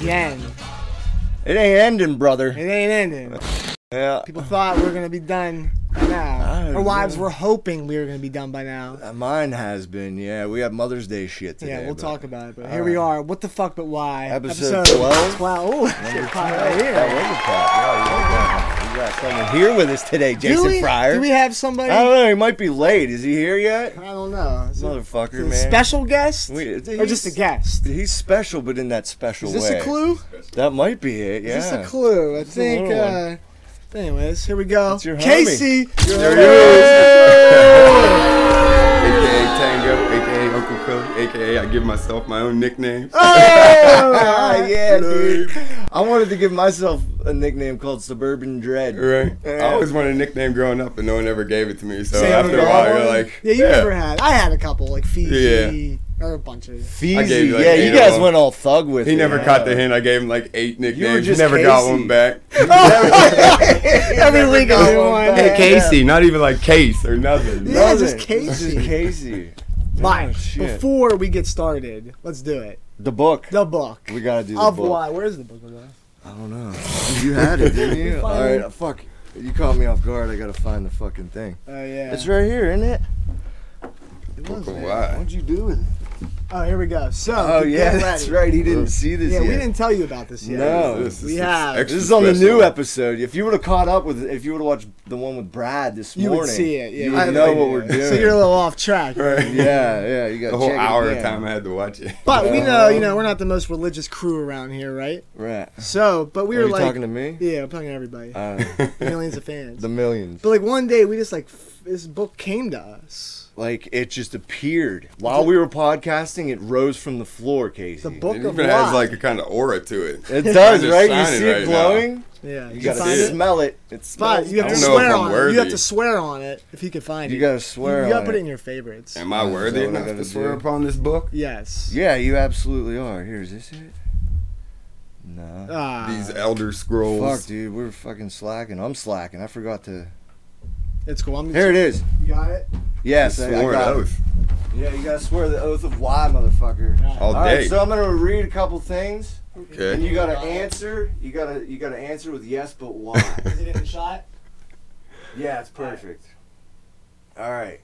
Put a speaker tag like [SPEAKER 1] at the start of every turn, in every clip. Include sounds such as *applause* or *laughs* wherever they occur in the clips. [SPEAKER 1] Yan.
[SPEAKER 2] It ain't ending,
[SPEAKER 1] It
[SPEAKER 2] brother.
[SPEAKER 1] ain't ending.
[SPEAKER 2] Yeah.
[SPEAKER 1] People thought we were gonna be done by
[SPEAKER 2] I
[SPEAKER 1] now.
[SPEAKER 2] don't
[SPEAKER 1] Our wives
[SPEAKER 2] know.
[SPEAKER 1] were hoping we were gonna be done by now.
[SPEAKER 2] Uh, Mine has been, yeah. We have Mother's Day shit today.
[SPEAKER 1] Yeah, we'll
[SPEAKER 2] but-
[SPEAKER 1] talk about it. But here we are. What the fuck? But why?
[SPEAKER 2] Episode 12?
[SPEAKER 1] Wow. Ooh, shit, pile right here.
[SPEAKER 2] That was a pop. Yeah, you like that. We got someone here with us today, Jason
[SPEAKER 1] do we,
[SPEAKER 2] Fryer.
[SPEAKER 1] Do we have somebody?
[SPEAKER 2] I don't know. He might be late. Is he here yet?
[SPEAKER 1] I don't know. Is it-
[SPEAKER 2] Motherfucker,
[SPEAKER 1] is it a
[SPEAKER 2] man.
[SPEAKER 1] special guest?
[SPEAKER 2] We-
[SPEAKER 1] or just a
[SPEAKER 2] he's-
[SPEAKER 1] guest?
[SPEAKER 2] He's special, but in that special
[SPEAKER 1] Is
[SPEAKER 2] way.
[SPEAKER 1] this a clue?
[SPEAKER 2] That might be it. Yeah.
[SPEAKER 1] Is
[SPEAKER 2] *laughs*
[SPEAKER 1] this a clue? I
[SPEAKER 2] a
[SPEAKER 1] think.
[SPEAKER 2] little one.
[SPEAKER 1] Uh, anyways, here we go.
[SPEAKER 2] It's your
[SPEAKER 1] Casey.
[SPEAKER 2] There he is.
[SPEAKER 3] AKA Tango, AKA Uncle Phil, AKA I give myself my own nickname.
[SPEAKER 2] Oh, yeah, dude. I wanted to give myself a nickname called Suburban Dread.
[SPEAKER 3] Right?
[SPEAKER 2] Yeah.
[SPEAKER 3] I always wanted a nickname growing up, but no one ever gave it to me. So
[SPEAKER 1] Sam
[SPEAKER 3] after a
[SPEAKER 1] Garland.
[SPEAKER 3] while, you're like,
[SPEAKER 1] yeah, you never had. I had a couple like Fiji or a bunch of.
[SPEAKER 2] Feezy.
[SPEAKER 3] I gave you, like,
[SPEAKER 2] yeah,
[SPEAKER 3] eight
[SPEAKER 2] you
[SPEAKER 3] of
[SPEAKER 2] guys
[SPEAKER 3] them.
[SPEAKER 2] went all thug with
[SPEAKER 3] He
[SPEAKER 2] it.
[SPEAKER 3] never
[SPEAKER 2] yeah.
[SPEAKER 3] caught the hint. I gave him like eight nicknames. He
[SPEAKER 2] just
[SPEAKER 3] never got
[SPEAKER 2] Casey.
[SPEAKER 3] one back.
[SPEAKER 1] *laughs* Every week I do one.
[SPEAKER 3] Hey, Casey, not even like Case or nothing.
[SPEAKER 1] Yeah, just
[SPEAKER 2] Nothing. It's just
[SPEAKER 1] Casey.
[SPEAKER 2] Casey.
[SPEAKER 1] Mike,
[SPEAKER 2] shit.
[SPEAKER 1] before we get started, let's do it.
[SPEAKER 2] The book.
[SPEAKER 1] The book.
[SPEAKER 2] We gotta do the
[SPEAKER 1] of
[SPEAKER 2] book.
[SPEAKER 1] why? Where is the book of why?
[SPEAKER 2] I don't know. You had it, didn't you? all right, fuck. You caught me off guard. I gotta find the fucking thing.
[SPEAKER 1] Oh yeah.
[SPEAKER 2] It's right here, isn't it?
[SPEAKER 1] It was
[SPEAKER 3] But
[SPEAKER 1] there.
[SPEAKER 3] Why?
[SPEAKER 2] What'd you do with it?
[SPEAKER 1] Oh, here we go. So.
[SPEAKER 2] Oh
[SPEAKER 1] to get
[SPEAKER 2] yeah,
[SPEAKER 1] ready-
[SPEAKER 2] that's right. He didn't see this
[SPEAKER 1] Yeah,
[SPEAKER 2] yet.
[SPEAKER 1] we didn't tell you about this yet.
[SPEAKER 2] No.
[SPEAKER 3] This is
[SPEAKER 1] We
[SPEAKER 3] just
[SPEAKER 1] have-
[SPEAKER 3] extra
[SPEAKER 2] This is on the
[SPEAKER 3] special.
[SPEAKER 2] new episode. If you would have caught up with, if you would have watched the one with Brad this
[SPEAKER 1] You
[SPEAKER 2] morning,
[SPEAKER 1] would see it. Yeah.
[SPEAKER 2] you would
[SPEAKER 1] I-
[SPEAKER 2] know
[SPEAKER 1] yeah.
[SPEAKER 2] what we're doing.
[SPEAKER 1] *laughs* So you're a little off track. *laughs*
[SPEAKER 3] Right.
[SPEAKER 2] yeah, yeah. You got
[SPEAKER 3] The whole hour of time I had to watch it.
[SPEAKER 1] But
[SPEAKER 2] Uh-huh.
[SPEAKER 1] we know, you know, we're not the most religious crew around here, right?
[SPEAKER 3] *laughs*
[SPEAKER 2] Right.
[SPEAKER 1] So, but we
[SPEAKER 2] Are
[SPEAKER 1] were
[SPEAKER 2] you
[SPEAKER 1] like,
[SPEAKER 2] talking to me?
[SPEAKER 1] yeah, I'm talking to everybody,
[SPEAKER 2] Uh, *laughs*
[SPEAKER 1] millions of fans.
[SPEAKER 2] the millions.
[SPEAKER 1] but like one day, we just like f- this book came to us.
[SPEAKER 2] Like it just appeared while we were podcasting. It rose from the floor, Casey.
[SPEAKER 1] The book
[SPEAKER 3] It
[SPEAKER 1] of
[SPEAKER 3] even
[SPEAKER 1] Lot.
[SPEAKER 3] has like a kind of aura to it.
[SPEAKER 2] It does,
[SPEAKER 3] It's
[SPEAKER 2] right? You
[SPEAKER 3] shining
[SPEAKER 2] see it
[SPEAKER 3] right now.
[SPEAKER 2] glowing.
[SPEAKER 1] yeah,
[SPEAKER 2] You
[SPEAKER 1] you
[SPEAKER 2] gotta
[SPEAKER 1] find
[SPEAKER 3] see
[SPEAKER 1] it.
[SPEAKER 2] smell it. It
[SPEAKER 1] But
[SPEAKER 2] smells.
[SPEAKER 1] you have to
[SPEAKER 3] I don't know
[SPEAKER 1] swear
[SPEAKER 3] if I'm
[SPEAKER 1] on it. You
[SPEAKER 3] worthy.
[SPEAKER 1] have to swear on it if you can find
[SPEAKER 2] You
[SPEAKER 1] it.
[SPEAKER 2] gotta swear
[SPEAKER 1] You gotta
[SPEAKER 2] on
[SPEAKER 1] put it
[SPEAKER 2] it.
[SPEAKER 1] in your favorites.
[SPEAKER 3] Am I
[SPEAKER 2] Is that
[SPEAKER 3] worthy
[SPEAKER 2] what I
[SPEAKER 3] enough
[SPEAKER 2] gotta
[SPEAKER 3] to swear
[SPEAKER 2] do?
[SPEAKER 3] upon this book?
[SPEAKER 1] Yes.
[SPEAKER 2] Yeah, you absolutely are. Here, is this it? No.
[SPEAKER 1] Ah,
[SPEAKER 3] These Elder
[SPEAKER 2] Fuck,
[SPEAKER 3] Scrolls.
[SPEAKER 2] dude, we're fucking slacking. I'm slacking. I forgot to.
[SPEAKER 1] it's cool. I'm
[SPEAKER 2] Here it is.
[SPEAKER 1] You got it.
[SPEAKER 2] Yes, I, I
[SPEAKER 3] Sworn
[SPEAKER 2] got it.
[SPEAKER 3] oath.
[SPEAKER 2] Yeah, you gotta swear the oath of why, motherfucker.
[SPEAKER 3] All
[SPEAKER 2] All right,
[SPEAKER 3] day.
[SPEAKER 2] so I'm gonna read a couple things, and
[SPEAKER 3] Okay.
[SPEAKER 2] you gotta answer. You gotta you gotta answer with yes, but why?
[SPEAKER 1] *laughs* Is it in the shot?
[SPEAKER 2] yeah, it's perfect. All right.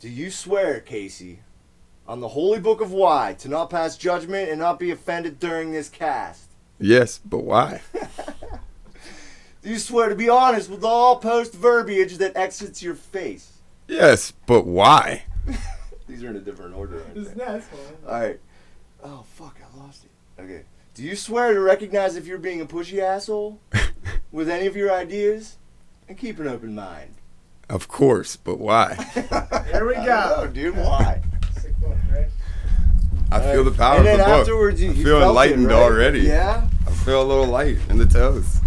[SPEAKER 2] Do you swear, Casey, on the holy book of why to not pass judgment and not be offended during this cast?
[SPEAKER 3] Yes, but why?
[SPEAKER 2] Do you swear to be honest with all post verbiage that exits your face?
[SPEAKER 3] Yes, but why?
[SPEAKER 2] These are in a different order. aren't they?
[SPEAKER 1] That's
[SPEAKER 2] All right. Oh fuck, I lost it. Okay. Do you swear to recognize if you're being a pushy asshole with any of your ideas and keep an open mind?
[SPEAKER 3] Of course, but why?
[SPEAKER 1] Here we
[SPEAKER 2] *laughs* I
[SPEAKER 1] go.
[SPEAKER 2] don't know, dude. Why?
[SPEAKER 1] Sick book, right?
[SPEAKER 3] I
[SPEAKER 2] All
[SPEAKER 3] feel
[SPEAKER 2] right.
[SPEAKER 3] the power
[SPEAKER 2] And
[SPEAKER 3] of
[SPEAKER 2] then
[SPEAKER 3] the book.
[SPEAKER 2] afterwards, you,
[SPEAKER 3] I
[SPEAKER 2] you
[SPEAKER 3] feel
[SPEAKER 2] felt it,
[SPEAKER 3] enlightened
[SPEAKER 2] right?
[SPEAKER 3] already.
[SPEAKER 2] Yeah.
[SPEAKER 3] I feel a little light in the toes.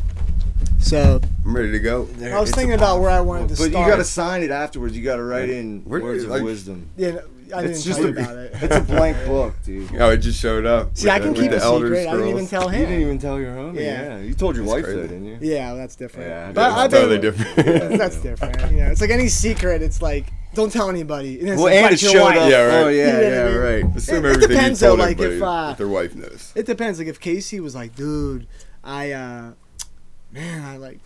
[SPEAKER 1] So
[SPEAKER 3] I'm ready to go.
[SPEAKER 1] I was thinking about where I wanted to
[SPEAKER 2] But you
[SPEAKER 1] start.
[SPEAKER 2] gotta sign it afterwards. You gotta write in
[SPEAKER 3] Where do
[SPEAKER 2] words
[SPEAKER 3] you,
[SPEAKER 2] of
[SPEAKER 3] like-
[SPEAKER 2] wisdom.
[SPEAKER 1] Yeah, no, I didn't
[SPEAKER 2] It's just
[SPEAKER 1] tell you
[SPEAKER 2] a-
[SPEAKER 1] about
[SPEAKER 2] *laughs*
[SPEAKER 1] it.
[SPEAKER 2] It's a
[SPEAKER 3] *laughs*
[SPEAKER 2] blank book, dude.
[SPEAKER 3] Oh, it just showed up.
[SPEAKER 1] See, I can
[SPEAKER 3] with the-
[SPEAKER 1] keep
[SPEAKER 3] with
[SPEAKER 1] a
[SPEAKER 3] the Elder
[SPEAKER 1] secret. I didn't even
[SPEAKER 3] Scrolls.
[SPEAKER 1] tell
[SPEAKER 2] You didn't
[SPEAKER 1] him.
[SPEAKER 2] even tell your homie.
[SPEAKER 1] Yeah.
[SPEAKER 2] yeah. You told your
[SPEAKER 3] That's
[SPEAKER 2] wife
[SPEAKER 3] crazy.
[SPEAKER 2] though, didn't you?
[SPEAKER 1] Yeah, well, that's different.
[SPEAKER 2] Yeah, I
[SPEAKER 1] but
[SPEAKER 2] did.
[SPEAKER 1] I
[SPEAKER 3] It's
[SPEAKER 1] bet
[SPEAKER 3] totally
[SPEAKER 1] *laughs*
[SPEAKER 3] different.
[SPEAKER 1] that's different. You know, it's like any secret. It's like don't tell anybody. And it's
[SPEAKER 2] Well,
[SPEAKER 1] like,
[SPEAKER 2] and
[SPEAKER 1] but
[SPEAKER 2] it
[SPEAKER 1] your
[SPEAKER 2] showed
[SPEAKER 1] wife.
[SPEAKER 2] up.
[SPEAKER 3] Yeah, right.
[SPEAKER 1] *laughs*
[SPEAKER 2] Oh
[SPEAKER 1] You know
[SPEAKER 2] yeah,
[SPEAKER 1] what I
[SPEAKER 2] yeah,
[SPEAKER 1] mean?
[SPEAKER 2] right.
[SPEAKER 3] Assume
[SPEAKER 1] It- it
[SPEAKER 3] everything
[SPEAKER 1] depends,
[SPEAKER 3] you
[SPEAKER 1] though,
[SPEAKER 3] told
[SPEAKER 1] like,
[SPEAKER 3] everybody
[SPEAKER 1] if, uh,
[SPEAKER 3] that their wife knows.
[SPEAKER 1] It depends. Like if Casey was like, dude, I uh, man, I like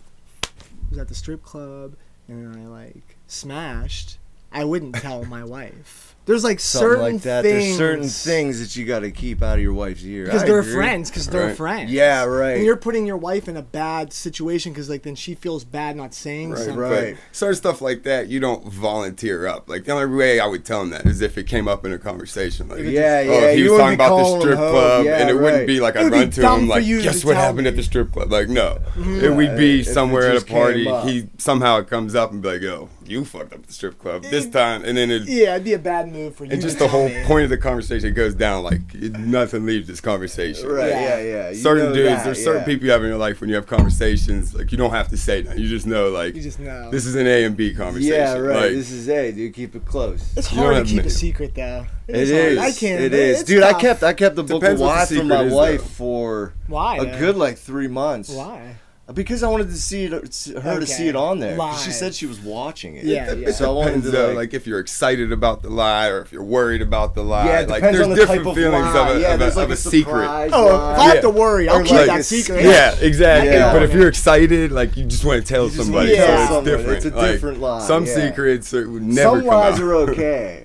[SPEAKER 1] was at the strip club and I like smashed. I wouldn't tell
[SPEAKER 2] *laughs*
[SPEAKER 1] my wife. There's like
[SPEAKER 2] Something
[SPEAKER 1] certain
[SPEAKER 2] like that.
[SPEAKER 1] things.
[SPEAKER 2] There's certain things that you gotta keep out of your wife's ear.
[SPEAKER 1] because
[SPEAKER 2] I
[SPEAKER 1] they're
[SPEAKER 2] agree.
[SPEAKER 1] friends. Because they're
[SPEAKER 3] Right.
[SPEAKER 1] friends.
[SPEAKER 2] Yeah, right.
[SPEAKER 1] And you're putting your wife in a bad situation because like then she feels bad not saying
[SPEAKER 3] Right,
[SPEAKER 1] something.
[SPEAKER 2] right.
[SPEAKER 3] right. Certain stuff like that, you don't volunteer up. Like the only way I would tell him that is if it came up in a conversation. Like,
[SPEAKER 2] Yeah,
[SPEAKER 3] oh,
[SPEAKER 2] yeah,
[SPEAKER 3] If he
[SPEAKER 2] you
[SPEAKER 3] was
[SPEAKER 2] wouldn't
[SPEAKER 3] talking
[SPEAKER 2] be
[SPEAKER 3] about
[SPEAKER 2] calling
[SPEAKER 3] the
[SPEAKER 2] him
[SPEAKER 3] strip
[SPEAKER 2] home.
[SPEAKER 3] club,
[SPEAKER 2] Yeah,
[SPEAKER 3] and it
[SPEAKER 2] right.
[SPEAKER 3] wouldn't be like
[SPEAKER 1] It
[SPEAKER 3] I'd
[SPEAKER 1] would be
[SPEAKER 3] run to
[SPEAKER 1] dumb
[SPEAKER 3] him
[SPEAKER 1] for
[SPEAKER 3] like,
[SPEAKER 1] you to
[SPEAKER 3] guess what
[SPEAKER 1] tell
[SPEAKER 3] happened
[SPEAKER 1] me."
[SPEAKER 3] at the strip club? Like, no, it
[SPEAKER 2] Yeah,
[SPEAKER 3] would
[SPEAKER 2] if
[SPEAKER 3] be
[SPEAKER 2] it
[SPEAKER 3] somewhere at a
[SPEAKER 2] just came
[SPEAKER 3] party.
[SPEAKER 2] up.
[SPEAKER 3] He somehow comes up and be like, yo, you fucked up at the strip club this time, and then it.
[SPEAKER 1] Yeah, it'd be a bad move for you.
[SPEAKER 3] And
[SPEAKER 1] to
[SPEAKER 3] just the
[SPEAKER 1] tell
[SPEAKER 2] *laughs*
[SPEAKER 3] whole
[SPEAKER 1] me.
[SPEAKER 3] point of the conversation goes down like it- nothing leaves this conversation.
[SPEAKER 2] Right.
[SPEAKER 1] Yeah.
[SPEAKER 2] Yeah, yeah. You
[SPEAKER 3] certain
[SPEAKER 2] know
[SPEAKER 3] dudes,
[SPEAKER 2] that,
[SPEAKER 3] there's certain
[SPEAKER 2] yeah.
[SPEAKER 3] people you have in your life when you have conversations, like you don't have to say that. You just know, like,
[SPEAKER 1] You just know.
[SPEAKER 3] this is an A and B conversation.
[SPEAKER 2] Yeah, right.
[SPEAKER 3] Like,
[SPEAKER 2] this is a dude. Keep it close.
[SPEAKER 1] It's
[SPEAKER 3] You don't
[SPEAKER 1] hard to
[SPEAKER 3] have
[SPEAKER 1] keep a
[SPEAKER 3] many.
[SPEAKER 1] secret though.
[SPEAKER 2] It
[SPEAKER 1] hard.
[SPEAKER 2] is.
[SPEAKER 1] I can't.
[SPEAKER 2] It is,
[SPEAKER 1] it's
[SPEAKER 2] dude. I
[SPEAKER 1] tough.
[SPEAKER 2] kept I kept the book of
[SPEAKER 3] Depends what the
[SPEAKER 2] why from
[SPEAKER 3] secret
[SPEAKER 2] my
[SPEAKER 3] is,
[SPEAKER 2] wife
[SPEAKER 3] though.
[SPEAKER 2] for
[SPEAKER 1] Why?
[SPEAKER 2] a
[SPEAKER 1] though?
[SPEAKER 2] good like three months.
[SPEAKER 1] Why?
[SPEAKER 2] Because I wanted to see it, her
[SPEAKER 1] Okay.
[SPEAKER 2] to see it on there. 'cause She
[SPEAKER 1] Live.
[SPEAKER 2] said she was watching it.
[SPEAKER 1] Yeah, yeah.
[SPEAKER 3] It
[SPEAKER 2] So I wanted
[SPEAKER 3] depends
[SPEAKER 2] to
[SPEAKER 3] though,
[SPEAKER 2] like,
[SPEAKER 3] like, if you're excited about the lie or if you're worried about the lie.
[SPEAKER 2] yeah, it
[SPEAKER 3] like
[SPEAKER 2] depends
[SPEAKER 3] there's
[SPEAKER 2] on the
[SPEAKER 3] different
[SPEAKER 2] type of
[SPEAKER 3] feelings
[SPEAKER 2] lie.
[SPEAKER 3] of a,
[SPEAKER 2] yeah,
[SPEAKER 3] of a,
[SPEAKER 2] there's like
[SPEAKER 3] of a secret.
[SPEAKER 2] surprise
[SPEAKER 1] Oh, if I
[SPEAKER 2] lie.
[SPEAKER 1] have to worry, I'll
[SPEAKER 2] Or
[SPEAKER 1] keep
[SPEAKER 2] like
[SPEAKER 1] that
[SPEAKER 2] a
[SPEAKER 1] secret.
[SPEAKER 3] Yeah, exactly.
[SPEAKER 2] Yeah.
[SPEAKER 3] But if you're excited, like you just want to tell
[SPEAKER 2] You just
[SPEAKER 3] somebody,
[SPEAKER 1] wanna tell
[SPEAKER 3] so it's
[SPEAKER 2] someone.
[SPEAKER 3] different.
[SPEAKER 2] It's a
[SPEAKER 3] Like,
[SPEAKER 2] different lie,
[SPEAKER 3] Some
[SPEAKER 2] yeah.
[SPEAKER 3] secrets are, would never
[SPEAKER 2] Some
[SPEAKER 3] come
[SPEAKER 2] lies
[SPEAKER 3] out.
[SPEAKER 2] *laughs* are okay.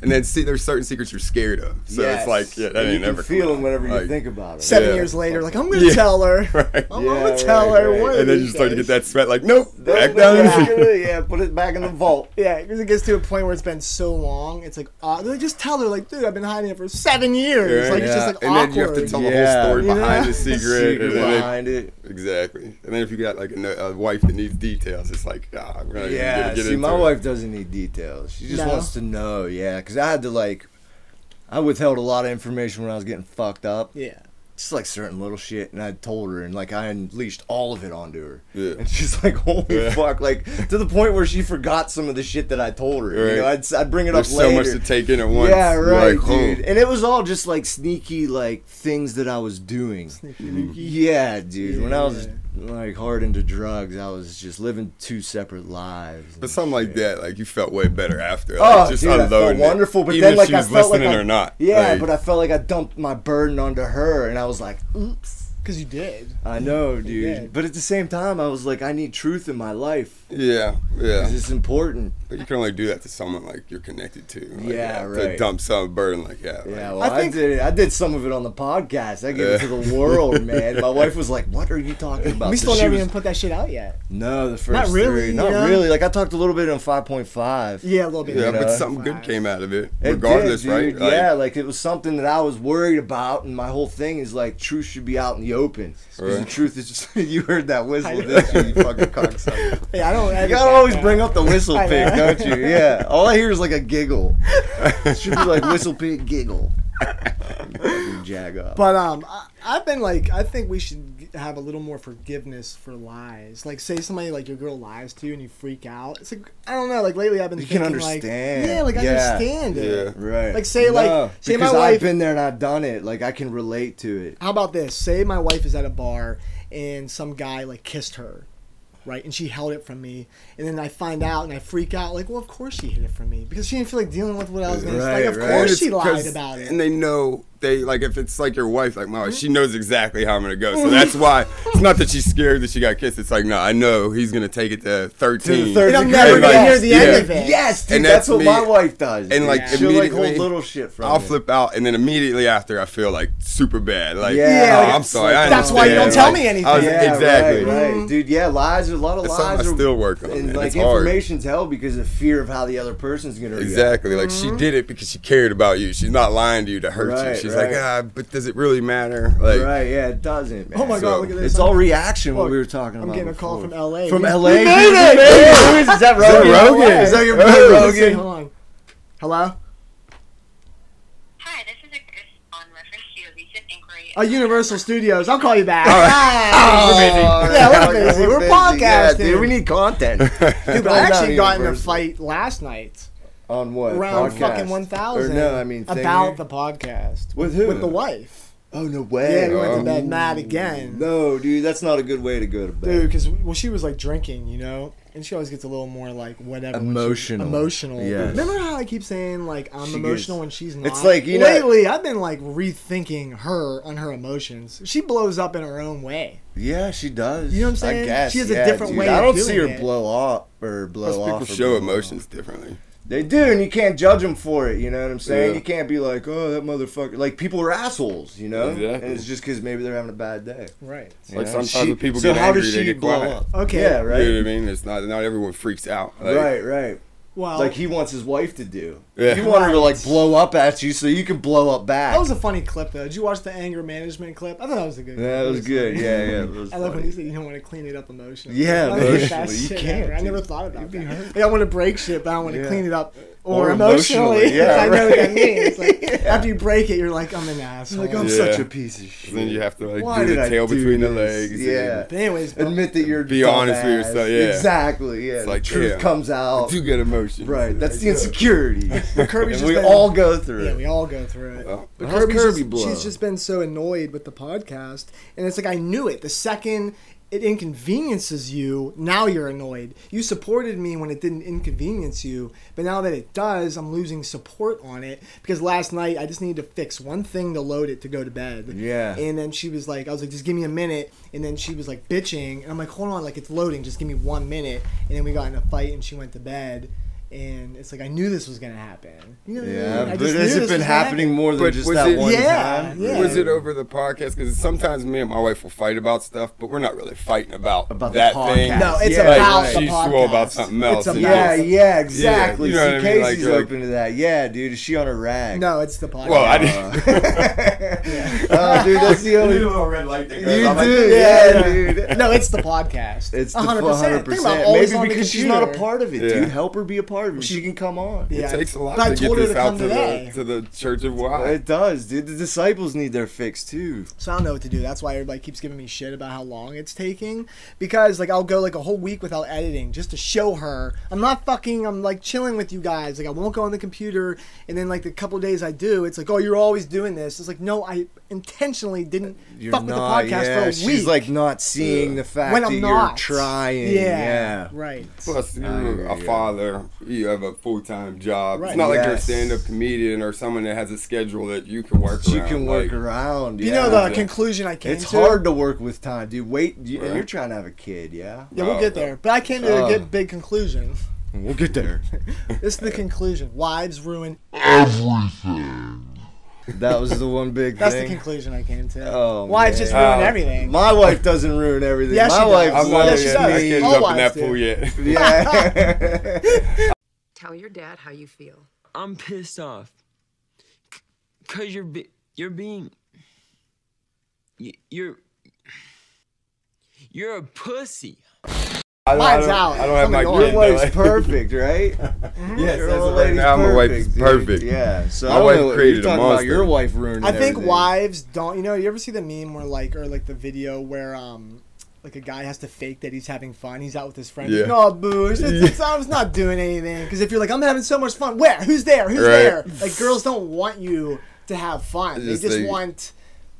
[SPEAKER 3] and then see, there's certain secrets you're scared of. So
[SPEAKER 2] Yes.
[SPEAKER 3] it's like, yeah, that
[SPEAKER 2] And
[SPEAKER 3] ain't
[SPEAKER 2] you
[SPEAKER 3] never
[SPEAKER 2] can feel
[SPEAKER 3] come
[SPEAKER 2] them
[SPEAKER 3] out.
[SPEAKER 2] whenever you
[SPEAKER 3] Like,
[SPEAKER 2] think about it.
[SPEAKER 1] Seven
[SPEAKER 3] Yeah.
[SPEAKER 1] years later, like I'm gonna
[SPEAKER 3] Yeah.
[SPEAKER 1] tell her.
[SPEAKER 3] *laughs* Right.
[SPEAKER 1] I'm
[SPEAKER 2] Yeah,
[SPEAKER 1] gonna tell
[SPEAKER 2] right,
[SPEAKER 1] her.
[SPEAKER 2] right.
[SPEAKER 1] What
[SPEAKER 3] And then you start to get that sweat. Like, nope, back
[SPEAKER 2] Back
[SPEAKER 3] down. *laughs* in the
[SPEAKER 2] back
[SPEAKER 3] secret.
[SPEAKER 2] in the- yeah, put it back in the vault.
[SPEAKER 1] Yeah, because it gets to a point where it's been so long, it's like uh, they just tell her like, dude, I've been hiding it for seven years.
[SPEAKER 3] Yeah,
[SPEAKER 1] like it's
[SPEAKER 3] yeah.
[SPEAKER 1] just like
[SPEAKER 3] and
[SPEAKER 1] awkward.
[SPEAKER 3] then you have to tell the
[SPEAKER 2] Yeah.
[SPEAKER 3] whole story
[SPEAKER 1] You
[SPEAKER 3] behind
[SPEAKER 1] know?
[SPEAKER 2] *laughs*
[SPEAKER 3] the secret,
[SPEAKER 2] Secret
[SPEAKER 3] and then they-
[SPEAKER 2] behind it.
[SPEAKER 3] exactly. And then if you got like a, no- a wife that needs details, it's like, ah, we're not even
[SPEAKER 2] Yeah,
[SPEAKER 3] gonna get
[SPEAKER 2] see,
[SPEAKER 3] into
[SPEAKER 2] my
[SPEAKER 3] it.
[SPEAKER 2] wife doesn't need details. She just
[SPEAKER 1] No?
[SPEAKER 2] wants to know, yeah. Because I had to, like, I withheld a lot of information when I was getting fucked up.
[SPEAKER 1] Yeah.
[SPEAKER 2] Just, like, certain little shit. And I told her, and, like, I unleashed all of it onto her.
[SPEAKER 3] Yeah.
[SPEAKER 2] And she's like, *laughs* holy
[SPEAKER 3] Yeah.
[SPEAKER 2] fuck. Like, to the point where she forgot some of the shit that I told her. You
[SPEAKER 3] Right.
[SPEAKER 2] know, I'd, I'd bring it
[SPEAKER 3] There's
[SPEAKER 2] up
[SPEAKER 3] so
[SPEAKER 2] later.
[SPEAKER 3] much to take in at once.
[SPEAKER 2] Yeah,
[SPEAKER 3] You're
[SPEAKER 2] right,
[SPEAKER 3] like,
[SPEAKER 2] dude.
[SPEAKER 3] "Hmm."
[SPEAKER 2] And it was all just like sneaky, like things that I was doing. Yeah, dude. When I was like hard into drugs, I was just living two separate lives.
[SPEAKER 3] But something like that, like you felt way better after.
[SPEAKER 2] Oh,
[SPEAKER 3] Like, just
[SPEAKER 2] dude, I felt
[SPEAKER 3] unloading it.
[SPEAKER 2] wonderful. But
[SPEAKER 3] Even
[SPEAKER 2] then,
[SPEAKER 3] if
[SPEAKER 2] like,
[SPEAKER 3] she was
[SPEAKER 2] I felt like
[SPEAKER 3] listening
[SPEAKER 2] I-
[SPEAKER 3] or not.
[SPEAKER 2] Yeah,
[SPEAKER 3] like,
[SPEAKER 2] but I felt like I dumped my burden onto her, and I was like, "Oops,
[SPEAKER 1] Because you did.
[SPEAKER 2] I know,
[SPEAKER 1] Yeah.
[SPEAKER 2] dude." But at the same time, I was like, "I need truth in my life.
[SPEAKER 3] yeah, yeah.
[SPEAKER 2] *laughs* 'cause It's important."
[SPEAKER 3] But you can only do that to someone like you're connected to. Like,
[SPEAKER 2] Yeah,
[SPEAKER 3] To
[SPEAKER 2] right.
[SPEAKER 3] dump some burden, like yeah,
[SPEAKER 2] Yeah,
[SPEAKER 3] like,
[SPEAKER 2] well,
[SPEAKER 1] I
[SPEAKER 2] I,
[SPEAKER 1] think-
[SPEAKER 2] did it. I did some of it on the podcast. I gave it to
[SPEAKER 3] Yeah.
[SPEAKER 2] the *laughs* world, man. My wife was like, "What are you talking
[SPEAKER 3] Oh,
[SPEAKER 2] about?"
[SPEAKER 1] we
[SPEAKER 2] So
[SPEAKER 1] still
[SPEAKER 2] she
[SPEAKER 1] never
[SPEAKER 2] was-
[SPEAKER 1] even put that shit out yet.
[SPEAKER 2] No, the first
[SPEAKER 1] Not really,
[SPEAKER 2] three.
[SPEAKER 1] you
[SPEAKER 2] Not
[SPEAKER 1] know?
[SPEAKER 2] really. Like I talked a little bit on five point five.
[SPEAKER 1] Yeah, a little bit.
[SPEAKER 3] yeah.
[SPEAKER 2] you
[SPEAKER 3] but
[SPEAKER 2] know.
[SPEAKER 3] something good came out of it,
[SPEAKER 2] It did,
[SPEAKER 3] regardless, right?
[SPEAKER 2] dude.
[SPEAKER 3] Like,
[SPEAKER 2] yeah, like it was something that I was worried about, and my whole thing is like truth should be out in the open. 'Cause
[SPEAKER 3] Right.
[SPEAKER 2] the truth is just *laughs* you heard that
[SPEAKER 1] I
[SPEAKER 2] whistle,
[SPEAKER 1] know.
[SPEAKER 2] didn't you, you fucking *laughs* cocksucker?
[SPEAKER 1] Hey, I don't.
[SPEAKER 2] You gotta always bring up the
[SPEAKER 1] *laughs*
[SPEAKER 2] whistle
[SPEAKER 1] I
[SPEAKER 2] pig,
[SPEAKER 1] know.
[SPEAKER 2] don't you? Yeah. All I hear is like a
[SPEAKER 1] *laughs*
[SPEAKER 2] giggle. It should be like whistle pig giggle. You fucking jag up.
[SPEAKER 1] But um, I, I've been like, I think we should g- have a little more forgiveness for lies. Like, say somebody like your girl lies to you and you freak out. It's like I don't know. Like lately, I've been
[SPEAKER 2] You can
[SPEAKER 1] thinking
[SPEAKER 2] understand.
[SPEAKER 1] like, yeah, like I
[SPEAKER 2] Yeah.
[SPEAKER 1] understand it.
[SPEAKER 3] Yeah.
[SPEAKER 2] right.
[SPEAKER 1] Like, say, like- say my
[SPEAKER 2] because
[SPEAKER 1] wife-
[SPEAKER 2] I've been there and I've done it. Like I can relate to it.
[SPEAKER 1] How about this? Say my wife is at a bar and some guy like kissed her, right? And she held it from me, and then I find out and I freak out. Like, well, of course she hid it from me because she didn't feel like dealing with what I was gonna say.
[SPEAKER 2] Right,
[SPEAKER 1] Like, of
[SPEAKER 2] right.
[SPEAKER 3] And
[SPEAKER 1] course
[SPEAKER 3] it's
[SPEAKER 1] she lied
[SPEAKER 3] 'cause-
[SPEAKER 1] about it. Mm-hmm.
[SPEAKER 3] And they know they like if it's like your wife, like my wife, she knows exactly how I'm gonna go. So that's why it's not that she's scared that she got kissed. It's like no, I know he's gonna take it to thirteen.
[SPEAKER 2] third
[SPEAKER 1] and I'm
[SPEAKER 2] Right,
[SPEAKER 1] never gonna
[SPEAKER 3] like,
[SPEAKER 1] hear the
[SPEAKER 3] yeah.
[SPEAKER 1] end of it.
[SPEAKER 2] Yes, dude,
[SPEAKER 3] And
[SPEAKER 2] that's,
[SPEAKER 3] that's
[SPEAKER 2] what
[SPEAKER 3] me.
[SPEAKER 2] my wife does.
[SPEAKER 3] And,
[SPEAKER 2] dude.
[SPEAKER 3] like,
[SPEAKER 2] she'll like hold
[SPEAKER 3] immediately,
[SPEAKER 2] little shit from.
[SPEAKER 3] I'll
[SPEAKER 2] me.
[SPEAKER 3] flip out, and then immediately after, I feel like super bad. Like,
[SPEAKER 2] Yeah,
[SPEAKER 3] oh,
[SPEAKER 1] like,
[SPEAKER 3] I'm sorry. I
[SPEAKER 1] that's why you don't
[SPEAKER 3] understand.
[SPEAKER 1] tell
[SPEAKER 3] Like,
[SPEAKER 1] me anything.
[SPEAKER 3] I was-
[SPEAKER 2] Yeah,
[SPEAKER 3] exactly.
[SPEAKER 2] Right, right.
[SPEAKER 1] Mhm.
[SPEAKER 2] dude. Yeah, lies. A lot of
[SPEAKER 3] That's
[SPEAKER 2] lies.
[SPEAKER 3] something I
[SPEAKER 2] are-
[SPEAKER 3] still work on.
[SPEAKER 2] And
[SPEAKER 3] man.
[SPEAKER 2] like
[SPEAKER 3] it's hard.
[SPEAKER 2] information's held because of fear of how the other person's gonna react.
[SPEAKER 3] Exactly. Like
[SPEAKER 1] Mm-hmm.
[SPEAKER 3] she did it because she cared about you. She's not lying to you to hurt
[SPEAKER 2] Right,
[SPEAKER 3] you. She's
[SPEAKER 2] right.
[SPEAKER 3] like, ah, but does it really matter? Like, *laughs*
[SPEAKER 2] right. Yeah, it doesn't. Man.
[SPEAKER 1] Oh my god,
[SPEAKER 3] So,
[SPEAKER 1] look at this.
[SPEAKER 2] It's
[SPEAKER 1] I'm-
[SPEAKER 2] all reaction. What
[SPEAKER 1] Look,
[SPEAKER 2] we were talking
[SPEAKER 1] I'm
[SPEAKER 2] about.
[SPEAKER 1] getting a call
[SPEAKER 2] before.
[SPEAKER 1] from LA.
[SPEAKER 2] From
[SPEAKER 1] We-
[SPEAKER 2] LA.
[SPEAKER 1] We made it!
[SPEAKER 2] Who is, is that
[SPEAKER 3] that
[SPEAKER 2] Rogan?
[SPEAKER 3] Rogan?
[SPEAKER 2] Is that your
[SPEAKER 3] Hey,
[SPEAKER 2] buddy
[SPEAKER 1] Let's see,
[SPEAKER 2] Rogan?
[SPEAKER 1] hold on. Hello?
[SPEAKER 4] Hi, this is a Chris on reference to your recent inquiry.
[SPEAKER 1] Oh, Universal Studios. I'll call you back.
[SPEAKER 3] All right.
[SPEAKER 2] *laughs* Oh.
[SPEAKER 1] Hi. Oh, Yeah, we're busy. We're
[SPEAKER 2] Yeah,
[SPEAKER 1] podcasting.
[SPEAKER 2] dude, we need
[SPEAKER 1] *laughs*
[SPEAKER 2] content.
[SPEAKER 1] Dude, but I
[SPEAKER 2] Right now,
[SPEAKER 1] actually got in a
[SPEAKER 2] Universal.
[SPEAKER 1] fight last night
[SPEAKER 2] On what?
[SPEAKER 1] around
[SPEAKER 2] Podcast?
[SPEAKER 1] fucking
[SPEAKER 2] Or
[SPEAKER 1] 1000.
[SPEAKER 2] no, I mean thing
[SPEAKER 1] about
[SPEAKER 2] here?
[SPEAKER 1] the podcast.
[SPEAKER 2] With who?
[SPEAKER 1] With the wife.
[SPEAKER 2] Oh no way!
[SPEAKER 1] Yeah, we went
[SPEAKER 3] Oh.
[SPEAKER 1] to bed mad again.
[SPEAKER 2] No, dude, that's not a good way to go to bed.
[SPEAKER 1] Dude, because well, she was like drinking, you know, and she always gets a little more like whatever. when she's
[SPEAKER 2] Emotional.
[SPEAKER 1] emotional.
[SPEAKER 2] Yes.
[SPEAKER 1] Remember how I keep saying like I'm
[SPEAKER 2] She
[SPEAKER 1] emotional
[SPEAKER 2] gets-
[SPEAKER 1] when she's not.
[SPEAKER 2] It's like, you know-
[SPEAKER 1] lately I've been like rethinking her on her emotions. She blows up in her own way.
[SPEAKER 2] Yeah, she does.
[SPEAKER 1] You know what I'm saying?
[SPEAKER 2] I guess.
[SPEAKER 1] She has a
[SPEAKER 2] yeah,
[SPEAKER 1] different
[SPEAKER 2] dude.
[SPEAKER 1] way
[SPEAKER 2] I
[SPEAKER 1] of
[SPEAKER 2] don't
[SPEAKER 1] doing
[SPEAKER 2] see her
[SPEAKER 1] it.
[SPEAKER 2] blow up or blow
[SPEAKER 3] Most
[SPEAKER 2] off.
[SPEAKER 3] people
[SPEAKER 2] or
[SPEAKER 3] show
[SPEAKER 2] blow
[SPEAKER 3] emotions
[SPEAKER 2] off.
[SPEAKER 3] differently.
[SPEAKER 2] They do, and you can't judge them for it. You know what I'm saying?
[SPEAKER 3] Yeah.
[SPEAKER 2] You can't be like, oh, that motherfucker. Like people are assholes, you know.
[SPEAKER 3] Exactly.
[SPEAKER 2] And it's just because maybe they're having a bad day.
[SPEAKER 1] Right.
[SPEAKER 2] you
[SPEAKER 3] Like
[SPEAKER 2] know?
[SPEAKER 3] sometimes
[SPEAKER 2] She-
[SPEAKER 3] when people
[SPEAKER 2] so
[SPEAKER 3] get
[SPEAKER 2] how
[SPEAKER 3] angry,
[SPEAKER 2] does
[SPEAKER 3] they
[SPEAKER 2] she
[SPEAKER 3] get
[SPEAKER 2] blow
[SPEAKER 3] quiet.
[SPEAKER 2] up?
[SPEAKER 1] Okay.
[SPEAKER 2] Yeah.
[SPEAKER 3] You know
[SPEAKER 2] Right.
[SPEAKER 3] what I mean? It's not not everyone freaks out. Like,
[SPEAKER 2] right. Right.
[SPEAKER 1] Well,
[SPEAKER 2] Like he wants his wife to do.
[SPEAKER 3] Yeah.
[SPEAKER 2] You want her to like blow up at you so you can blow up back.
[SPEAKER 1] that was a funny clip though. Did you watch the anger management clip? I thought that was a good.
[SPEAKER 2] Yeah, that
[SPEAKER 1] it
[SPEAKER 2] was good.
[SPEAKER 1] funny.
[SPEAKER 2] Yeah, yeah. It was
[SPEAKER 1] I love when
[SPEAKER 2] funny.
[SPEAKER 1] you say you don't want to clean it up emotionally.
[SPEAKER 2] Yeah,
[SPEAKER 1] That was the best
[SPEAKER 2] emotionally, you
[SPEAKER 1] shit
[SPEAKER 2] can't,
[SPEAKER 1] ever. I
[SPEAKER 2] dude.
[SPEAKER 1] never thought about that. Like, I want to break shit, but I want to
[SPEAKER 2] Yeah.
[SPEAKER 1] clean it up or,
[SPEAKER 2] Or
[SPEAKER 1] emotionally.
[SPEAKER 2] emotionally, yeah,
[SPEAKER 1] *laughs* I know what that
[SPEAKER 2] right.
[SPEAKER 1] means.
[SPEAKER 2] *laughs*
[SPEAKER 1] Like, After you break it, you're like, I'm an asshole.
[SPEAKER 2] Like I'm
[SPEAKER 3] Yeah.
[SPEAKER 2] such a piece of shit.
[SPEAKER 3] And then you have to like
[SPEAKER 2] Why
[SPEAKER 3] do
[SPEAKER 2] did I
[SPEAKER 3] the tail
[SPEAKER 2] do
[SPEAKER 3] between the
[SPEAKER 2] this?
[SPEAKER 3] legs.
[SPEAKER 2] Yeah.
[SPEAKER 1] but anyways, bro,
[SPEAKER 2] Admit that you're
[SPEAKER 3] Be honest with
[SPEAKER 2] dumbass.
[SPEAKER 3] yourself, yeah.
[SPEAKER 2] Exactly. Yeah.
[SPEAKER 3] It's
[SPEAKER 2] the
[SPEAKER 3] like,
[SPEAKER 2] truth
[SPEAKER 3] yeah.
[SPEAKER 2] comes
[SPEAKER 3] And
[SPEAKER 1] Oh.
[SPEAKER 2] out.
[SPEAKER 3] do get emotions.
[SPEAKER 2] Right. That's the
[SPEAKER 3] Like,
[SPEAKER 2] insecurity.
[SPEAKER 1] Kirby's
[SPEAKER 2] and
[SPEAKER 1] just
[SPEAKER 2] we
[SPEAKER 1] been-
[SPEAKER 2] all go through.
[SPEAKER 1] yeah,
[SPEAKER 2] it.
[SPEAKER 1] we all go through it.
[SPEAKER 3] Well,
[SPEAKER 1] But
[SPEAKER 2] how's
[SPEAKER 1] Kirby's
[SPEAKER 2] Kirby
[SPEAKER 1] just,
[SPEAKER 2] blow?
[SPEAKER 1] she's just been so annoyed with the podcast, and it's like I knew it the second it inconveniences you, now you're annoyed. You supported me when it didn't inconvenience you, but now that it does, I'm losing support on it because last night I just needed to fix one thing to load it to go to bed.
[SPEAKER 2] Yeah.
[SPEAKER 1] And then she was like, I was like, just give me a minute. And then she was like bitching, and I'm like, hold on, like it's loading, just give me one minute. And then we got in a fight, and she went to bed. And it's like I knew this was gonna happen. You know what I
[SPEAKER 2] Yeah,
[SPEAKER 1] mean? I
[SPEAKER 2] but
[SPEAKER 1] just knew
[SPEAKER 2] has
[SPEAKER 1] this
[SPEAKER 2] it been
[SPEAKER 1] was
[SPEAKER 2] happening more than
[SPEAKER 3] But
[SPEAKER 2] just
[SPEAKER 3] was
[SPEAKER 2] that
[SPEAKER 3] it-
[SPEAKER 2] one
[SPEAKER 1] Yeah,
[SPEAKER 2] time?
[SPEAKER 1] yeah.
[SPEAKER 3] Was it over the podcast? Because sometimes me and my wife will fight about stuff, but we're not really fighting about,
[SPEAKER 2] About the
[SPEAKER 3] that thing.
[SPEAKER 2] podcast.
[SPEAKER 1] No, it's
[SPEAKER 2] Yeah,
[SPEAKER 1] about
[SPEAKER 2] right.
[SPEAKER 1] the
[SPEAKER 3] She
[SPEAKER 1] podcast.
[SPEAKER 3] swore about something else
[SPEAKER 1] It's
[SPEAKER 3] and
[SPEAKER 1] about-
[SPEAKER 2] Yeah, yeah, exactly.
[SPEAKER 3] you know what I
[SPEAKER 2] See,
[SPEAKER 3] mean? Like,
[SPEAKER 2] Casey's
[SPEAKER 3] you're like- uh,
[SPEAKER 2] open to that. Yeah, dude, is she on a rag? *laughs*
[SPEAKER 1] No, it's the podcast.
[SPEAKER 3] Well,
[SPEAKER 1] *laughs*
[SPEAKER 3] I
[SPEAKER 2] Uh,
[SPEAKER 3] didn't.
[SPEAKER 2] Oh, dude, that's
[SPEAKER 3] *laughs*
[SPEAKER 2] the only.
[SPEAKER 3] little red light that
[SPEAKER 2] You
[SPEAKER 3] I'm *laughs*
[SPEAKER 2] do, yeah, dude.
[SPEAKER 1] No, it's the podcast.
[SPEAKER 2] It's the
[SPEAKER 1] A
[SPEAKER 2] 100%.
[SPEAKER 1] Think about always
[SPEAKER 2] Maybe
[SPEAKER 1] on the
[SPEAKER 2] because she's not a
[SPEAKER 1] computer.
[SPEAKER 2] part of it,
[SPEAKER 3] Yeah.
[SPEAKER 2] dude. Help her be a part of it. She can come on.
[SPEAKER 1] Yeah.
[SPEAKER 3] It takes a lot
[SPEAKER 1] But I
[SPEAKER 3] to get
[SPEAKER 1] told her
[SPEAKER 3] this
[SPEAKER 1] to
[SPEAKER 3] out
[SPEAKER 1] come
[SPEAKER 3] to the,
[SPEAKER 1] today.
[SPEAKER 3] to the Church of Why.
[SPEAKER 2] It does, dude. The disciples need their fix, too.
[SPEAKER 1] So I don't know what to do. That's why everybody keeps giving me shit about how long it's taking. Because like I'll go like a whole week without editing just to show her. I'm not fucking. I'm like chilling with you guys. Like I won't go on the computer. And then like the couple days I do, it's like, oh, you're always doing this. It's like, no, I intentionally didn't
[SPEAKER 2] You're
[SPEAKER 1] fuck
[SPEAKER 2] not,
[SPEAKER 1] with the podcast
[SPEAKER 2] yeah,
[SPEAKER 1] for a
[SPEAKER 2] she's
[SPEAKER 1] week.
[SPEAKER 2] like not seeing the fact
[SPEAKER 1] when
[SPEAKER 2] that
[SPEAKER 1] I'm
[SPEAKER 2] you're
[SPEAKER 1] not
[SPEAKER 2] trying.
[SPEAKER 1] Yeah,
[SPEAKER 2] Yeah.
[SPEAKER 1] right.
[SPEAKER 3] Plus,
[SPEAKER 2] I
[SPEAKER 3] you're a
[SPEAKER 2] agree, yeah.
[SPEAKER 3] father. You have a full time job.
[SPEAKER 1] Right.
[SPEAKER 3] It's not like you're a
[SPEAKER 2] Yes.
[SPEAKER 3] stand up comedian or someone that has a schedule that you can work
[SPEAKER 2] You
[SPEAKER 3] around.
[SPEAKER 2] can work
[SPEAKER 3] like,
[SPEAKER 2] around.
[SPEAKER 1] You
[SPEAKER 2] yeah.
[SPEAKER 1] know the
[SPEAKER 3] Yeah.
[SPEAKER 1] conclusion I came
[SPEAKER 2] It's
[SPEAKER 1] to.
[SPEAKER 2] hard to work with time, dude. Wait, you, and
[SPEAKER 3] Right.
[SPEAKER 2] you're trying to have a kid, yeah?
[SPEAKER 1] Yeah, we'll
[SPEAKER 3] Oh,
[SPEAKER 1] get there. But I came to a
[SPEAKER 2] Oh.
[SPEAKER 1] good big conclusion.
[SPEAKER 2] We'll get there.
[SPEAKER 1] This is the conclusion. Wives ruin.
[SPEAKER 2] *laughs* that was the one big
[SPEAKER 1] That's the
[SPEAKER 2] thing.
[SPEAKER 1] conclusion I came to.
[SPEAKER 2] Oh,
[SPEAKER 1] Wives just ruin
[SPEAKER 3] man. Oh.
[SPEAKER 1] everything.
[SPEAKER 2] My wife doesn't ruin everything.
[SPEAKER 1] Yeah,
[SPEAKER 2] My
[SPEAKER 1] she does.
[SPEAKER 2] wife
[SPEAKER 3] I'm not
[SPEAKER 1] Yeah,
[SPEAKER 2] loves
[SPEAKER 1] she
[SPEAKER 3] even
[SPEAKER 1] does. Oh,
[SPEAKER 3] my
[SPEAKER 2] me.
[SPEAKER 3] kid
[SPEAKER 1] All
[SPEAKER 3] up in
[SPEAKER 1] wives
[SPEAKER 3] that
[SPEAKER 1] do.
[SPEAKER 3] pool yet.
[SPEAKER 2] *laughs*
[SPEAKER 3] *laughs*
[SPEAKER 2] Yeah.
[SPEAKER 5] Tell your dad how you feel.
[SPEAKER 6] I'm pissed off. C- Cause you're be- you're being y- you're you're a pussy.
[SPEAKER 3] I don't- I
[SPEAKER 1] Mine's
[SPEAKER 3] don't-
[SPEAKER 1] out.
[SPEAKER 3] I don't have
[SPEAKER 1] Something
[SPEAKER 3] my
[SPEAKER 1] old.
[SPEAKER 3] kid.
[SPEAKER 2] Your
[SPEAKER 3] though.
[SPEAKER 2] wife's *laughs* perfect,
[SPEAKER 3] *laughs*
[SPEAKER 2] right?
[SPEAKER 3] Yes,
[SPEAKER 2] Your
[SPEAKER 3] as
[SPEAKER 2] old
[SPEAKER 3] of right
[SPEAKER 2] lady's
[SPEAKER 3] now, my wife is
[SPEAKER 2] dude.
[SPEAKER 3] perfect.
[SPEAKER 2] Yeah. So
[SPEAKER 3] My
[SPEAKER 2] I don't
[SPEAKER 3] wife
[SPEAKER 2] know what-
[SPEAKER 3] created
[SPEAKER 2] you're
[SPEAKER 3] a
[SPEAKER 2] talking
[SPEAKER 3] monster.
[SPEAKER 2] About your wife ruining
[SPEAKER 1] I think
[SPEAKER 2] everything.
[SPEAKER 1] wives don't. You know, you ever see the meme where like, or like the video where um, like a guy has to fake that he's having fun. He's out with his friends.
[SPEAKER 3] Yeah.
[SPEAKER 1] No, boo. It's, it's, it's, I was not doing anything. Because if you're like, I'm having so much fun. Where? Who's there? Who's
[SPEAKER 3] Right.
[SPEAKER 1] there? Like girls don't want you to have fun.
[SPEAKER 3] Just
[SPEAKER 1] they just
[SPEAKER 3] they-
[SPEAKER 1] want.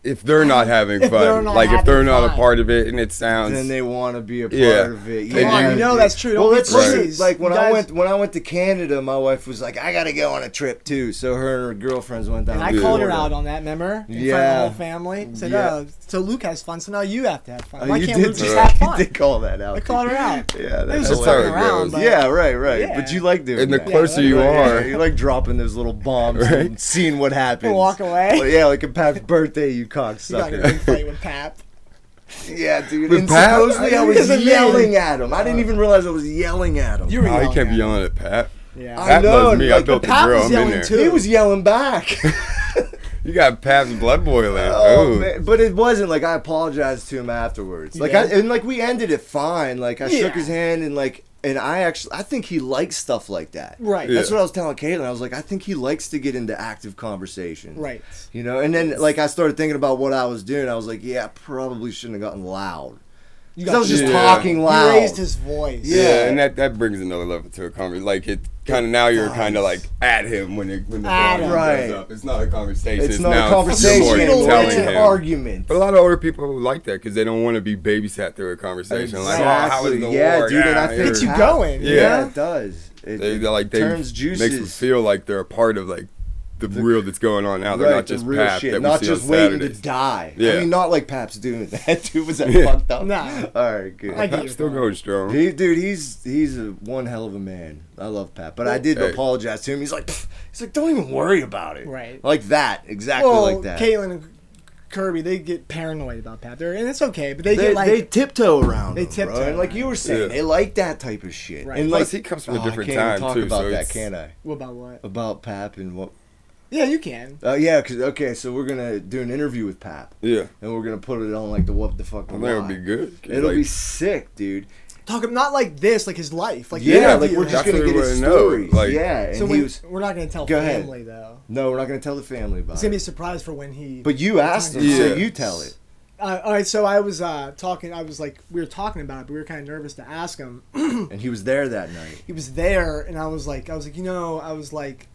[SPEAKER 3] If they're not having
[SPEAKER 1] *laughs* If
[SPEAKER 3] fun,
[SPEAKER 1] they're not
[SPEAKER 3] like if
[SPEAKER 1] having
[SPEAKER 3] they're not
[SPEAKER 1] fun.
[SPEAKER 3] a part of it, and it sounds
[SPEAKER 2] Then they want to be a part
[SPEAKER 3] Yeah.
[SPEAKER 2] of it.
[SPEAKER 3] Come on, you
[SPEAKER 1] know
[SPEAKER 2] dude.
[SPEAKER 1] that's true. Don't
[SPEAKER 2] Well,
[SPEAKER 1] be
[SPEAKER 2] that's true.
[SPEAKER 1] pussies.
[SPEAKER 2] Like when
[SPEAKER 1] You
[SPEAKER 2] I
[SPEAKER 1] guys-
[SPEAKER 2] went when I went to Canada, my wife was like, "I gotta go on a trip too." So her and her girlfriends went down.
[SPEAKER 1] And I
[SPEAKER 2] to
[SPEAKER 1] called her
[SPEAKER 2] Florida.
[SPEAKER 1] out on that, remember? In front of
[SPEAKER 2] Yeah.
[SPEAKER 1] the whole family. Said,
[SPEAKER 2] Yeah.
[SPEAKER 1] oh, so Luke has fun, so now you have to have fun.
[SPEAKER 2] Oh,
[SPEAKER 1] Why
[SPEAKER 2] you
[SPEAKER 1] can't
[SPEAKER 2] did
[SPEAKER 1] Luke
[SPEAKER 2] do
[SPEAKER 1] just
[SPEAKER 2] that.
[SPEAKER 1] have fun?
[SPEAKER 2] *laughs* You did call that out.
[SPEAKER 1] I called her out.
[SPEAKER 2] Yeah,
[SPEAKER 1] It was
[SPEAKER 2] that's
[SPEAKER 1] just
[SPEAKER 3] That's how
[SPEAKER 1] fucking
[SPEAKER 3] it
[SPEAKER 1] around.
[SPEAKER 3] goes.
[SPEAKER 1] But
[SPEAKER 2] yeah, right, right.
[SPEAKER 1] Yeah.
[SPEAKER 2] But you like doing
[SPEAKER 3] and the
[SPEAKER 2] that.
[SPEAKER 3] closer you
[SPEAKER 2] Right, yeah,
[SPEAKER 3] are,
[SPEAKER 2] you like dropping those little bombs and seeing what happens.
[SPEAKER 1] walk away.
[SPEAKER 2] Well, yeah, like a Pat's birthday, you
[SPEAKER 1] You got in a
[SPEAKER 2] cocksucker.
[SPEAKER 1] big fight with Pap.
[SPEAKER 2] yeah, dude.
[SPEAKER 3] With
[SPEAKER 2] and
[SPEAKER 3] Pat?
[SPEAKER 2] supposedly I
[SPEAKER 1] Because of
[SPEAKER 2] was
[SPEAKER 1] me.
[SPEAKER 2] yelling at him. I didn't even realize I was yelling at him.
[SPEAKER 1] You were
[SPEAKER 3] oh,
[SPEAKER 1] yelling
[SPEAKER 3] you can't
[SPEAKER 1] at
[SPEAKER 3] be
[SPEAKER 1] him.
[SPEAKER 3] yelling at Pat.
[SPEAKER 1] Yeah.
[SPEAKER 2] I
[SPEAKER 3] Pat
[SPEAKER 2] know,
[SPEAKER 3] loves me.
[SPEAKER 2] like,
[SPEAKER 3] I built the
[SPEAKER 1] Pat
[SPEAKER 3] grill.
[SPEAKER 1] was
[SPEAKER 3] I'm in
[SPEAKER 1] yelling
[SPEAKER 3] there.
[SPEAKER 1] too.
[SPEAKER 2] he was yelling back.
[SPEAKER 3] *laughs* You got Pat's blood boiling.
[SPEAKER 2] Oh,
[SPEAKER 3] Ooh.
[SPEAKER 2] man. But it wasn't like I apologized to him afterwards. Like
[SPEAKER 1] Yeah.
[SPEAKER 2] I and like we ended it fine. Like I
[SPEAKER 1] Yeah.
[SPEAKER 2] shook his hand and like and I actually I think he likes stuff like that.
[SPEAKER 1] Right.
[SPEAKER 2] That's
[SPEAKER 3] Yeah.
[SPEAKER 2] what I was telling Caitlin. I was like, I think he likes to get into active conversation.
[SPEAKER 1] Right.
[SPEAKER 2] You know, and then like I started thinking about what I was doing. I was like, yeah, I probably shouldn't have gotten loud.
[SPEAKER 1] You
[SPEAKER 2] 'Cause I was just
[SPEAKER 3] Yeah.
[SPEAKER 2] talking loud.
[SPEAKER 1] He raised his voice.
[SPEAKER 3] Yeah,
[SPEAKER 2] Yeah.
[SPEAKER 3] and that, that brings another level to a conversation. Like it kind of now you're kind of like at him when it when the
[SPEAKER 1] At
[SPEAKER 3] volume
[SPEAKER 1] him.
[SPEAKER 3] goes
[SPEAKER 2] Right.
[SPEAKER 3] up. It's not a conversation.
[SPEAKER 2] it's not
[SPEAKER 3] now
[SPEAKER 2] a
[SPEAKER 3] It's,
[SPEAKER 2] conversation.
[SPEAKER 3] you're more
[SPEAKER 1] anymore.
[SPEAKER 3] telling
[SPEAKER 2] It's an
[SPEAKER 3] him.
[SPEAKER 2] argument.
[SPEAKER 3] But a lot of older people like that because they don't want to be babysat through a conversation. Like, oh, how
[SPEAKER 2] Exactly.
[SPEAKER 3] is the
[SPEAKER 2] yeah,
[SPEAKER 3] war?
[SPEAKER 2] dude, and I
[SPEAKER 3] Yeah,
[SPEAKER 2] think
[SPEAKER 1] Gets you
[SPEAKER 2] Pat-
[SPEAKER 1] going,
[SPEAKER 2] Yeah,
[SPEAKER 3] you know?
[SPEAKER 2] it does. It,
[SPEAKER 3] they, they like they
[SPEAKER 2] turns
[SPEAKER 3] makes
[SPEAKER 2] juices.
[SPEAKER 3] them feel like they're a part of like the, real that's going on now. They're not
[SPEAKER 2] the
[SPEAKER 3] just
[SPEAKER 2] real
[SPEAKER 3] Pat that we
[SPEAKER 2] not
[SPEAKER 3] see
[SPEAKER 2] just
[SPEAKER 3] on
[SPEAKER 2] waiting to
[SPEAKER 3] Saturdays.
[SPEAKER 2] die. I
[SPEAKER 3] Yeah.
[SPEAKER 2] mean, not like Pap's doing that. *laughs* Dude, was that
[SPEAKER 3] Yeah.
[SPEAKER 2] fucked up?
[SPEAKER 1] Nah.
[SPEAKER 2] All right, good.
[SPEAKER 1] I get
[SPEAKER 3] Pat's still going strong.
[SPEAKER 2] He, dude, he's he's a, one hell of a man. I love Pat, but I did
[SPEAKER 3] Hey.
[SPEAKER 2] apologize to him. He's like, "Pff," he's like, don't even worry about it.
[SPEAKER 1] Right.
[SPEAKER 2] Like that, exactly
[SPEAKER 1] Well,
[SPEAKER 2] like that.
[SPEAKER 1] Caitlin and Kirby, they get paranoid about Pap. They're, and it's okay, but they,
[SPEAKER 2] they,
[SPEAKER 1] get like.
[SPEAKER 2] they tiptoe around.
[SPEAKER 1] They
[SPEAKER 2] him, bro.
[SPEAKER 1] tiptoe
[SPEAKER 2] And like
[SPEAKER 1] around
[SPEAKER 2] you were saying,
[SPEAKER 3] Yeah.
[SPEAKER 2] they like that type of shit.
[SPEAKER 1] Right.
[SPEAKER 2] And like
[SPEAKER 3] Plus, he comes from a
[SPEAKER 2] Oh,
[SPEAKER 3] different
[SPEAKER 2] I can't even
[SPEAKER 3] time
[SPEAKER 2] talk
[SPEAKER 3] too.
[SPEAKER 2] About
[SPEAKER 3] so
[SPEAKER 2] that,
[SPEAKER 3] it's,
[SPEAKER 2] can I?
[SPEAKER 1] what about what?
[SPEAKER 2] About Pap and what?
[SPEAKER 1] Yeah, you can.
[SPEAKER 2] Oh yeah, 'cause- okay, so we're gonna do an interview with Pap,
[SPEAKER 3] Yeah,
[SPEAKER 2] and we're gonna put it on like the what the fuck.
[SPEAKER 3] I think it'll be good. 'Cause,
[SPEAKER 2] It'll
[SPEAKER 3] like,
[SPEAKER 2] be sick, dude.
[SPEAKER 1] Talk not like this, like his life. Like
[SPEAKER 2] Yeah,
[SPEAKER 1] the
[SPEAKER 2] like
[SPEAKER 1] interview.
[SPEAKER 2] we're just
[SPEAKER 3] That's
[SPEAKER 2] gonna
[SPEAKER 3] what
[SPEAKER 2] get
[SPEAKER 3] we
[SPEAKER 2] his
[SPEAKER 3] wanna know,
[SPEAKER 2] stories.
[SPEAKER 3] like-
[SPEAKER 2] yeah, and
[SPEAKER 1] So
[SPEAKER 2] he
[SPEAKER 1] we,
[SPEAKER 2] was.
[SPEAKER 1] we're not going to tell
[SPEAKER 2] Go ahead.
[SPEAKER 1] family, though.
[SPEAKER 2] No, we're not gonna tell the family about
[SPEAKER 1] It's going to be a
[SPEAKER 2] it.
[SPEAKER 1] surprise for when he.
[SPEAKER 2] But you asked him, so
[SPEAKER 3] Yeah.
[SPEAKER 2] you tell
[SPEAKER 3] *laughs*
[SPEAKER 2] it.
[SPEAKER 1] Uh, all right, so I was uh, talking. I was like, we were talking about it, but we were kind of nervous to ask him.
[SPEAKER 2] And he was there that night.
[SPEAKER 1] He was there, and I was like, I was like, you know, I was like,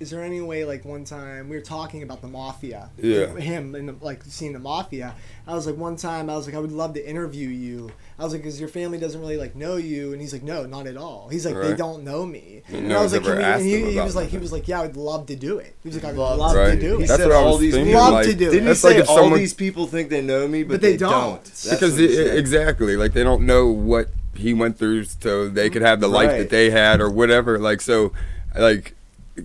[SPEAKER 1] is there any way like one time we were talking about the mafia
[SPEAKER 3] Yeah.
[SPEAKER 1] like, him and the, like seeing the mafia i was like one time i was like i would love to interview you i was like because your family doesn't really like know you and he's like no not at all he's like they
[SPEAKER 3] Right.
[SPEAKER 1] don't know me and
[SPEAKER 3] no
[SPEAKER 1] i was
[SPEAKER 3] one's
[SPEAKER 1] like
[SPEAKER 3] ever
[SPEAKER 1] can we-
[SPEAKER 3] asked
[SPEAKER 1] and he,
[SPEAKER 3] him
[SPEAKER 1] he
[SPEAKER 3] about
[SPEAKER 1] was like he
[SPEAKER 3] nothing.
[SPEAKER 1] was like yeah i would love to do it he was like i would
[SPEAKER 2] Love,
[SPEAKER 1] love
[SPEAKER 3] right?
[SPEAKER 1] to do
[SPEAKER 2] He
[SPEAKER 1] it
[SPEAKER 3] That's
[SPEAKER 2] said
[SPEAKER 3] what I
[SPEAKER 2] all
[SPEAKER 3] was
[SPEAKER 2] these
[SPEAKER 3] thinking.
[SPEAKER 2] people-
[SPEAKER 1] Love
[SPEAKER 3] like,
[SPEAKER 1] to do it.
[SPEAKER 2] Didn't he
[SPEAKER 3] that's
[SPEAKER 2] say
[SPEAKER 3] like if
[SPEAKER 2] all
[SPEAKER 3] someone,
[SPEAKER 2] these people think they know me, but,
[SPEAKER 1] But they
[SPEAKER 2] they,
[SPEAKER 1] don't.
[SPEAKER 2] don't? That's
[SPEAKER 3] because
[SPEAKER 2] what he
[SPEAKER 3] it-
[SPEAKER 2] said.
[SPEAKER 3] exactly like they don't know what he went through so they could have the life
[SPEAKER 2] Right.
[SPEAKER 3] that they had or whatever like so like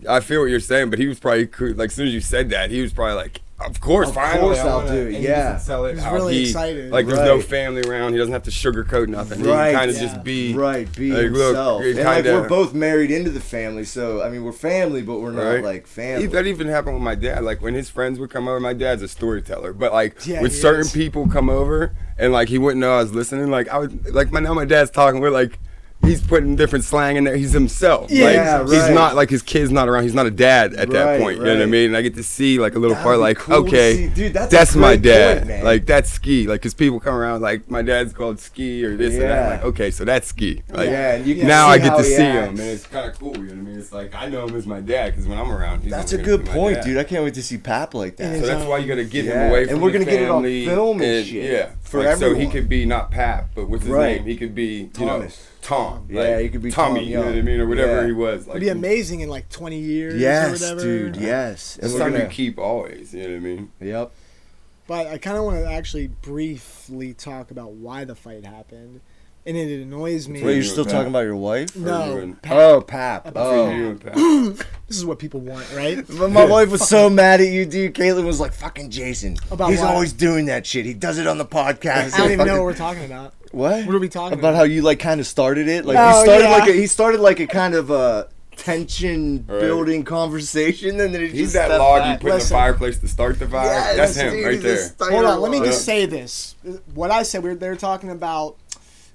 [SPEAKER 3] i feel what you're saying but he was probably cr- like as soon as you said that he was probably like of course
[SPEAKER 2] Of
[SPEAKER 3] finally
[SPEAKER 2] course
[SPEAKER 3] I
[SPEAKER 2] I'll
[SPEAKER 3] wanna-"
[SPEAKER 2] do it,
[SPEAKER 3] And he
[SPEAKER 2] yeah.
[SPEAKER 3] doesn't sell it
[SPEAKER 1] He's
[SPEAKER 3] how
[SPEAKER 1] really
[SPEAKER 3] he-
[SPEAKER 1] excited.
[SPEAKER 3] like there's no
[SPEAKER 2] Right.
[SPEAKER 3] family around he doesn't have to sugarcoat nothing he
[SPEAKER 2] Right.
[SPEAKER 3] kind of
[SPEAKER 1] Yeah.
[SPEAKER 3] just be
[SPEAKER 2] right be
[SPEAKER 3] Like, look,
[SPEAKER 2] himself.
[SPEAKER 3] it
[SPEAKER 2] and like
[SPEAKER 3] kinda-
[SPEAKER 2] we're both married into the family, so I mean we're family, but we're not
[SPEAKER 3] Right.
[SPEAKER 2] like family.
[SPEAKER 3] E- That even happened with my dad. Like when his friends would come over, my dad's a storyteller. But like
[SPEAKER 1] Yeah,
[SPEAKER 3] when
[SPEAKER 1] he
[SPEAKER 3] certain
[SPEAKER 1] is.
[SPEAKER 3] people come over and like he wouldn't know I was listening. Like I would like my now my dad's talking. We're like he's putting different slang in there. He's himself.
[SPEAKER 1] Yeah,
[SPEAKER 3] like,
[SPEAKER 2] Yeah, right.
[SPEAKER 3] He's not like his kid's not around. He's not a dad at
[SPEAKER 2] Right,
[SPEAKER 3] that point. You know what I
[SPEAKER 2] right.
[SPEAKER 3] mean? And I get to see like a little
[SPEAKER 2] That'd
[SPEAKER 3] part.
[SPEAKER 2] be
[SPEAKER 3] Like
[SPEAKER 2] cool to
[SPEAKER 3] okay,
[SPEAKER 2] see. Dude, that's
[SPEAKER 3] that's,
[SPEAKER 2] a
[SPEAKER 3] my
[SPEAKER 2] great
[SPEAKER 3] dad.
[SPEAKER 2] point, man.
[SPEAKER 3] like that's ski. Like because people come around. Like my dad's called ski or this and that.
[SPEAKER 2] Yeah.
[SPEAKER 3] I'm like okay, so that's ski. Like
[SPEAKER 2] yeah, and you can
[SPEAKER 3] now
[SPEAKER 2] see
[SPEAKER 3] I get
[SPEAKER 2] how
[SPEAKER 3] to
[SPEAKER 2] he
[SPEAKER 3] see him,
[SPEAKER 2] acts.
[SPEAKER 3] and it's kind of cool. You know what I mean? It's like I know him as my dad because when I'm around, he's
[SPEAKER 2] That's a
[SPEAKER 3] never gonna
[SPEAKER 2] good
[SPEAKER 3] be my
[SPEAKER 2] point,
[SPEAKER 3] dad.
[SPEAKER 2] dude. I can't wait to see Pap like that.
[SPEAKER 3] So that's why you gotta get
[SPEAKER 2] Yeah,
[SPEAKER 3] him away
[SPEAKER 2] and
[SPEAKER 3] from
[SPEAKER 2] we're
[SPEAKER 3] the
[SPEAKER 2] gonna get it on
[SPEAKER 3] family
[SPEAKER 2] film and shit
[SPEAKER 3] Yeah,
[SPEAKER 2] for
[SPEAKER 3] like, so he
[SPEAKER 2] everyone.
[SPEAKER 3] could be not Pap, but what's his
[SPEAKER 2] Right.
[SPEAKER 3] name? He could be you
[SPEAKER 2] Thomas.
[SPEAKER 3] know Tom.
[SPEAKER 2] Yeah,
[SPEAKER 3] like,
[SPEAKER 2] he could be
[SPEAKER 3] Tommy.
[SPEAKER 2] Tom
[SPEAKER 3] you know what I
[SPEAKER 2] Young.
[SPEAKER 3] mean, or whatever
[SPEAKER 2] Yeah.
[SPEAKER 3] he was. Like
[SPEAKER 1] it'd be amazing in like 20 years or
[SPEAKER 2] Yes,
[SPEAKER 1] whatever
[SPEAKER 2] dude. Yes, and
[SPEAKER 3] It's
[SPEAKER 2] we're
[SPEAKER 3] something
[SPEAKER 2] gonna.
[SPEAKER 3] you keep always. You know what I mean?
[SPEAKER 2] Yep.
[SPEAKER 1] But I kind of want to actually briefly talk about why the fight happened, and it annoys me.
[SPEAKER 2] Wait,
[SPEAKER 3] you
[SPEAKER 2] you're still
[SPEAKER 3] and Pap?
[SPEAKER 2] talking about your wife?
[SPEAKER 3] Or you
[SPEAKER 1] no,
[SPEAKER 3] and-
[SPEAKER 2] Oh, Pap.
[SPEAKER 3] For
[SPEAKER 2] Oh.
[SPEAKER 3] you
[SPEAKER 2] *clears throat*
[SPEAKER 3] and Pap.
[SPEAKER 1] this is what people want, right?
[SPEAKER 2] *laughs* But my wife was so mad at you, dude. Caitlin was like, "Fucking Jason.
[SPEAKER 1] About
[SPEAKER 2] He's
[SPEAKER 1] what?
[SPEAKER 2] always doing that shit. He does it on the podcast."
[SPEAKER 1] I don't even
[SPEAKER 2] Fucking-
[SPEAKER 1] know what we're talking
[SPEAKER 2] *laughs*
[SPEAKER 1] about.
[SPEAKER 2] What?
[SPEAKER 1] What are we talking
[SPEAKER 2] about?
[SPEAKER 1] about?
[SPEAKER 2] How you like kind of started it? Like
[SPEAKER 1] Oh,
[SPEAKER 2] he started
[SPEAKER 1] yeah.
[SPEAKER 2] like a, he started like a kind of a tension building conversation, and then it just
[SPEAKER 3] He's that
[SPEAKER 2] stepped
[SPEAKER 3] log you
[SPEAKER 2] back.
[SPEAKER 3] put in the
[SPEAKER 1] Listen.
[SPEAKER 3] fireplace to start the fire.
[SPEAKER 2] Yes,
[SPEAKER 3] that's him
[SPEAKER 2] dude,
[SPEAKER 3] right
[SPEAKER 2] he's a
[SPEAKER 3] there.
[SPEAKER 2] starter
[SPEAKER 1] Hold on, let me
[SPEAKER 2] log.
[SPEAKER 1] just say this. What I said, we were, they were talking about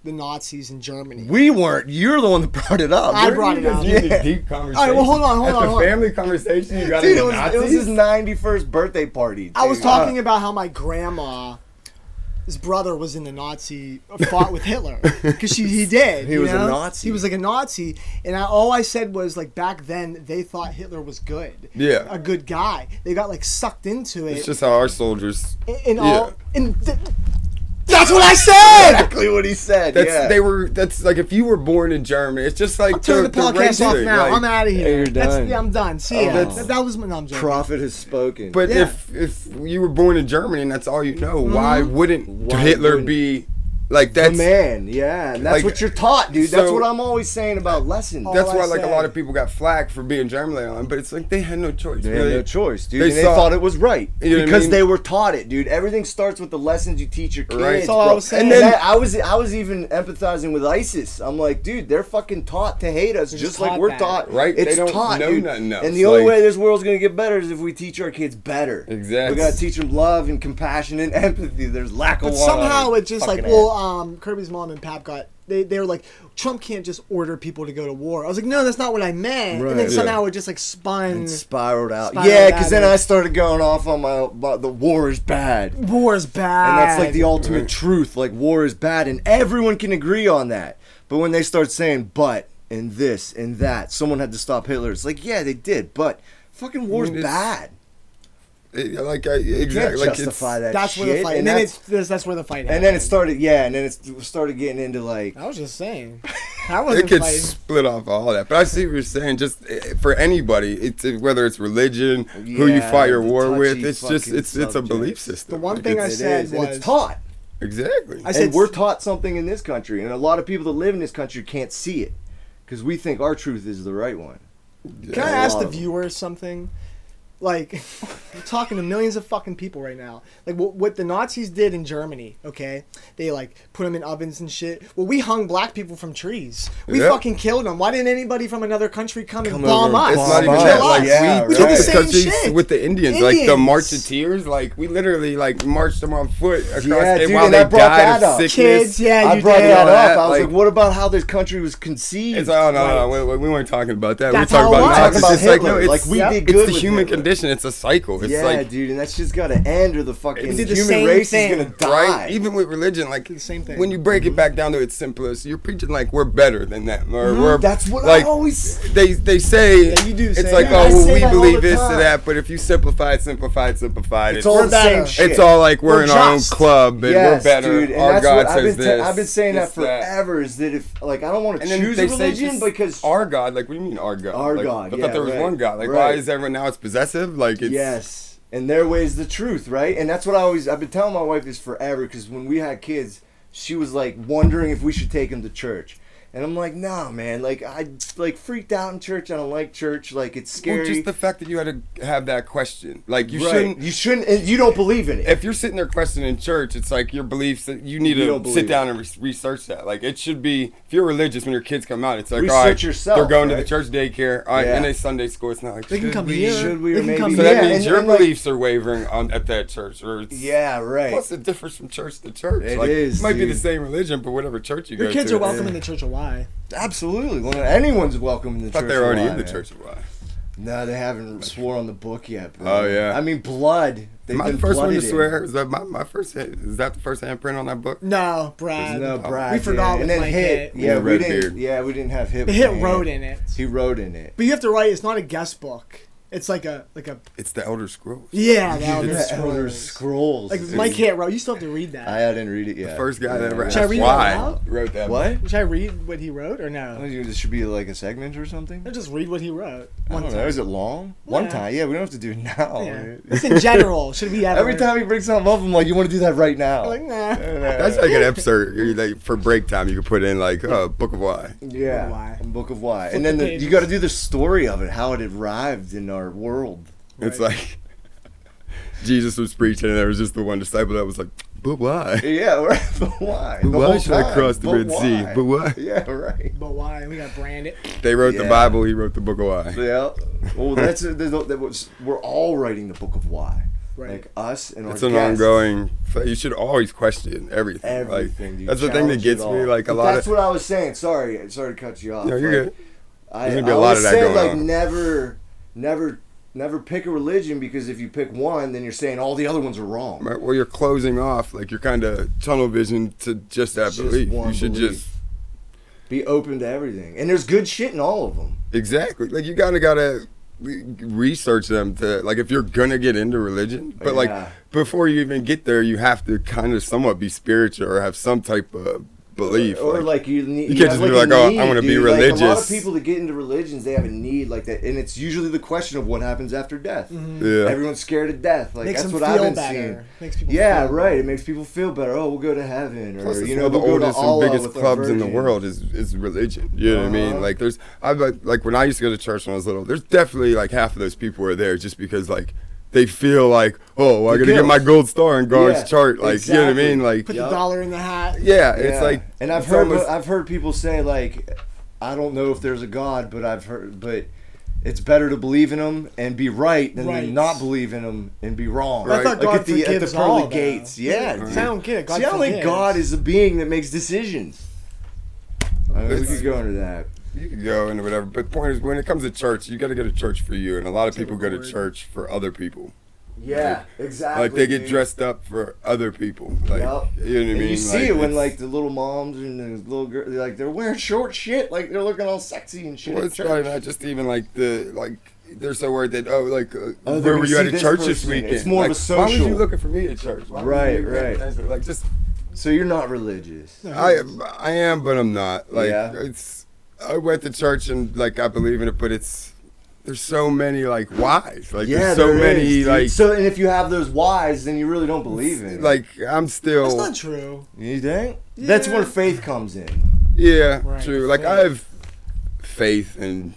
[SPEAKER 1] the Nazis in Germany.
[SPEAKER 2] We weren't. You're the one that brought it up.
[SPEAKER 1] I
[SPEAKER 2] We're-
[SPEAKER 1] brought it up.
[SPEAKER 3] *laughs* You need
[SPEAKER 2] Yeah.
[SPEAKER 3] a deep conversation.
[SPEAKER 1] All right, well, hold on, hold
[SPEAKER 3] At
[SPEAKER 1] on,
[SPEAKER 3] the
[SPEAKER 1] hold on.
[SPEAKER 3] family conversation, you got
[SPEAKER 2] Dude, it
[SPEAKER 3] into
[SPEAKER 2] was, it was
[SPEAKER 3] Nazis?
[SPEAKER 2] his 91st birthday party.
[SPEAKER 1] I was
[SPEAKER 2] dude.
[SPEAKER 1] talking
[SPEAKER 2] Uh,
[SPEAKER 1] about how my grandma, his brother was in the Nazi fought with Hitler because she
[SPEAKER 2] *laughs*
[SPEAKER 1] he did.
[SPEAKER 2] He
[SPEAKER 1] you
[SPEAKER 2] was a
[SPEAKER 1] know?
[SPEAKER 2] Nazi.
[SPEAKER 1] He was like a Nazi, and I, all I said was like back then they thought Hitler was good.
[SPEAKER 3] Yeah.
[SPEAKER 1] a good guy. They got like sucked into it.
[SPEAKER 3] It's just how our soldiers.
[SPEAKER 1] and all,
[SPEAKER 3] Yeah.
[SPEAKER 1] and th- that's what I said.
[SPEAKER 2] exactly what he said.
[SPEAKER 3] That's
[SPEAKER 2] yeah.
[SPEAKER 3] they were. That's like if you were born in Germany, it's just like
[SPEAKER 1] Turn the podcast off
[SPEAKER 3] regular,
[SPEAKER 1] now.
[SPEAKER 3] like-
[SPEAKER 1] I'm out of here.
[SPEAKER 2] Yeah, you're
[SPEAKER 1] That's-
[SPEAKER 2] done. Oh,
[SPEAKER 1] yeah, I'm done. See ya.
[SPEAKER 2] That's-
[SPEAKER 1] That, that was my. No, I'm joking.
[SPEAKER 2] prophet has spoken.
[SPEAKER 3] But
[SPEAKER 1] Yeah.
[SPEAKER 3] if if you were born in Germany and that's all you know, why
[SPEAKER 1] Mm-hmm.
[SPEAKER 3] wouldn't
[SPEAKER 2] Why
[SPEAKER 3] Hitler
[SPEAKER 2] wouldn't-
[SPEAKER 3] be like
[SPEAKER 2] the
[SPEAKER 3] that's
[SPEAKER 2] man, yeah, and that's
[SPEAKER 3] like,
[SPEAKER 2] what you're taught, dude. that's
[SPEAKER 3] so-
[SPEAKER 2] what I'm always saying about lessons.
[SPEAKER 3] that's
[SPEAKER 1] all I
[SPEAKER 3] why like a lot
[SPEAKER 1] said.
[SPEAKER 3] of people got flack for being German, but it's like they had no choice.
[SPEAKER 2] They
[SPEAKER 3] really.
[SPEAKER 2] had no choice, dude.
[SPEAKER 3] They
[SPEAKER 2] and They,
[SPEAKER 3] saw-
[SPEAKER 2] thought it was right
[SPEAKER 3] You know what I
[SPEAKER 2] because
[SPEAKER 3] mean?
[SPEAKER 2] they were taught it, dude. Everything starts with the lessons you teach your kids.
[SPEAKER 3] Right. That's all
[SPEAKER 1] I
[SPEAKER 2] bro.
[SPEAKER 1] was saying.
[SPEAKER 2] And then
[SPEAKER 1] And-
[SPEAKER 2] I was I was even empathizing with ISIS. I'm like, dude, they're fucking taught to hate us,
[SPEAKER 1] They're
[SPEAKER 2] just,
[SPEAKER 1] just
[SPEAKER 2] like
[SPEAKER 1] taught
[SPEAKER 2] we're
[SPEAKER 1] that.
[SPEAKER 2] taught.
[SPEAKER 3] Right. They
[SPEAKER 2] It's
[SPEAKER 3] don't
[SPEAKER 2] taught,
[SPEAKER 3] know
[SPEAKER 2] dude.
[SPEAKER 3] nothing else.
[SPEAKER 2] And the only
[SPEAKER 3] Like-
[SPEAKER 2] way this world's gonna get better is if we teach our kids better.
[SPEAKER 3] Exactly.
[SPEAKER 2] We gotta teach them love and compassion and empathy. There's lack of
[SPEAKER 1] But
[SPEAKER 2] one on
[SPEAKER 1] somehow
[SPEAKER 2] their
[SPEAKER 1] it's just like,
[SPEAKER 2] fucking
[SPEAKER 1] well,
[SPEAKER 2] ass.
[SPEAKER 1] um, Kirby's mom and Pap got they they were like, Trump can't just order people to go to war. I was like, no, that's not what I meant.
[SPEAKER 2] Right.
[SPEAKER 1] And then
[SPEAKER 2] Yeah.
[SPEAKER 1] somehow it just like spun.
[SPEAKER 2] And spiraled out.
[SPEAKER 1] Mm. Spiraled
[SPEAKER 2] yeah, because
[SPEAKER 1] out
[SPEAKER 2] then
[SPEAKER 1] of-
[SPEAKER 2] I started going off on my, my the war is bad.
[SPEAKER 1] war is bad.
[SPEAKER 2] And that's like the ultimate truth. Like war is bad, and everyone can agree on that. But when they start saying but and this and that, someone had to stop Hitler. It's like yeah, they did, but fucking war's
[SPEAKER 3] mean, Mm, it's-
[SPEAKER 2] bad.
[SPEAKER 3] It- like I,
[SPEAKER 2] You can't
[SPEAKER 3] exactly like it's,
[SPEAKER 2] justify that.
[SPEAKER 1] that's
[SPEAKER 2] shit.
[SPEAKER 1] where the fight. And then
[SPEAKER 2] that's-
[SPEAKER 1] it's that's, that's where the fight.
[SPEAKER 2] and then it
[SPEAKER 1] happened.
[SPEAKER 2] started. Yeah, and then it's- it started getting into like
[SPEAKER 1] I was just
[SPEAKER 2] *laughs*
[SPEAKER 1] saying. I
[SPEAKER 3] it
[SPEAKER 1] wasn't
[SPEAKER 3] could
[SPEAKER 1] fighting.
[SPEAKER 3] split off all that. But I see what you're saying. Just eh, for anybody, it's eh, whether it's religion, who you
[SPEAKER 2] Yeah,
[SPEAKER 3] fight your
[SPEAKER 2] the
[SPEAKER 3] war with.
[SPEAKER 2] touchy
[SPEAKER 3] It's just
[SPEAKER 2] fucking
[SPEAKER 3] it's it's a belief
[SPEAKER 2] subject.
[SPEAKER 3] system.
[SPEAKER 1] The one
[SPEAKER 3] Like,
[SPEAKER 1] thing I
[SPEAKER 2] it
[SPEAKER 3] it's-
[SPEAKER 1] said
[SPEAKER 2] is, and
[SPEAKER 1] was-
[SPEAKER 2] it's taught.
[SPEAKER 3] exactly.
[SPEAKER 1] I said
[SPEAKER 2] and we're taught something in this country, and a lot of people that live in this country can't see it because we think our truth is the right one.
[SPEAKER 1] Can I
[SPEAKER 2] Yeah, a
[SPEAKER 1] ask
[SPEAKER 2] lot
[SPEAKER 1] the
[SPEAKER 2] of 'em.
[SPEAKER 1] viewers something? Like, *laughs* I'm talking to millions of fucking people right now. Like, what, what the Nazis did in Germany, okay? They, like, put them in ovens and shit. Well, we hung black people from trees. We
[SPEAKER 3] Yeah.
[SPEAKER 1] fucking killed them. Why didn't anybody from another country come,
[SPEAKER 2] Come
[SPEAKER 1] and bomb
[SPEAKER 2] over
[SPEAKER 1] us?
[SPEAKER 2] and
[SPEAKER 3] It's
[SPEAKER 2] Well,
[SPEAKER 3] not
[SPEAKER 2] I'm
[SPEAKER 3] even
[SPEAKER 2] on
[SPEAKER 3] that.
[SPEAKER 2] it.
[SPEAKER 1] Kill
[SPEAKER 3] Like
[SPEAKER 1] us?
[SPEAKER 2] Yeah,
[SPEAKER 3] we
[SPEAKER 1] we did
[SPEAKER 2] right.
[SPEAKER 1] the same
[SPEAKER 3] countries
[SPEAKER 1] shit.
[SPEAKER 3] with the Indians, like the
[SPEAKER 1] Indians.
[SPEAKER 3] March of Tears, like we literally like marched them on foot across
[SPEAKER 2] Yeah,
[SPEAKER 3] and
[SPEAKER 2] dude,
[SPEAKER 3] while
[SPEAKER 2] and I
[SPEAKER 3] they
[SPEAKER 2] brought
[SPEAKER 3] died
[SPEAKER 2] that up.
[SPEAKER 3] of sickness.
[SPEAKER 1] Kids, yeah,
[SPEAKER 2] I
[SPEAKER 1] you
[SPEAKER 2] brought
[SPEAKER 1] did.
[SPEAKER 2] that
[SPEAKER 3] All
[SPEAKER 2] up.
[SPEAKER 3] that,
[SPEAKER 2] I was like,
[SPEAKER 3] like-
[SPEAKER 2] what about how this country was conceived?
[SPEAKER 3] It's oh no, no, we, we weren't talking about that.
[SPEAKER 1] That's
[SPEAKER 3] we were
[SPEAKER 1] how it
[SPEAKER 3] talking about
[SPEAKER 1] was.
[SPEAKER 3] Nazis.
[SPEAKER 2] Talking
[SPEAKER 3] It's
[SPEAKER 2] about
[SPEAKER 3] like no,
[SPEAKER 2] Hitler.
[SPEAKER 3] it's
[SPEAKER 2] Like, we did
[SPEAKER 3] it's
[SPEAKER 2] good
[SPEAKER 3] the
[SPEAKER 2] with
[SPEAKER 3] human
[SPEAKER 2] Hitler.
[SPEAKER 3] condition. It's a cycle. It's
[SPEAKER 2] yeah,
[SPEAKER 3] like
[SPEAKER 2] dude, and that shit's gotta end, or the fucking
[SPEAKER 1] We did the
[SPEAKER 2] human
[SPEAKER 1] same
[SPEAKER 2] race
[SPEAKER 1] thing,
[SPEAKER 2] is gonna die.
[SPEAKER 3] right. Even with religion, like
[SPEAKER 1] The same thing.
[SPEAKER 3] When you break
[SPEAKER 2] Mm-hmm.
[SPEAKER 3] it back down to its simplest, you're preaching like we're better than that, or
[SPEAKER 1] Mm-hmm.
[SPEAKER 3] we're
[SPEAKER 2] That's what
[SPEAKER 3] like,
[SPEAKER 2] I always.
[SPEAKER 3] They they say
[SPEAKER 1] Yeah, you do
[SPEAKER 3] it's
[SPEAKER 1] say
[SPEAKER 3] like
[SPEAKER 1] that.
[SPEAKER 3] oh
[SPEAKER 2] I
[SPEAKER 3] well,
[SPEAKER 2] say
[SPEAKER 3] we
[SPEAKER 2] that all
[SPEAKER 3] believe
[SPEAKER 2] the
[SPEAKER 3] this or
[SPEAKER 2] time.
[SPEAKER 3] that, but if you simplify it, simplify it, simplify it,
[SPEAKER 2] It's all
[SPEAKER 1] We're
[SPEAKER 2] the same
[SPEAKER 1] better.
[SPEAKER 2] shit.
[SPEAKER 3] it's all like we're,
[SPEAKER 1] We're
[SPEAKER 3] in our own
[SPEAKER 1] just.
[SPEAKER 3] club and
[SPEAKER 2] Yes,
[SPEAKER 3] we're better.
[SPEAKER 2] Dude, and
[SPEAKER 3] our
[SPEAKER 2] that's
[SPEAKER 3] God
[SPEAKER 2] what
[SPEAKER 3] says
[SPEAKER 2] I've been
[SPEAKER 3] this.
[SPEAKER 2] I've been saying that
[SPEAKER 3] this,
[SPEAKER 2] forever. Is that if like I don't want to
[SPEAKER 3] And then
[SPEAKER 2] choose
[SPEAKER 3] they
[SPEAKER 2] a
[SPEAKER 3] say
[SPEAKER 2] religion
[SPEAKER 3] just
[SPEAKER 2] because
[SPEAKER 3] our God, like what do you mean our God?
[SPEAKER 2] Our
[SPEAKER 3] Like,
[SPEAKER 2] God,
[SPEAKER 3] I
[SPEAKER 2] yeah,
[SPEAKER 3] thought there was
[SPEAKER 2] right,
[SPEAKER 3] one God. Like why
[SPEAKER 2] right.
[SPEAKER 3] is everyone now it's possessive? Like it's
[SPEAKER 2] Yes. And their way is the truth, right? And that's what I always I've been telling my wife this forever because when we had kids, she was like wondering if we should take them to church. And I'm like, nah, man. Like I like freaked out in church. I don't like church. Like it's scary.
[SPEAKER 3] Well, just the fact that you had to have that question, like you
[SPEAKER 2] Right.
[SPEAKER 3] shouldn't.
[SPEAKER 2] You shouldn't. and You don't believe in it.
[SPEAKER 3] if you're sitting there questioning church, it's like your beliefs that you need
[SPEAKER 2] You don't
[SPEAKER 3] to
[SPEAKER 2] believe
[SPEAKER 3] sit down
[SPEAKER 2] it.
[SPEAKER 3] and re- research that. Like it should be if you're religious when your kids come out, it's like
[SPEAKER 2] Research
[SPEAKER 3] all right,
[SPEAKER 2] yourself,
[SPEAKER 3] they're going to the
[SPEAKER 2] right?
[SPEAKER 3] church daycare, all right,
[SPEAKER 2] Yeah.
[SPEAKER 3] and they Sunday school. It's not like
[SPEAKER 1] They can
[SPEAKER 3] should
[SPEAKER 1] come
[SPEAKER 3] we?
[SPEAKER 1] here.
[SPEAKER 2] should we
[SPEAKER 1] they
[SPEAKER 2] or
[SPEAKER 1] can
[SPEAKER 2] maybe-
[SPEAKER 1] come
[SPEAKER 3] So that
[SPEAKER 1] here.
[SPEAKER 2] Yeah,
[SPEAKER 3] means
[SPEAKER 2] and-
[SPEAKER 3] your
[SPEAKER 2] and, like-
[SPEAKER 3] beliefs are wavering on at that church, or it's,
[SPEAKER 2] yeah, right.
[SPEAKER 3] What's the difference from church to church?
[SPEAKER 2] It
[SPEAKER 3] like,
[SPEAKER 2] is,
[SPEAKER 3] it might be
[SPEAKER 2] dude.
[SPEAKER 3] the same religion, but whatever church you
[SPEAKER 1] Your
[SPEAKER 3] go
[SPEAKER 1] kids
[SPEAKER 3] to.
[SPEAKER 1] are welcome in the church of why.
[SPEAKER 2] Absolutely. Well, anyone's welcome in the
[SPEAKER 3] I thought
[SPEAKER 2] church.
[SPEAKER 3] they were already
[SPEAKER 2] of life,
[SPEAKER 3] in the
[SPEAKER 2] man.
[SPEAKER 3] church of life.
[SPEAKER 2] No, they haven't swore on the book yet, bro.
[SPEAKER 3] Oh, yeah.
[SPEAKER 2] I mean, blood. They've
[SPEAKER 3] My
[SPEAKER 2] been
[SPEAKER 3] first one to
[SPEAKER 2] blooded in.
[SPEAKER 3] swear is that my, my first is that the first handprint on that book?
[SPEAKER 1] No, Brad.
[SPEAKER 2] No, Brad.
[SPEAKER 1] We forgot
[SPEAKER 2] yeah.
[SPEAKER 1] with
[SPEAKER 2] and then
[SPEAKER 1] Mike
[SPEAKER 2] hit.
[SPEAKER 1] Hit.
[SPEAKER 2] Yeah,
[SPEAKER 3] Yeah,
[SPEAKER 2] we
[SPEAKER 3] Red
[SPEAKER 2] didn't.
[SPEAKER 3] Beard.
[SPEAKER 2] Yeah, we didn't have hit.
[SPEAKER 1] The
[SPEAKER 2] with
[SPEAKER 1] hit
[SPEAKER 2] my
[SPEAKER 1] wrote
[SPEAKER 2] hand.
[SPEAKER 1] in it.
[SPEAKER 2] He wrote in it.
[SPEAKER 1] But you have to write. It's not a guest book. It's like a like a
[SPEAKER 3] It's the Elder Scrolls.
[SPEAKER 1] yeah. The Elder
[SPEAKER 2] The Elder
[SPEAKER 1] Scrolls.
[SPEAKER 2] Scrolls.
[SPEAKER 1] Like
[SPEAKER 2] dude.
[SPEAKER 1] Mike hit wrote. You still have to read that.
[SPEAKER 2] I didn't read it yet.
[SPEAKER 3] First guy that ever
[SPEAKER 1] Should I
[SPEAKER 3] asked
[SPEAKER 1] read that
[SPEAKER 3] why
[SPEAKER 1] out?
[SPEAKER 3] wrote that.
[SPEAKER 2] What?
[SPEAKER 1] Should I read what he wrote or
[SPEAKER 2] I
[SPEAKER 1] no?
[SPEAKER 2] think This should be like a segment or something.
[SPEAKER 1] I just read what he wrote.
[SPEAKER 2] I
[SPEAKER 1] One
[SPEAKER 2] don't know.
[SPEAKER 1] time.
[SPEAKER 2] Is it long? One
[SPEAKER 1] Yeah.
[SPEAKER 2] time. Yeah, we don't have to do it now.
[SPEAKER 1] Yeah. It's in general. Should we ever?
[SPEAKER 2] Every time he brings something up, I'm like, you want to do that right now?
[SPEAKER 1] Like nah.
[SPEAKER 3] That's like an excerpt you- like, for break time. You could put in like uh, Book of Why.
[SPEAKER 2] Yeah.
[SPEAKER 1] Why?
[SPEAKER 2] Book of Why.
[SPEAKER 1] Flip
[SPEAKER 2] and then
[SPEAKER 1] the
[SPEAKER 2] the, you
[SPEAKER 1] pages.
[SPEAKER 2] got to do the story of it, how it arrived in our world.
[SPEAKER 3] It's like Jesus was preaching, and there was just the one disciple that was like, "But why?
[SPEAKER 2] Yeah, *laughs* right. But why?
[SPEAKER 3] But
[SPEAKER 2] The
[SPEAKER 3] why
[SPEAKER 2] whole
[SPEAKER 3] should I
[SPEAKER 2] time.
[SPEAKER 3] cross the
[SPEAKER 2] But
[SPEAKER 3] Red Sea?
[SPEAKER 2] why?
[SPEAKER 3] But why?"
[SPEAKER 2] *laughs* Yeah, right.
[SPEAKER 1] But why? We got branded.
[SPEAKER 3] They wrote
[SPEAKER 2] Yeah.
[SPEAKER 3] the Bible. He wrote the Book of Why.
[SPEAKER 2] Yeah. Well, that's a, there's no- that was, we're all writing the book of why.
[SPEAKER 1] Right.
[SPEAKER 2] Like us and
[SPEAKER 3] It's
[SPEAKER 2] our
[SPEAKER 3] an
[SPEAKER 2] guests.
[SPEAKER 3] ongoing. You should always question everything.
[SPEAKER 2] Everything.
[SPEAKER 3] like,
[SPEAKER 2] dude.
[SPEAKER 3] that's the thing that
[SPEAKER 2] Challenge it
[SPEAKER 3] gets
[SPEAKER 2] all.
[SPEAKER 3] me. Like a
[SPEAKER 2] But
[SPEAKER 3] lot
[SPEAKER 2] That's
[SPEAKER 3] of.
[SPEAKER 2] what I was saying. Sorry, sorry to cut you off.
[SPEAKER 3] No, you're
[SPEAKER 2] Like,
[SPEAKER 3] good.
[SPEAKER 2] I,
[SPEAKER 3] There's gonna be a
[SPEAKER 2] I
[SPEAKER 3] lot
[SPEAKER 2] always
[SPEAKER 3] of that
[SPEAKER 2] said
[SPEAKER 3] going
[SPEAKER 2] like
[SPEAKER 3] on.
[SPEAKER 2] never, never, never pick a religion because if you pick one, then you're saying all the other ones are wrong.
[SPEAKER 3] Right, well, you're closing off. Like you're kind of tunnel vision to just that
[SPEAKER 2] Just
[SPEAKER 3] belief.
[SPEAKER 2] one
[SPEAKER 3] You should
[SPEAKER 2] belief.
[SPEAKER 3] just
[SPEAKER 2] Be open to everything, and there's good shit in all of them.
[SPEAKER 3] Exactly. Like you gotta gotta re- research them to like if you're gonna get into religion.
[SPEAKER 2] Yeah.
[SPEAKER 3] But like before you even get there, you have to kind of somewhat be spiritual or have some type of belief.
[SPEAKER 2] Or like you need.
[SPEAKER 3] you
[SPEAKER 2] have,
[SPEAKER 3] can't just be
[SPEAKER 2] a
[SPEAKER 3] like, "Oh, I wanna be
[SPEAKER 2] dude." Like, a lot of
[SPEAKER 3] religious.
[SPEAKER 2] people that get into religions, they have a need like that, and it's usually the question of what happens after death.
[SPEAKER 3] yeah.
[SPEAKER 2] Everyone's scared to death.
[SPEAKER 1] Mm-hmm.
[SPEAKER 2] Like
[SPEAKER 1] Makes
[SPEAKER 2] that's
[SPEAKER 1] them
[SPEAKER 2] what I've
[SPEAKER 1] feel
[SPEAKER 2] been
[SPEAKER 1] better.
[SPEAKER 2] seeing.
[SPEAKER 1] Makes people
[SPEAKER 2] yeah,
[SPEAKER 1] feel
[SPEAKER 2] right. It makes people feel better. Oh, we'll go to heaven, or
[SPEAKER 3] Plus, it's
[SPEAKER 2] you
[SPEAKER 3] one
[SPEAKER 2] know,
[SPEAKER 3] of the
[SPEAKER 2] we'll go
[SPEAKER 3] oldest
[SPEAKER 2] to
[SPEAKER 3] and
[SPEAKER 2] Allah
[SPEAKER 3] biggest
[SPEAKER 2] with our
[SPEAKER 3] clubs in the
[SPEAKER 2] virgin.
[SPEAKER 3] world is, is religion. You know what I
[SPEAKER 2] Uh-huh.
[SPEAKER 3] mean? Like there's I like like when I used to go to church when I was little. There's definitely like half of those people are there just because like they feel like oh well, I
[SPEAKER 2] The
[SPEAKER 3] gotta get my
[SPEAKER 2] guilt.
[SPEAKER 3] gold star in God's
[SPEAKER 2] Yeah,
[SPEAKER 3] chart. Like you know what
[SPEAKER 2] exactly.
[SPEAKER 3] I mean? Like
[SPEAKER 1] Put
[SPEAKER 2] Yup.
[SPEAKER 1] the dollar in the hat.
[SPEAKER 3] yeah,
[SPEAKER 2] Yeah.
[SPEAKER 3] Uh, it's like
[SPEAKER 2] and I've
[SPEAKER 3] it's
[SPEAKER 2] heard,
[SPEAKER 3] almost-
[SPEAKER 2] I've heard people say like, I don't know if there's a God, but I've heard, but it's better to believe in Him and be right than to
[SPEAKER 1] Right.
[SPEAKER 2] not believe in Him and be wrong.
[SPEAKER 1] But I thought
[SPEAKER 2] Like
[SPEAKER 1] God
[SPEAKER 2] at the at the
[SPEAKER 1] forgives all,
[SPEAKER 2] pearly
[SPEAKER 1] though.
[SPEAKER 2] gates. Yeah,
[SPEAKER 1] I
[SPEAKER 2] dude.
[SPEAKER 1] don't get it. God
[SPEAKER 2] See, I don't think
[SPEAKER 1] forgives.
[SPEAKER 2] God is a being that makes decisions. I mean, we
[SPEAKER 3] It's-
[SPEAKER 2] could go into that.
[SPEAKER 3] You can go into whatever, but point is, when it comes to church, you got to go to church for you, and a lot of people go to
[SPEAKER 1] word.
[SPEAKER 3] church for other people.
[SPEAKER 2] Yeah, exactly.
[SPEAKER 3] like they get
[SPEAKER 2] dude.
[SPEAKER 3] dressed up for other people. Like
[SPEAKER 2] Yup.
[SPEAKER 3] you know what I
[SPEAKER 2] And
[SPEAKER 3] mean?
[SPEAKER 2] you see it when
[SPEAKER 3] it's-
[SPEAKER 2] like the little moms and the little girl, they're like they're wearing short shit, like they're looking all sexy and shit.
[SPEAKER 3] Well,
[SPEAKER 2] at
[SPEAKER 3] it's
[SPEAKER 2] church.
[SPEAKER 3] probably not just even like the like. They're so worried that oh like uh,
[SPEAKER 2] Oh, they're
[SPEAKER 3] where
[SPEAKER 2] gonna
[SPEAKER 3] were you at
[SPEAKER 2] see
[SPEAKER 3] at
[SPEAKER 2] this
[SPEAKER 3] church this
[SPEAKER 2] person.
[SPEAKER 3] weekend?
[SPEAKER 2] It's more of
[SPEAKER 3] Like,
[SPEAKER 2] a
[SPEAKER 3] Why were you
[SPEAKER 2] social.
[SPEAKER 3] looking for me at church? Why were
[SPEAKER 2] Right,
[SPEAKER 3] you paying
[SPEAKER 2] right.
[SPEAKER 3] attention? Like just
[SPEAKER 2] So you're not religious.
[SPEAKER 3] I I am, but I'm not. Like
[SPEAKER 2] Yeah.
[SPEAKER 3] it's I went to church and like I believe in it, but it's there's so many like whys. Like there's so
[SPEAKER 2] there
[SPEAKER 3] many
[SPEAKER 2] is, dude.
[SPEAKER 3] like
[SPEAKER 2] So, and if you have those whys, then you really don't believe in it.
[SPEAKER 3] like I'm still
[SPEAKER 1] That's not true.
[SPEAKER 2] you think? That's where faith comes in.
[SPEAKER 3] Yeah,
[SPEAKER 1] Right.
[SPEAKER 3] true. Like
[SPEAKER 1] Faith.
[SPEAKER 3] I have faith and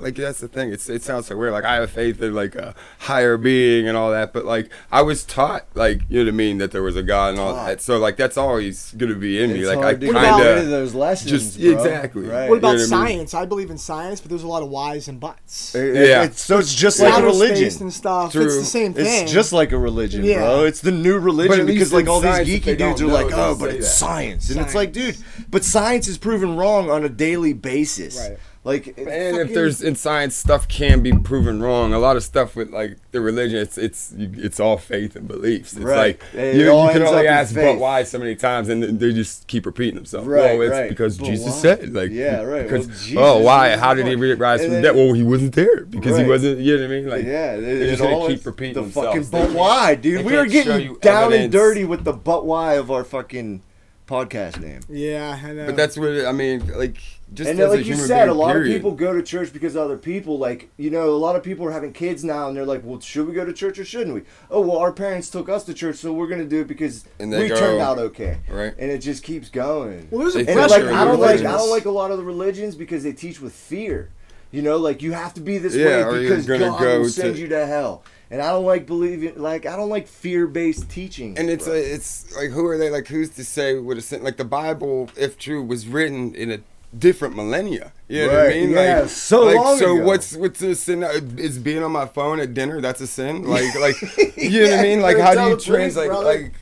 [SPEAKER 3] like that's the thing. It's it sounds so weird. Like I have faith in like a higher being and all that, but like I was taught like you know what I mean that there was a God and all
[SPEAKER 2] Taught.
[SPEAKER 3] that. So like that's always gonna be in me.
[SPEAKER 2] It's
[SPEAKER 3] like I
[SPEAKER 2] hard to
[SPEAKER 3] kind
[SPEAKER 2] get rid of
[SPEAKER 3] of
[SPEAKER 2] those lessons.
[SPEAKER 3] just-
[SPEAKER 2] bro.
[SPEAKER 3] exactly.
[SPEAKER 2] Right.
[SPEAKER 1] What about
[SPEAKER 3] You know what I mean?
[SPEAKER 1] science? I believe in science, but there's a lot of whys and buts.
[SPEAKER 2] It-
[SPEAKER 3] Yeah.
[SPEAKER 2] it's- so it's just
[SPEAKER 3] Yeah.
[SPEAKER 2] like a
[SPEAKER 1] Outer space
[SPEAKER 2] religion.
[SPEAKER 1] and stuff. It's
[SPEAKER 3] True.
[SPEAKER 1] the same thing.
[SPEAKER 2] It's just like a religion,
[SPEAKER 1] Yeah.
[SPEAKER 2] bro. It's the new
[SPEAKER 3] But
[SPEAKER 2] religion
[SPEAKER 3] at least
[SPEAKER 2] because like
[SPEAKER 3] in
[SPEAKER 2] all these
[SPEAKER 3] science, if
[SPEAKER 2] geeky
[SPEAKER 3] they don't
[SPEAKER 2] dudes are
[SPEAKER 3] know,
[SPEAKER 2] like,
[SPEAKER 3] they
[SPEAKER 2] oh,
[SPEAKER 3] say
[SPEAKER 2] but it's
[SPEAKER 3] that."
[SPEAKER 2] science, and it's like, dude,
[SPEAKER 1] Science.
[SPEAKER 2] but science is proven wrong on a daily basis.
[SPEAKER 1] Right.
[SPEAKER 2] Like, it
[SPEAKER 3] And if
[SPEAKER 2] fucking-
[SPEAKER 3] there's in science stuff can be proven wrong. A lot of stuff with like the religion, it's it's you- it's all faith and beliefs. It's
[SPEAKER 2] Right.
[SPEAKER 3] like
[SPEAKER 2] It
[SPEAKER 3] you,
[SPEAKER 2] all
[SPEAKER 3] you can
[SPEAKER 2] ends
[SPEAKER 3] only
[SPEAKER 2] up in
[SPEAKER 3] ask
[SPEAKER 2] faith.
[SPEAKER 3] but why so many times, and then they just keep repeating themselves.
[SPEAKER 2] Right,
[SPEAKER 3] well, it's
[SPEAKER 2] right.
[SPEAKER 3] because
[SPEAKER 2] But
[SPEAKER 3] Jesus
[SPEAKER 2] why?
[SPEAKER 3] said, like,
[SPEAKER 2] Yeah, right.
[SPEAKER 3] Because
[SPEAKER 2] Well, Jesus
[SPEAKER 3] oh, why?
[SPEAKER 2] was
[SPEAKER 3] How
[SPEAKER 2] the
[SPEAKER 3] did he
[SPEAKER 2] one.
[SPEAKER 3] re- rise
[SPEAKER 2] And
[SPEAKER 3] from
[SPEAKER 2] then-
[SPEAKER 3] death? Well, he wasn't there because
[SPEAKER 2] Right.
[SPEAKER 3] he wasn't. You know what I mean? Like,
[SPEAKER 2] yeah, it,
[SPEAKER 3] they're
[SPEAKER 2] it
[SPEAKER 3] just
[SPEAKER 2] all
[SPEAKER 3] gonna keep
[SPEAKER 2] is
[SPEAKER 3] repeating
[SPEAKER 2] the fucking
[SPEAKER 3] themselves. They
[SPEAKER 2] but
[SPEAKER 3] can't-
[SPEAKER 2] why,
[SPEAKER 3] they
[SPEAKER 2] dude? We are
[SPEAKER 3] can't show
[SPEAKER 2] getting
[SPEAKER 3] you
[SPEAKER 2] down and
[SPEAKER 3] evidence.
[SPEAKER 2] dirty with the but why of our fucking podcast name.
[SPEAKER 1] Yeah, I know.
[SPEAKER 3] But that's what it, I mean. Like, just
[SPEAKER 2] and
[SPEAKER 3] as
[SPEAKER 2] then,
[SPEAKER 3] a
[SPEAKER 2] like you
[SPEAKER 3] human
[SPEAKER 2] said,
[SPEAKER 3] being,
[SPEAKER 2] a lot
[SPEAKER 3] period.
[SPEAKER 2] of people go to church because of other people. Like you know, a lot of people are having kids now, and they're like, "Well, should we go to church or shouldn't we?" Oh, well, our parents took us to church, so we're gonna do it because
[SPEAKER 3] And they
[SPEAKER 2] we
[SPEAKER 3] go-
[SPEAKER 2] turned out okay.
[SPEAKER 3] right.
[SPEAKER 2] And it just keeps going.
[SPEAKER 1] well, there's a
[SPEAKER 3] They
[SPEAKER 2] And
[SPEAKER 3] feel
[SPEAKER 1] pressure
[SPEAKER 2] it, like
[SPEAKER 3] sure
[SPEAKER 1] in
[SPEAKER 2] I don't like
[SPEAKER 1] religions.
[SPEAKER 2] I don't like a lot of the religions because they teach with fear. You know, like you have to be this
[SPEAKER 3] Yeah, or
[SPEAKER 2] way
[SPEAKER 3] you're
[SPEAKER 2] because
[SPEAKER 3] gonna
[SPEAKER 2] God
[SPEAKER 3] go
[SPEAKER 2] will send
[SPEAKER 3] to-
[SPEAKER 2] you to hell. And I don't like believing like I don't like fear based teaching.
[SPEAKER 3] And it's uh it's like who are they? Like who's to say what a sin? Like the Bible, if true, was written in a different millennia. You know what
[SPEAKER 2] Right,
[SPEAKER 3] I mean?
[SPEAKER 2] yeah,
[SPEAKER 3] like
[SPEAKER 2] so
[SPEAKER 3] like,
[SPEAKER 2] long
[SPEAKER 3] So
[SPEAKER 2] ago.
[SPEAKER 3] what's what's a sin? uh, Is being on my phone at dinner that's
[SPEAKER 2] *laughs*
[SPEAKER 3] a sin? Like like you know what I mean? Like how do you
[SPEAKER 2] Tell the priest,
[SPEAKER 3] translate?
[SPEAKER 2] brother.
[SPEAKER 3] Like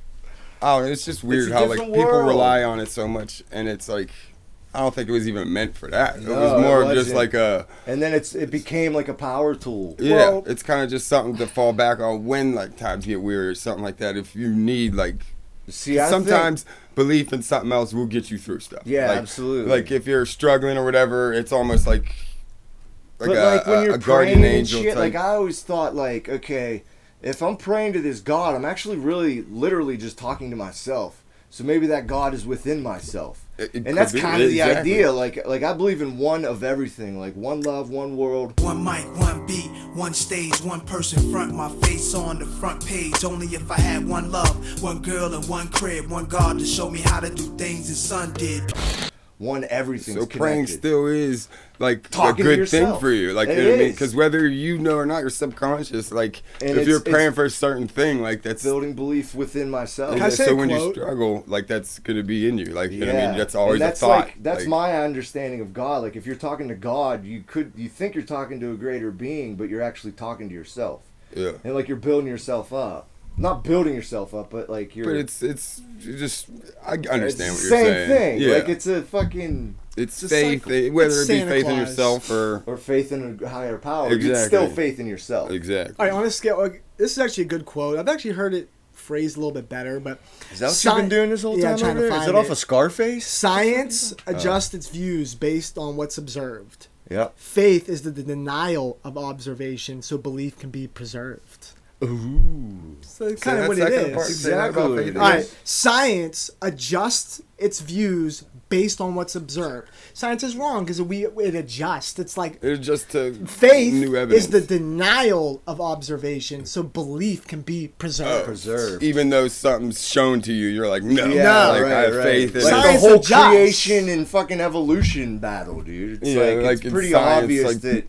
[SPEAKER 3] I don't know. It's just weird
[SPEAKER 2] a
[SPEAKER 3] how like
[SPEAKER 2] different
[SPEAKER 3] people
[SPEAKER 2] world.
[SPEAKER 3] rely on it so much, and it's like I don't think it was even meant for that. it
[SPEAKER 2] No, it
[SPEAKER 3] was more of just
[SPEAKER 2] wasn't.
[SPEAKER 3] like a
[SPEAKER 2] and then it's it became like a power tool.
[SPEAKER 3] yeah,
[SPEAKER 1] Well-
[SPEAKER 3] it's kind of just something to fall back on when like times get weird or something like that. If you need like
[SPEAKER 2] See, I think-
[SPEAKER 3] sometimes belief in something else will get you through stuff.
[SPEAKER 2] Yeah,
[SPEAKER 3] like,
[SPEAKER 2] absolutely.
[SPEAKER 3] Like if you're struggling or whatever, it's almost like like,
[SPEAKER 2] but
[SPEAKER 3] a,
[SPEAKER 2] like when
[SPEAKER 3] a-
[SPEAKER 2] you're
[SPEAKER 3] a guardian
[SPEAKER 2] praying
[SPEAKER 3] angel
[SPEAKER 2] and shit, like
[SPEAKER 3] type.
[SPEAKER 2] I always thought, like okay, if I'm praying to this God, I'm actually really, literally just talking to myself. So maybe that God is within myself,
[SPEAKER 3] It- it
[SPEAKER 2] and that's
[SPEAKER 3] could be,
[SPEAKER 2] kind of the
[SPEAKER 3] exactly.
[SPEAKER 2] idea. Like, like I believe in one of everything, like one love, one world.
[SPEAKER 7] One mic, one beat, one stage, one person front, my face on the front page. Only if I had one love, one girl and one crib, one God to show me how to do things his son did.
[SPEAKER 2] one everything.
[SPEAKER 3] so praying still is like
[SPEAKER 2] Talking
[SPEAKER 3] a
[SPEAKER 2] to
[SPEAKER 3] good
[SPEAKER 2] yourself.
[SPEAKER 3] thing for you. Like
[SPEAKER 2] It
[SPEAKER 3] you know what I mean?
[SPEAKER 2] is.
[SPEAKER 3] Because whether you know or not, your subconscious, like
[SPEAKER 2] And it's-
[SPEAKER 3] if you're
[SPEAKER 2] it's-
[SPEAKER 3] praying for a certain thing, like that's
[SPEAKER 2] building belief within myself.
[SPEAKER 1] Can I
[SPEAKER 3] yeah,
[SPEAKER 1] say
[SPEAKER 3] so
[SPEAKER 1] a
[SPEAKER 3] when you
[SPEAKER 1] quote?
[SPEAKER 3] struggle, like that's gonna be in you. Like you know what I mean? That's
[SPEAKER 2] And
[SPEAKER 3] always
[SPEAKER 2] that's
[SPEAKER 3] a thought.
[SPEAKER 2] Like, that's my understanding of God. Like if you're talking to God, you could you think you're talking to a greater being, but you're actually talking to yourself.
[SPEAKER 3] yeah.
[SPEAKER 2] And like you're building yourself up. Not building yourself up, but like you're
[SPEAKER 3] But it's it's you just I
[SPEAKER 2] it's the
[SPEAKER 3] understand what you're
[SPEAKER 2] same
[SPEAKER 3] saying.
[SPEAKER 2] thing.
[SPEAKER 3] Yeah.
[SPEAKER 2] Like it's a fucking
[SPEAKER 3] it's
[SPEAKER 1] a
[SPEAKER 3] faith, eh,
[SPEAKER 1] cycle.
[SPEAKER 3] whether
[SPEAKER 1] It's
[SPEAKER 3] it be
[SPEAKER 1] Santa
[SPEAKER 3] faith in
[SPEAKER 1] Claus.
[SPEAKER 3] yourself or
[SPEAKER 2] or faith in a higher power. It's still
[SPEAKER 3] Exactly.
[SPEAKER 2] faith in yourself.
[SPEAKER 3] exactly.
[SPEAKER 1] All right, on a scale, like, this is actually a good quote. I've actually heard it phrased a little bit better, but
[SPEAKER 2] Is that what
[SPEAKER 1] Sci-
[SPEAKER 2] you've been doing this whole
[SPEAKER 1] Yeah,
[SPEAKER 2] time?
[SPEAKER 1] trying
[SPEAKER 2] over
[SPEAKER 1] to
[SPEAKER 2] there? Is
[SPEAKER 1] find
[SPEAKER 2] it off Oh.
[SPEAKER 1] it.
[SPEAKER 2] of Scarface?
[SPEAKER 1] science adjusts its views based on what's observed.
[SPEAKER 2] Yep.
[SPEAKER 1] Faith is the the denial of observation, so belief can be preserved.
[SPEAKER 2] Ooh.
[SPEAKER 1] So it's kind of
[SPEAKER 3] that's
[SPEAKER 1] what it
[SPEAKER 3] that kinda
[SPEAKER 1] is.
[SPEAKER 3] part, say that
[SPEAKER 2] Exactly.
[SPEAKER 3] about faith.
[SPEAKER 1] All right, science adjusts its views based on what's observed. Science is wrong because we it adjusts. It's like
[SPEAKER 3] It's just to
[SPEAKER 1] faith
[SPEAKER 3] new evidence.
[SPEAKER 1] is the denial of observation, so belief can be preserved.
[SPEAKER 2] Oh. Preserved.
[SPEAKER 3] even though something's shown to you, you're like, no,
[SPEAKER 2] Yeah,
[SPEAKER 3] like,
[SPEAKER 2] right,
[SPEAKER 3] I have
[SPEAKER 2] right.
[SPEAKER 3] faith in
[SPEAKER 2] like
[SPEAKER 3] it.
[SPEAKER 1] Science
[SPEAKER 2] the whole
[SPEAKER 1] adjusts.
[SPEAKER 2] creation and fucking evolution battle, dude. It's
[SPEAKER 3] Yeah,
[SPEAKER 2] like,
[SPEAKER 3] like
[SPEAKER 2] it's
[SPEAKER 3] in
[SPEAKER 2] pretty
[SPEAKER 3] science,
[SPEAKER 2] obvious
[SPEAKER 3] like,
[SPEAKER 2] that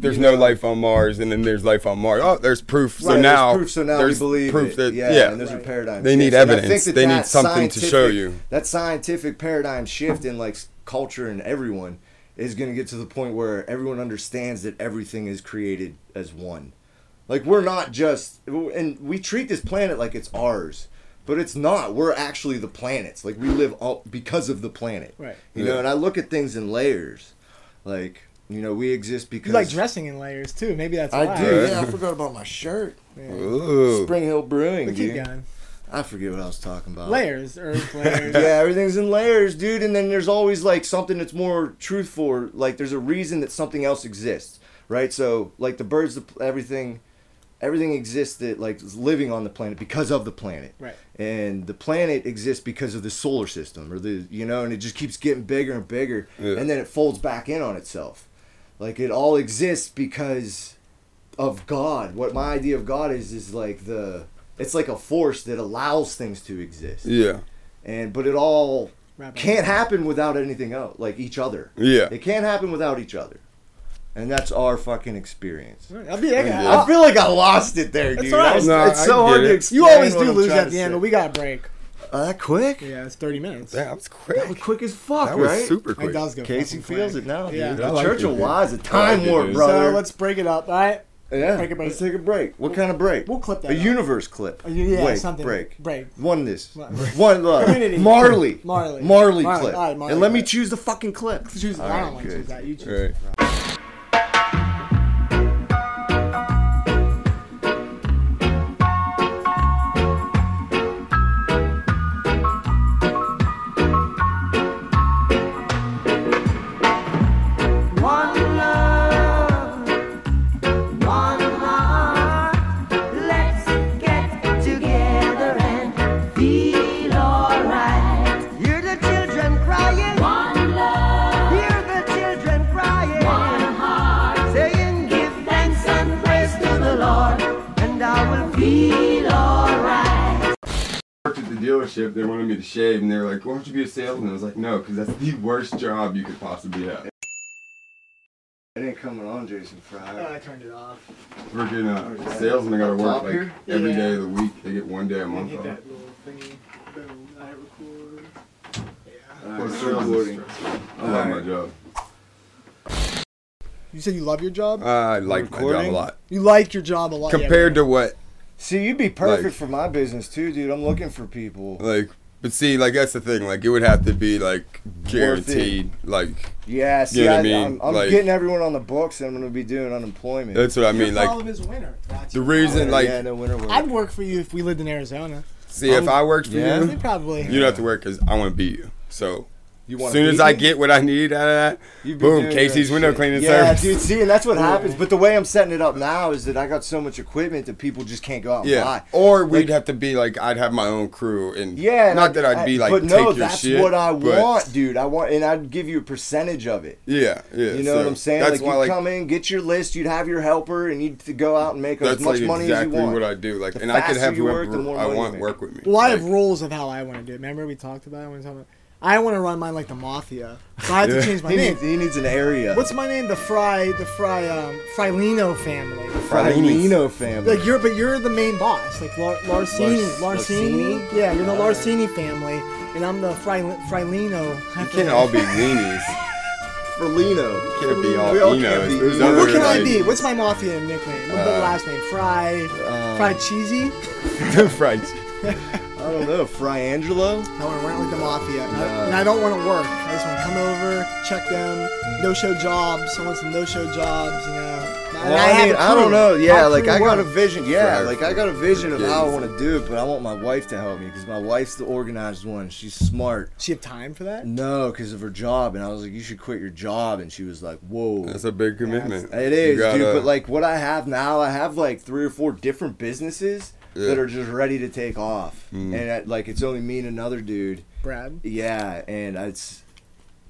[SPEAKER 3] There's no life on Mars, and then there's life on Mars. Oh, there's proof.
[SPEAKER 2] Right,
[SPEAKER 3] so
[SPEAKER 2] there's
[SPEAKER 3] now,
[SPEAKER 2] proof, so now we
[SPEAKER 3] there's
[SPEAKER 2] believe
[SPEAKER 3] proof
[SPEAKER 2] it.
[SPEAKER 3] that
[SPEAKER 2] yeah,
[SPEAKER 3] yeah,
[SPEAKER 2] and there's a paradigm.
[SPEAKER 3] They
[SPEAKER 2] shift. And
[SPEAKER 3] need
[SPEAKER 2] I think
[SPEAKER 3] evidence.
[SPEAKER 2] that
[SPEAKER 3] They need
[SPEAKER 2] that
[SPEAKER 3] something to show
[SPEAKER 2] scientific-
[SPEAKER 3] you.
[SPEAKER 2] That scientific paradigm shift in like s- culture and everyone is going to get to the point where everyone understands that everything is created as one. Like we're not just, and we treat this planet like it's ours. But it's not. We're actually the planets. Like we live all because of the planet.
[SPEAKER 1] Right.
[SPEAKER 2] You
[SPEAKER 3] Yeah.
[SPEAKER 2] know, and I look at things in layers. Like, you know, we exist because
[SPEAKER 1] You like dressing in layers too. Maybe that's why.
[SPEAKER 2] I do. Yeah, I forgot about my shirt.
[SPEAKER 3] Ooh.
[SPEAKER 2] Spring Hill Brewing,
[SPEAKER 1] But keep
[SPEAKER 2] dude.
[SPEAKER 1] going.
[SPEAKER 2] I forget what I was talking about.
[SPEAKER 1] Layers,
[SPEAKER 2] *laughs*
[SPEAKER 1] earth layers.
[SPEAKER 3] *laughs*
[SPEAKER 2] Yeah, everything's in layers, dude. And then there's always like something that's more truthful. or, Like there's a reason that something else exists, right? So like the birds, the, pl- everything, everything exists that like is living on the planet because of the planet.
[SPEAKER 1] Right.
[SPEAKER 2] And the planet exists because of the solar system, or the you know, and it just keeps getting bigger and bigger,
[SPEAKER 3] Yeah.
[SPEAKER 2] and then it folds back in on itself. Like it all exists because of God. What my idea of God is is like the it's like a force that allows things to exist.
[SPEAKER 3] Yeah,
[SPEAKER 2] And but it all
[SPEAKER 1] Wrap it
[SPEAKER 2] can't happen without anything else, like each other.
[SPEAKER 3] Yeah.
[SPEAKER 2] It can't happen without each other. And that's our fucking experience.
[SPEAKER 1] I'll be. I,
[SPEAKER 3] Yeah.
[SPEAKER 2] I feel like I lost it there,
[SPEAKER 1] That's
[SPEAKER 2] dude.
[SPEAKER 1] all right.
[SPEAKER 2] I was-
[SPEAKER 3] No,
[SPEAKER 2] it's
[SPEAKER 3] I
[SPEAKER 2] so
[SPEAKER 3] get
[SPEAKER 2] hard
[SPEAKER 3] it.
[SPEAKER 2] to
[SPEAKER 3] You
[SPEAKER 2] explain.
[SPEAKER 1] you always
[SPEAKER 2] what
[SPEAKER 1] do
[SPEAKER 2] I'm
[SPEAKER 1] lose
[SPEAKER 2] trying
[SPEAKER 1] at
[SPEAKER 2] to
[SPEAKER 1] the end,
[SPEAKER 2] say.
[SPEAKER 1] but we got a break.
[SPEAKER 2] Uh, that quick?
[SPEAKER 1] Yeah, it's thirty minutes.
[SPEAKER 3] that was quick.
[SPEAKER 2] That was quick as fuck,
[SPEAKER 3] That was
[SPEAKER 2] right?
[SPEAKER 3] super
[SPEAKER 1] It
[SPEAKER 3] quick.
[SPEAKER 1] does go.
[SPEAKER 2] Casey
[SPEAKER 1] fucking
[SPEAKER 2] feels
[SPEAKER 1] quick.
[SPEAKER 2] it now,
[SPEAKER 1] Yeah.
[SPEAKER 2] dude.
[SPEAKER 3] I
[SPEAKER 2] The
[SPEAKER 3] like
[SPEAKER 2] Church
[SPEAKER 3] it,
[SPEAKER 2] of
[SPEAKER 3] dude.
[SPEAKER 2] Wise, a time
[SPEAKER 3] I like it,
[SPEAKER 2] warp,
[SPEAKER 3] dude.
[SPEAKER 2] brother.
[SPEAKER 1] So let's break it up. All right.
[SPEAKER 2] Yeah.
[SPEAKER 1] Break a break.
[SPEAKER 2] Let's take a break. What kind of break?
[SPEAKER 1] we'll clip that
[SPEAKER 2] A
[SPEAKER 1] up.
[SPEAKER 2] universe clip.
[SPEAKER 1] A u- yeah,
[SPEAKER 2] Wait,
[SPEAKER 1] something.
[SPEAKER 2] Break.
[SPEAKER 1] Break.
[SPEAKER 2] Oneness.
[SPEAKER 1] What?
[SPEAKER 2] One love.
[SPEAKER 1] Community.
[SPEAKER 2] Marley.
[SPEAKER 1] Marley.
[SPEAKER 2] Marley
[SPEAKER 1] Marley.
[SPEAKER 2] clip.
[SPEAKER 1] All right, Marley
[SPEAKER 2] and let me
[SPEAKER 1] clip.
[SPEAKER 2] choose the fucking clip.
[SPEAKER 1] Choose, I don't
[SPEAKER 2] Alright,
[SPEAKER 1] want to
[SPEAKER 2] good.
[SPEAKER 1] choose that. You choose.
[SPEAKER 3] Right. worked at the dealership, they wanted me to shave, and they were like, "Why don't you be a salesman?" I was like, "No, because that's the worst job you could possibly have."
[SPEAKER 2] It ain't coming on, Jason Fry.
[SPEAKER 1] Oh, I turned it off.
[SPEAKER 3] Freaking uh, salesmen gotta work like every day of the week. They get one day a month
[SPEAKER 1] Hit
[SPEAKER 3] off.
[SPEAKER 1] that little thingy. Boom. I hit record. Yeah.
[SPEAKER 2] Alright,
[SPEAKER 3] Plus,
[SPEAKER 2] it's
[SPEAKER 3] sales is
[SPEAKER 2] recording.
[SPEAKER 3] stressful. I love my
[SPEAKER 2] Alright.
[SPEAKER 3] job.
[SPEAKER 1] You said you love your job.
[SPEAKER 3] I like my job a
[SPEAKER 2] Recording?
[SPEAKER 3] lot
[SPEAKER 1] You like your job a lot. yeah,
[SPEAKER 3] compared to what
[SPEAKER 2] See, you'd be perfect
[SPEAKER 3] Like-
[SPEAKER 2] for my business too, dude. I'm looking for people.
[SPEAKER 3] like. But see, like that's the thing. Like it would have to be like guaranteed. Like
[SPEAKER 2] Yeah, see,
[SPEAKER 3] You know
[SPEAKER 2] I,
[SPEAKER 3] what I mean?
[SPEAKER 2] am I'm
[SPEAKER 3] Like-
[SPEAKER 2] getting everyone on the books, and I'm gonna be doing unemployment.
[SPEAKER 3] that's what I
[SPEAKER 1] Your
[SPEAKER 3] mean. Like
[SPEAKER 1] problem is winter. That's
[SPEAKER 3] the
[SPEAKER 1] your
[SPEAKER 3] reason.
[SPEAKER 1] problem.
[SPEAKER 2] yeah,
[SPEAKER 3] Like
[SPEAKER 2] no winter work.
[SPEAKER 1] I'd work for you if we lived in Arizona.
[SPEAKER 3] see, if I worked for
[SPEAKER 2] Yeah.
[SPEAKER 1] They
[SPEAKER 3] you,
[SPEAKER 1] probably.
[SPEAKER 3] you don't have to work because I want to beat you. So
[SPEAKER 2] you
[SPEAKER 3] as
[SPEAKER 2] wanna
[SPEAKER 3] soon as
[SPEAKER 2] beat
[SPEAKER 3] I
[SPEAKER 2] me?
[SPEAKER 3] get what I need out of that,
[SPEAKER 2] You've been
[SPEAKER 3] boom,
[SPEAKER 2] doing
[SPEAKER 3] Casey's
[SPEAKER 2] that
[SPEAKER 3] window
[SPEAKER 2] shit.
[SPEAKER 3] cleaning
[SPEAKER 2] Yeah,
[SPEAKER 3] service.
[SPEAKER 2] dude. See, and that's what happens. But the way I'm setting it up now is that I got so much equipment that people just can't go out and
[SPEAKER 3] Yeah. Oh,
[SPEAKER 2] buy.
[SPEAKER 3] Or we'd have to be like I'd have my own crew and
[SPEAKER 2] Yeah, and
[SPEAKER 3] not
[SPEAKER 2] I-
[SPEAKER 3] that I'd be
[SPEAKER 2] I-
[SPEAKER 3] like
[SPEAKER 2] but
[SPEAKER 3] take
[SPEAKER 2] no,
[SPEAKER 3] your
[SPEAKER 2] that's
[SPEAKER 3] shit,
[SPEAKER 2] what I
[SPEAKER 3] but-
[SPEAKER 2] want, dude. I want, and I'd give you a percentage of it.
[SPEAKER 3] Yeah, yeah.
[SPEAKER 2] You know what
[SPEAKER 3] so
[SPEAKER 2] I'm saying?
[SPEAKER 3] That's
[SPEAKER 2] like
[SPEAKER 3] why
[SPEAKER 2] you
[SPEAKER 3] like
[SPEAKER 2] come in, get your list, you'd have your helper, and you'd go out and make as
[SPEAKER 3] that's
[SPEAKER 2] much
[SPEAKER 3] like
[SPEAKER 2] money as you
[SPEAKER 3] exactly
[SPEAKER 2] want.
[SPEAKER 3] what I do. Like,
[SPEAKER 2] The
[SPEAKER 3] and I could
[SPEAKER 2] faster
[SPEAKER 3] have
[SPEAKER 2] you
[SPEAKER 3] whoever
[SPEAKER 2] work, the more
[SPEAKER 3] I
[SPEAKER 2] money you
[SPEAKER 3] want
[SPEAKER 2] make.
[SPEAKER 3] work with me.
[SPEAKER 1] Well, I
[SPEAKER 3] Like,
[SPEAKER 1] have rules of how I want to do it. Remember we talked about it when we talked about. I want to run mine like the mafia. So I have to change my
[SPEAKER 2] He
[SPEAKER 1] name.
[SPEAKER 3] *laughs*
[SPEAKER 2] needs, he needs an area.
[SPEAKER 1] What's my name? The Fry, the Fry, um, Frylino family.
[SPEAKER 2] Fratellino family?
[SPEAKER 1] Like you're, but you're the main boss, like Lar- Larcini, Larcini.
[SPEAKER 2] Larcini?
[SPEAKER 1] Yeah, you're the Larcini family, and I'm the Fry, Frylino.
[SPEAKER 3] you can't all
[SPEAKER 2] *laughs*
[SPEAKER 3] be weenies. *laughs*
[SPEAKER 2] Fratelino.
[SPEAKER 3] Can't be all
[SPEAKER 2] We all
[SPEAKER 3] enos.
[SPEAKER 2] can't be
[SPEAKER 3] There's
[SPEAKER 2] enos.
[SPEAKER 3] other,
[SPEAKER 1] What can I
[SPEAKER 3] like,
[SPEAKER 1] be? What's my mafia nickname? What
[SPEAKER 2] Uh,
[SPEAKER 1] the last name? Fry, Fry Cheesy.
[SPEAKER 3] fried
[SPEAKER 2] I don't know. Fry Angelo.
[SPEAKER 1] I want to run it like the mafia, and, I, and I don't want to work. I just want to come over, check them, no-show jobs. I want some no-show jobs, you know. And
[SPEAKER 2] Well, I,
[SPEAKER 1] have
[SPEAKER 2] mean,
[SPEAKER 1] a
[SPEAKER 2] I don't
[SPEAKER 1] crew.
[SPEAKER 2] know. Yeah,
[SPEAKER 1] My
[SPEAKER 2] like
[SPEAKER 1] crew
[SPEAKER 2] I got a
[SPEAKER 1] works.
[SPEAKER 2] vision. Yeah,
[SPEAKER 3] For-
[SPEAKER 2] like I got a
[SPEAKER 3] for
[SPEAKER 2] vision of how I
[SPEAKER 3] kids.
[SPEAKER 2] want to do it, but I want my wife to help me because my wife's the organized one. She's smart.
[SPEAKER 1] She have time for that?
[SPEAKER 2] No, because of her job, and I was like, "You should quit your job," and she was like, "Whoa."
[SPEAKER 3] That's a big commitment.
[SPEAKER 2] It
[SPEAKER 3] You
[SPEAKER 2] is, dude.
[SPEAKER 3] gotta-
[SPEAKER 2] But like what I have now, I have like three or four different businesses
[SPEAKER 3] Yeah. Mm.
[SPEAKER 2] that are just ready to take off, and I, like it's only me and another dude.
[SPEAKER 1] Brad.
[SPEAKER 2] Yeah, and it's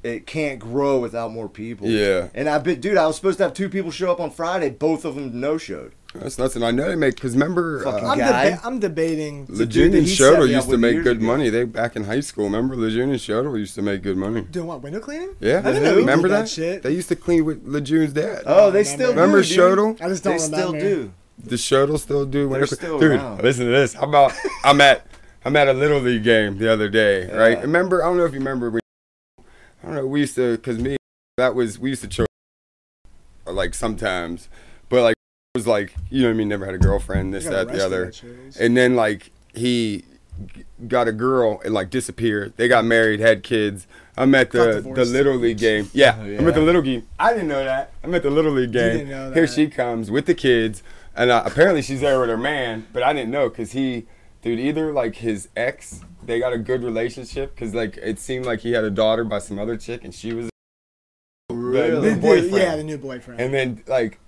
[SPEAKER 2] it can't grow without more people.
[SPEAKER 3] Yeah.
[SPEAKER 2] and I bet, dude. I was supposed to have two people show up on Friday. Both of them no showed.
[SPEAKER 3] that's nothing. I know they make because remember.
[SPEAKER 2] Fucking
[SPEAKER 3] Uh,
[SPEAKER 1] I'm,
[SPEAKER 2] guy.
[SPEAKER 1] deba- I'm debating.
[SPEAKER 3] Lejeune
[SPEAKER 2] that
[SPEAKER 3] and
[SPEAKER 2] he set
[SPEAKER 3] Shodor
[SPEAKER 2] me up
[SPEAKER 3] used to
[SPEAKER 2] with
[SPEAKER 3] make
[SPEAKER 2] years
[SPEAKER 3] good
[SPEAKER 2] ago.
[SPEAKER 3] money. They back in high school. Remember Lejeune and Shodor used to make good money.
[SPEAKER 1] Doing what? Window cleaning?
[SPEAKER 3] Yeah,
[SPEAKER 1] I didn't know he
[SPEAKER 3] remember
[SPEAKER 1] did that
[SPEAKER 3] that?
[SPEAKER 1] shit.
[SPEAKER 3] They used to clean with Lejeune's dad.
[SPEAKER 2] Oh, they
[SPEAKER 1] remember.
[SPEAKER 2] still
[SPEAKER 3] Remember
[SPEAKER 2] do, dude.
[SPEAKER 3] Shodel?
[SPEAKER 1] I just
[SPEAKER 2] They
[SPEAKER 1] don't remember.
[SPEAKER 2] still do.
[SPEAKER 3] The shuttle still do.
[SPEAKER 2] They're
[SPEAKER 3] Whenever,
[SPEAKER 2] still
[SPEAKER 3] dude,
[SPEAKER 2] around.
[SPEAKER 3] listen to this. How about I'm at I'm at a little league game the other day, right? Remember? I don't know if you remember. When, I don't know. We used to, cause me, that was we used to choke, like sometimes, but like it was like you know what I mean. Never had a girlfriend. This,
[SPEAKER 1] You got
[SPEAKER 3] that, the
[SPEAKER 1] arrested
[SPEAKER 3] other,
[SPEAKER 1] at shows.
[SPEAKER 3] and then like he g- got a girl and like disappeared. They got married, had kids. I'm at
[SPEAKER 1] Got
[SPEAKER 3] the the
[SPEAKER 1] divorced.
[SPEAKER 3] little league game. Yeah,
[SPEAKER 2] Oh, yeah.
[SPEAKER 3] I'm at the little league. I didn't know that. I'm at the little league game.
[SPEAKER 1] didn't know
[SPEAKER 3] Here
[SPEAKER 1] that.
[SPEAKER 3] she comes with the kids, and uh, apparently she's there with her man, but I didn't know because he, dude, either like his ex, they got a good relationship because like it seemed like he had a daughter by some other chick, and she was,
[SPEAKER 1] The
[SPEAKER 3] Really?
[SPEAKER 1] new-
[SPEAKER 3] Boyfriend.
[SPEAKER 1] yeah, the new boyfriend.
[SPEAKER 3] and then like.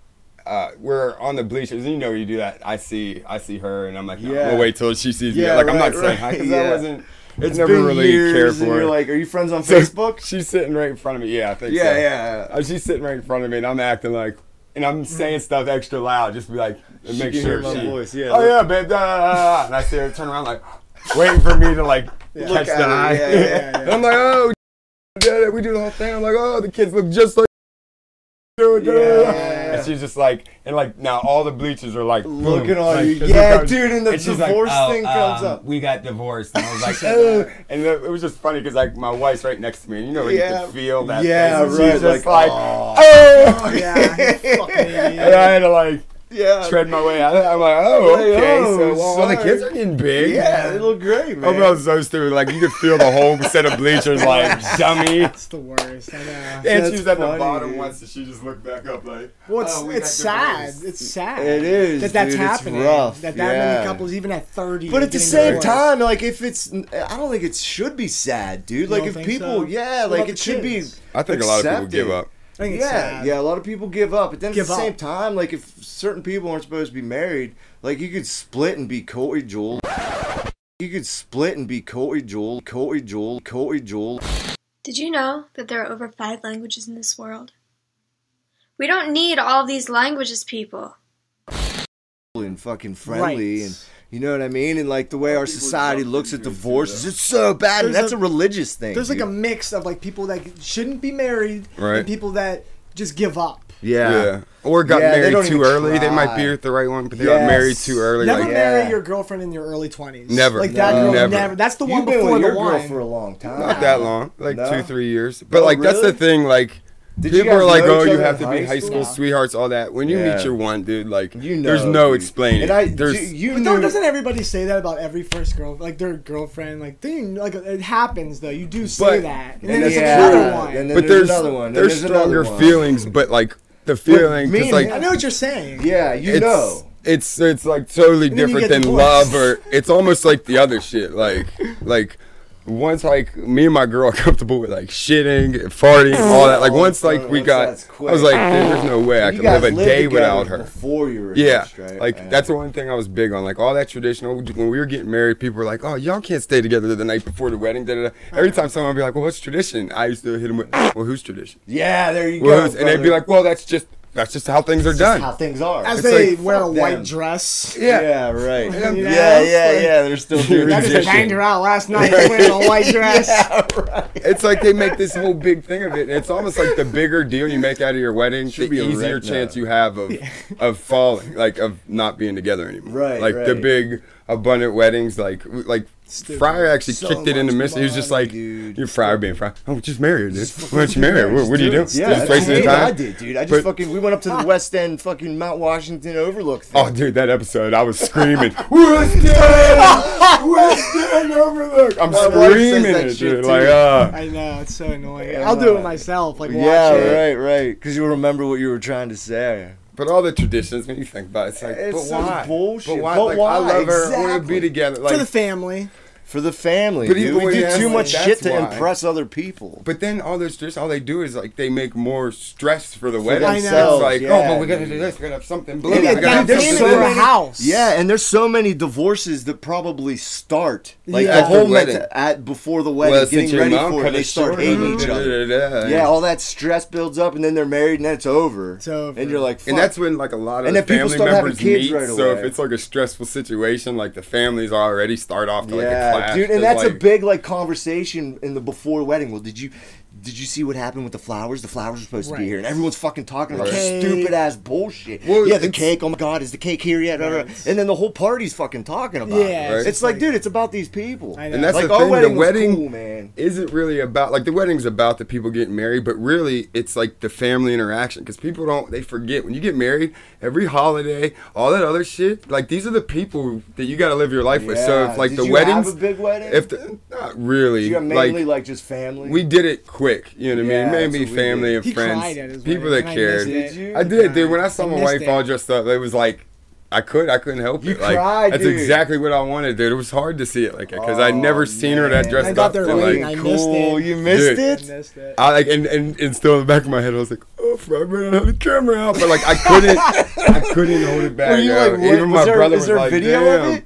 [SPEAKER 3] Uh, we're on the bleachers, and you know you do that. I see, I see her, and I'm like, yeah.
[SPEAKER 2] Yeah.
[SPEAKER 3] I'm gonna wait till she sees
[SPEAKER 2] Yeah,
[SPEAKER 3] me. Like I'm
[SPEAKER 2] right,
[SPEAKER 3] not saying hi
[SPEAKER 2] right,
[SPEAKER 3] because
[SPEAKER 2] yeah.
[SPEAKER 3] I wasn't. It's,
[SPEAKER 2] It's
[SPEAKER 3] never
[SPEAKER 2] been
[SPEAKER 3] really
[SPEAKER 2] years,
[SPEAKER 3] cared
[SPEAKER 2] and
[SPEAKER 3] for.
[SPEAKER 2] You're
[SPEAKER 3] it.
[SPEAKER 2] like, are you friends on
[SPEAKER 3] *laughs* So,
[SPEAKER 2] Facebook?
[SPEAKER 3] *laughs* She's sitting right in front of me. Yeah, I think.
[SPEAKER 2] Yeah,
[SPEAKER 3] so.
[SPEAKER 2] yeah, yeah.
[SPEAKER 3] Uh, She's sitting right in front of me, and I'm acting like, and I'm saying stuff extra loud, just be like, and
[SPEAKER 2] She
[SPEAKER 3] make
[SPEAKER 2] can
[SPEAKER 3] sure
[SPEAKER 2] hear my
[SPEAKER 3] she.
[SPEAKER 2] voice, yeah.
[SPEAKER 3] oh yeah, babe. Da, da, da, da." And I see her turn around like, waiting for me to like
[SPEAKER 2] Look
[SPEAKER 3] catch
[SPEAKER 2] at
[SPEAKER 3] the
[SPEAKER 2] her,
[SPEAKER 3] eye.
[SPEAKER 2] yeah,
[SPEAKER 3] *laughs*
[SPEAKER 2] yeah, yeah.
[SPEAKER 3] And I'm like, oh, da, da, we do the whole thing. I'm like, oh, the kids look just like. da, da, da, da."
[SPEAKER 2] Yeah.
[SPEAKER 3] And she's just like, and like now all the bleachers are like boom,
[SPEAKER 2] Looking on
[SPEAKER 1] *laughs*
[SPEAKER 3] like,
[SPEAKER 2] you.
[SPEAKER 3] just
[SPEAKER 2] Yeah,
[SPEAKER 1] oh,
[SPEAKER 3] looking-
[SPEAKER 2] dude, and the
[SPEAKER 3] she's "Oh, um,
[SPEAKER 2] divorce thing
[SPEAKER 1] um,
[SPEAKER 2] comes up.
[SPEAKER 3] We got divorced, and I was like, oh. and it was just funny because like my wife's right next to me, and you know when you
[SPEAKER 2] Yeah.
[SPEAKER 3] can feel that.
[SPEAKER 2] Yeah,
[SPEAKER 3] thing, and
[SPEAKER 2] right,
[SPEAKER 3] She's just
[SPEAKER 2] like,
[SPEAKER 3] *laughs* like,
[SPEAKER 2] "Aw."
[SPEAKER 3] oh.
[SPEAKER 2] *laughs*
[SPEAKER 1] yeah, you fucking idiot.
[SPEAKER 3] And "Oh." I had to like,
[SPEAKER 2] Yeah.
[SPEAKER 3] tread my way out. of it. I'm like, oh,
[SPEAKER 2] Hey,
[SPEAKER 3] okay.
[SPEAKER 2] oh,
[SPEAKER 3] so well, all the
[SPEAKER 2] sorry.
[SPEAKER 3] kids are getting big.
[SPEAKER 2] Yeah, they look great,
[SPEAKER 3] Oh,
[SPEAKER 2] man.
[SPEAKER 3] bro, I was so stupid. Like, you could feel the whole set of *laughs* bleachers, like, dummy.
[SPEAKER 1] It's the worst. I know.
[SPEAKER 3] And she
[SPEAKER 2] That's
[SPEAKER 3] was at the
[SPEAKER 2] funny,
[SPEAKER 3] bottom
[SPEAKER 2] dude.
[SPEAKER 3] once, and she just looked back up, like,
[SPEAKER 1] Well, it's,
[SPEAKER 3] oh, we
[SPEAKER 1] it's
[SPEAKER 3] got
[SPEAKER 1] sad.
[SPEAKER 3] divorced.
[SPEAKER 1] It's sad.
[SPEAKER 2] It is,
[SPEAKER 1] that that's
[SPEAKER 2] dude. It's
[SPEAKER 1] happening.
[SPEAKER 2] rough.
[SPEAKER 1] That that
[SPEAKER 2] Yeah.
[SPEAKER 1] many couples, even at thirty,
[SPEAKER 2] But
[SPEAKER 1] are
[SPEAKER 2] at the
[SPEAKER 1] getting
[SPEAKER 2] same
[SPEAKER 1] divorced.
[SPEAKER 2] time, like if it's, I don't think it should be sad, dude.
[SPEAKER 1] You
[SPEAKER 2] Like
[SPEAKER 1] don't
[SPEAKER 2] if
[SPEAKER 1] think
[SPEAKER 2] people,
[SPEAKER 1] so?
[SPEAKER 2] yeah,
[SPEAKER 1] What
[SPEAKER 2] like
[SPEAKER 1] about
[SPEAKER 2] it
[SPEAKER 1] the
[SPEAKER 2] should
[SPEAKER 1] kids?
[SPEAKER 2] be.
[SPEAKER 3] I think a lot of people give
[SPEAKER 2] accepted.
[SPEAKER 3] up.
[SPEAKER 1] I think it's
[SPEAKER 2] yeah,
[SPEAKER 1] sad.
[SPEAKER 2] yeah. A lot of people give up, but then at
[SPEAKER 1] Give
[SPEAKER 2] the
[SPEAKER 1] up.
[SPEAKER 2] same time, like if certain people aren't supposed to be married, like you could split and be cordial. You could split and be cordial, cordial, cordial.
[SPEAKER 8] Did you know that there are over five languages in this world? We don't need all these languages, people.
[SPEAKER 2] and fucking friendly
[SPEAKER 1] Right.
[SPEAKER 2] and you know what I mean? And like the way our society
[SPEAKER 3] jump
[SPEAKER 2] looks at
[SPEAKER 3] into it, too,
[SPEAKER 2] divorces,
[SPEAKER 3] though.
[SPEAKER 2] it's so bad. and
[SPEAKER 1] There's
[SPEAKER 2] that's a,
[SPEAKER 1] a-
[SPEAKER 2] religious thing.
[SPEAKER 1] There's like a
[SPEAKER 2] dude.
[SPEAKER 1] mix of like people that shouldn't be married
[SPEAKER 3] Right.
[SPEAKER 1] and people that just give up.
[SPEAKER 2] yeah.
[SPEAKER 3] Yeah. Or got
[SPEAKER 2] Yeah, they
[SPEAKER 3] married
[SPEAKER 2] don't
[SPEAKER 3] too
[SPEAKER 2] even
[SPEAKER 3] early. They might
[SPEAKER 2] try.
[SPEAKER 3] be with the right one, but they got
[SPEAKER 2] Yes.
[SPEAKER 3] married too early.
[SPEAKER 1] Never
[SPEAKER 3] like,
[SPEAKER 1] marry
[SPEAKER 2] Yeah.
[SPEAKER 1] your girlfriend in your early twenties.
[SPEAKER 3] Never.
[SPEAKER 1] Like that
[SPEAKER 3] No.
[SPEAKER 1] girl
[SPEAKER 3] Never.
[SPEAKER 1] never. That's the
[SPEAKER 2] You've
[SPEAKER 1] one
[SPEAKER 2] been
[SPEAKER 1] before
[SPEAKER 2] with
[SPEAKER 1] the
[SPEAKER 2] your
[SPEAKER 1] one.
[SPEAKER 2] girl for a long time.
[SPEAKER 3] not that long, like
[SPEAKER 2] No.
[SPEAKER 3] two, three years. But
[SPEAKER 2] Oh,
[SPEAKER 3] like that's the
[SPEAKER 2] really?
[SPEAKER 3] thing, like
[SPEAKER 2] Did you
[SPEAKER 3] people are
[SPEAKER 2] guys
[SPEAKER 3] like,
[SPEAKER 2] know
[SPEAKER 3] oh,
[SPEAKER 2] each
[SPEAKER 3] you
[SPEAKER 2] other
[SPEAKER 3] have
[SPEAKER 2] in
[SPEAKER 3] to be
[SPEAKER 2] high
[SPEAKER 3] high
[SPEAKER 2] school?
[SPEAKER 3] school sweethearts, all that. When you
[SPEAKER 2] Yeah.
[SPEAKER 3] meet your one, dude, like
[SPEAKER 2] You know,
[SPEAKER 3] there's no
[SPEAKER 2] dude.
[SPEAKER 3] explaining.
[SPEAKER 2] And I,
[SPEAKER 3] there's
[SPEAKER 2] you, you
[SPEAKER 1] But don't,
[SPEAKER 2] knew-
[SPEAKER 1] doesn't everybody say that about every first girl, like their girlfriend? Like thing, like it happens though. You do say
[SPEAKER 3] But-
[SPEAKER 1] that, and
[SPEAKER 2] And
[SPEAKER 1] then there's
[SPEAKER 2] yeah,
[SPEAKER 1] another one.
[SPEAKER 2] and then
[SPEAKER 3] but
[SPEAKER 2] there's,
[SPEAKER 3] there's
[SPEAKER 2] another one. and
[SPEAKER 3] There's,
[SPEAKER 2] another
[SPEAKER 3] stronger
[SPEAKER 2] one.
[SPEAKER 3] feelings, but like the feeling,
[SPEAKER 2] me
[SPEAKER 3] because
[SPEAKER 2] and
[SPEAKER 3] like
[SPEAKER 1] I know what you're saying.
[SPEAKER 2] Yeah, you
[SPEAKER 3] it's,
[SPEAKER 2] know.
[SPEAKER 3] It's it's like totally
[SPEAKER 1] then you
[SPEAKER 3] different
[SPEAKER 1] get
[SPEAKER 3] than
[SPEAKER 1] divorced.
[SPEAKER 3] love or it's almost like the other shit. Like like once like me and my girl are comfortable with like shitting, farting, all that. Like
[SPEAKER 2] Oh,
[SPEAKER 3] once
[SPEAKER 2] bro,
[SPEAKER 3] like we
[SPEAKER 2] once
[SPEAKER 3] got,
[SPEAKER 2] that's
[SPEAKER 3] I was
[SPEAKER 2] quick.
[SPEAKER 3] like, there's no way I
[SPEAKER 2] You
[SPEAKER 3] could
[SPEAKER 2] guys
[SPEAKER 3] live a
[SPEAKER 2] lived
[SPEAKER 3] day
[SPEAKER 2] together
[SPEAKER 3] without her.
[SPEAKER 2] Before you were
[SPEAKER 3] Yeah,
[SPEAKER 2] engaged, right?
[SPEAKER 3] like
[SPEAKER 2] Yeah.
[SPEAKER 3] that's the one thing I was big on. Like all that traditional. When we were getting married, people were like, "Oh, y'all can't stay together the night before the wedding." Da, da, da.
[SPEAKER 2] Uh-huh.
[SPEAKER 3] Every time someone would be like, "Well, what's tradition?" I used to hit them with, "Well, who's tradition?"
[SPEAKER 2] yeah. There you
[SPEAKER 3] Well,
[SPEAKER 2] go.
[SPEAKER 3] who's- and they'd be
[SPEAKER 2] brother.
[SPEAKER 3] like, "Well, that's just that's just how things are
[SPEAKER 2] That's
[SPEAKER 3] done."
[SPEAKER 2] how things are.
[SPEAKER 1] As
[SPEAKER 3] It's
[SPEAKER 1] they
[SPEAKER 3] like,
[SPEAKER 1] wear a
[SPEAKER 2] fuck
[SPEAKER 1] white
[SPEAKER 2] them.
[SPEAKER 1] dress.
[SPEAKER 3] yeah.
[SPEAKER 2] yeah, right.
[SPEAKER 1] You know,
[SPEAKER 2] yeah,
[SPEAKER 1] it's
[SPEAKER 2] yeah,
[SPEAKER 1] like-
[SPEAKER 2] yeah. They're still doing
[SPEAKER 1] I just
[SPEAKER 3] Tradition.
[SPEAKER 1] banged her out last night wearing a white
[SPEAKER 2] *laughs*
[SPEAKER 1] dress.
[SPEAKER 3] It's like they make this whole big thing of it. And it's almost like the bigger deal you make out of your wedding,
[SPEAKER 2] Should
[SPEAKER 3] the
[SPEAKER 2] be a
[SPEAKER 3] easier
[SPEAKER 2] red
[SPEAKER 3] chance
[SPEAKER 2] note.
[SPEAKER 3] you have of of falling, like of not being together anymore.
[SPEAKER 2] Right,
[SPEAKER 3] Like the
[SPEAKER 2] right.
[SPEAKER 3] big abundant weddings, like like
[SPEAKER 1] Stupid.
[SPEAKER 3] Fryer actually
[SPEAKER 1] So
[SPEAKER 3] kicked it in the
[SPEAKER 1] much
[SPEAKER 3] midst. He was just like,
[SPEAKER 2] dude.
[SPEAKER 3] "You're Fryer being Fryer. Oh, just marry her, dude. Why don't you marry her? What, what do you do?
[SPEAKER 2] Yeah,
[SPEAKER 3] just
[SPEAKER 2] that's
[SPEAKER 3] wasting your
[SPEAKER 2] what
[SPEAKER 3] time."
[SPEAKER 2] I did, dude. I just
[SPEAKER 3] But-
[SPEAKER 2] fucking. We went up to the West End, fucking Mount Washington Overlook. Thing.
[SPEAKER 3] Oh, dude, that episode, I
[SPEAKER 2] *laughs*
[SPEAKER 3] was screaming, West End! West
[SPEAKER 2] *laughs*
[SPEAKER 3] End Overlook! I'm
[SPEAKER 2] My wife says
[SPEAKER 3] screaming
[SPEAKER 2] that
[SPEAKER 3] it,
[SPEAKER 2] shit
[SPEAKER 3] dude.
[SPEAKER 2] too.
[SPEAKER 3] Like, uh,
[SPEAKER 1] I know it's so annoying. I'll do it myself. Like watch
[SPEAKER 2] yeah,
[SPEAKER 1] it.
[SPEAKER 2] right, right. Because you'll remember what you were trying to say.
[SPEAKER 3] But all the traditions, when you think about it, it's like,
[SPEAKER 2] It's
[SPEAKER 3] but
[SPEAKER 2] such
[SPEAKER 3] why?
[SPEAKER 2] bullshit.
[SPEAKER 3] But why?
[SPEAKER 2] But
[SPEAKER 3] like,
[SPEAKER 2] why?
[SPEAKER 3] I love her. I want to
[SPEAKER 2] Exactly.
[SPEAKER 3] be together. Like,
[SPEAKER 1] for the family.
[SPEAKER 2] For the family,
[SPEAKER 3] But
[SPEAKER 2] dude.
[SPEAKER 3] even
[SPEAKER 2] We
[SPEAKER 3] when
[SPEAKER 2] do
[SPEAKER 3] you ask,
[SPEAKER 2] too
[SPEAKER 3] like,
[SPEAKER 2] much shit
[SPEAKER 3] that's
[SPEAKER 2] to
[SPEAKER 3] why.
[SPEAKER 2] impress other people.
[SPEAKER 3] but then all those traditions, all they do is like they make more stress for the wedding.
[SPEAKER 1] I know.
[SPEAKER 3] It's like,
[SPEAKER 2] yeah,
[SPEAKER 3] oh, but we gotta
[SPEAKER 2] dude.
[SPEAKER 3] do this. We gotta have something blue.
[SPEAKER 1] Maybe
[SPEAKER 3] we
[SPEAKER 1] a
[SPEAKER 3] gotta
[SPEAKER 1] down
[SPEAKER 3] have
[SPEAKER 1] payment
[SPEAKER 3] something
[SPEAKER 2] so
[SPEAKER 1] for a
[SPEAKER 3] red.
[SPEAKER 2] many-
[SPEAKER 1] house.
[SPEAKER 2] Yeah, and there's so many divorces that probably start like
[SPEAKER 1] Yeah.
[SPEAKER 2] the
[SPEAKER 1] At
[SPEAKER 2] whole
[SPEAKER 3] the wedding.
[SPEAKER 2] menta- at before the wedding,
[SPEAKER 3] Well, since
[SPEAKER 2] getting
[SPEAKER 3] your
[SPEAKER 2] ready
[SPEAKER 3] mom
[SPEAKER 2] for it.
[SPEAKER 3] cut
[SPEAKER 2] They
[SPEAKER 3] it short,
[SPEAKER 2] start hating each other. Yeah, all that stress builds up, and then they're married, and then it's over.
[SPEAKER 1] It's over.
[SPEAKER 2] And you're like, Fuck.
[SPEAKER 3] And that's when like a lot of
[SPEAKER 2] And
[SPEAKER 3] the
[SPEAKER 2] then people
[SPEAKER 3] family
[SPEAKER 2] start having
[SPEAKER 3] members
[SPEAKER 2] kids
[SPEAKER 3] meet.
[SPEAKER 2] right
[SPEAKER 3] so if
[SPEAKER 2] away.
[SPEAKER 3] it's like a stressful situation, like the families are already start off to like a clash.
[SPEAKER 2] dude, and
[SPEAKER 3] There's,
[SPEAKER 2] that's a
[SPEAKER 3] like-
[SPEAKER 2] big like conversation in the before wedding. Well, did you did you see what happened with the flowers? The flowers were supposed to be
[SPEAKER 1] Right.
[SPEAKER 2] here, and everyone's fucking talking about
[SPEAKER 1] The cake.
[SPEAKER 2] stupid ass bullshit.
[SPEAKER 3] Well,
[SPEAKER 2] yeah, the
[SPEAKER 3] it's-
[SPEAKER 2] cake. Oh my god, is the cake here yet? And then the whole party's fucking talking about
[SPEAKER 1] Yeah,
[SPEAKER 2] it.
[SPEAKER 1] it's
[SPEAKER 3] Right.
[SPEAKER 2] It's like, dude, it's about these people.
[SPEAKER 1] I know.
[SPEAKER 3] And that's
[SPEAKER 2] like
[SPEAKER 3] the thing. the
[SPEAKER 2] was
[SPEAKER 3] wedding
[SPEAKER 2] cool, man.
[SPEAKER 3] isn't really about like the wedding's about the people getting married, but really it's like the family interaction because people don't they forget when you get married, every holiday, all that other shit. Like these are the people that you got to live your life with. So
[SPEAKER 2] Yeah.
[SPEAKER 3] if like
[SPEAKER 2] Did
[SPEAKER 3] the
[SPEAKER 2] you have
[SPEAKER 3] weddings,
[SPEAKER 2] a big wedding?
[SPEAKER 3] if the, not really,
[SPEAKER 2] You got
[SPEAKER 3] like,
[SPEAKER 2] mainly like, just family.
[SPEAKER 3] we did it quick. You know what
[SPEAKER 2] Yeah,
[SPEAKER 3] I mean?
[SPEAKER 2] that's
[SPEAKER 3] Maybe
[SPEAKER 2] what we
[SPEAKER 3] family
[SPEAKER 2] did.
[SPEAKER 3] and
[SPEAKER 1] He
[SPEAKER 3] friends,
[SPEAKER 1] cried at his wedding,
[SPEAKER 3] people that
[SPEAKER 1] and I missed
[SPEAKER 3] cared.
[SPEAKER 1] it.
[SPEAKER 2] Did you?
[SPEAKER 3] I did, dude. When I saw
[SPEAKER 1] I
[SPEAKER 3] my
[SPEAKER 1] missed
[SPEAKER 3] wife all
[SPEAKER 1] it.
[SPEAKER 3] dressed up, it was like. I could, I couldn't help
[SPEAKER 2] You
[SPEAKER 3] it. Like
[SPEAKER 2] cried,
[SPEAKER 3] that's
[SPEAKER 2] dude. Oh,
[SPEAKER 3] exactly what I wanted, dude. It was hard to see it like because I'd never seen her that dressed
[SPEAKER 1] I got
[SPEAKER 3] up.
[SPEAKER 1] there
[SPEAKER 3] and, like,
[SPEAKER 1] waiting. I missed
[SPEAKER 2] cool.
[SPEAKER 1] it.
[SPEAKER 2] You missed
[SPEAKER 3] Dude.
[SPEAKER 1] I
[SPEAKER 2] it.
[SPEAKER 1] missed it.
[SPEAKER 3] I like and, and and still in the back of my head, I was like, oh, fuck, man, I don't have the camera out, but like I couldn't, I couldn't hold it back.
[SPEAKER 2] Were you
[SPEAKER 3] yo.
[SPEAKER 2] like, what-
[SPEAKER 3] Even my
[SPEAKER 2] was there-
[SPEAKER 3] brother
[SPEAKER 2] is
[SPEAKER 3] was
[SPEAKER 2] there
[SPEAKER 3] like,
[SPEAKER 2] video of
[SPEAKER 3] damn.
[SPEAKER 2] it?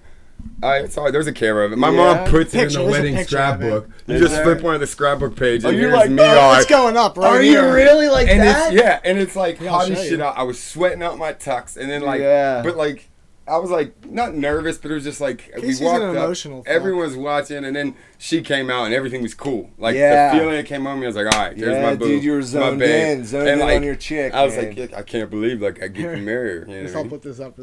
[SPEAKER 3] I sorry, there's a camera of it. My
[SPEAKER 2] Yeah.
[SPEAKER 3] mom puts
[SPEAKER 1] Picture,
[SPEAKER 3] it in
[SPEAKER 1] there's
[SPEAKER 3] the
[SPEAKER 1] a
[SPEAKER 3] wedding
[SPEAKER 1] picture of it.
[SPEAKER 3] scrapbook. You
[SPEAKER 2] Is
[SPEAKER 3] just
[SPEAKER 2] there?
[SPEAKER 3] flip one of the scrapbook pages.
[SPEAKER 2] Oh,
[SPEAKER 3] and
[SPEAKER 2] you're
[SPEAKER 3] here's
[SPEAKER 2] like,
[SPEAKER 3] me
[SPEAKER 2] "Oh,
[SPEAKER 3] all
[SPEAKER 1] What's
[SPEAKER 3] like-
[SPEAKER 1] going up right
[SPEAKER 2] Are
[SPEAKER 1] here?
[SPEAKER 2] you really like
[SPEAKER 3] and
[SPEAKER 2] that?
[SPEAKER 3] It's, yeah, and it's like
[SPEAKER 1] Yeah, I'll
[SPEAKER 3] hot as
[SPEAKER 1] show
[SPEAKER 3] shit
[SPEAKER 1] you.
[SPEAKER 3] out. I was sweating out my tux, and then like,
[SPEAKER 2] Yeah.
[SPEAKER 3] but like, I was like not nervous, but it was just like
[SPEAKER 1] Casey's
[SPEAKER 3] we walked
[SPEAKER 1] an
[SPEAKER 3] up,
[SPEAKER 1] emotional fuck.
[SPEAKER 3] everyone was watching, and then she came out, and everything was cool. Like
[SPEAKER 2] Yeah.
[SPEAKER 3] the feeling that came on me, I was like, all right, there's
[SPEAKER 2] Yeah,
[SPEAKER 3] my boo,
[SPEAKER 2] dude, you were
[SPEAKER 3] my
[SPEAKER 2] zoned
[SPEAKER 3] babe."
[SPEAKER 2] in, zoned
[SPEAKER 3] And,
[SPEAKER 2] in
[SPEAKER 3] like,
[SPEAKER 2] on your chick,
[SPEAKER 3] I was
[SPEAKER 2] man.
[SPEAKER 3] like, yeah, I can't believe
[SPEAKER 1] *laughs*
[SPEAKER 3] like I get to marry her. You know
[SPEAKER 1] Yes,
[SPEAKER 3] what I
[SPEAKER 1] I'll
[SPEAKER 3] mean?
[SPEAKER 1] put this up.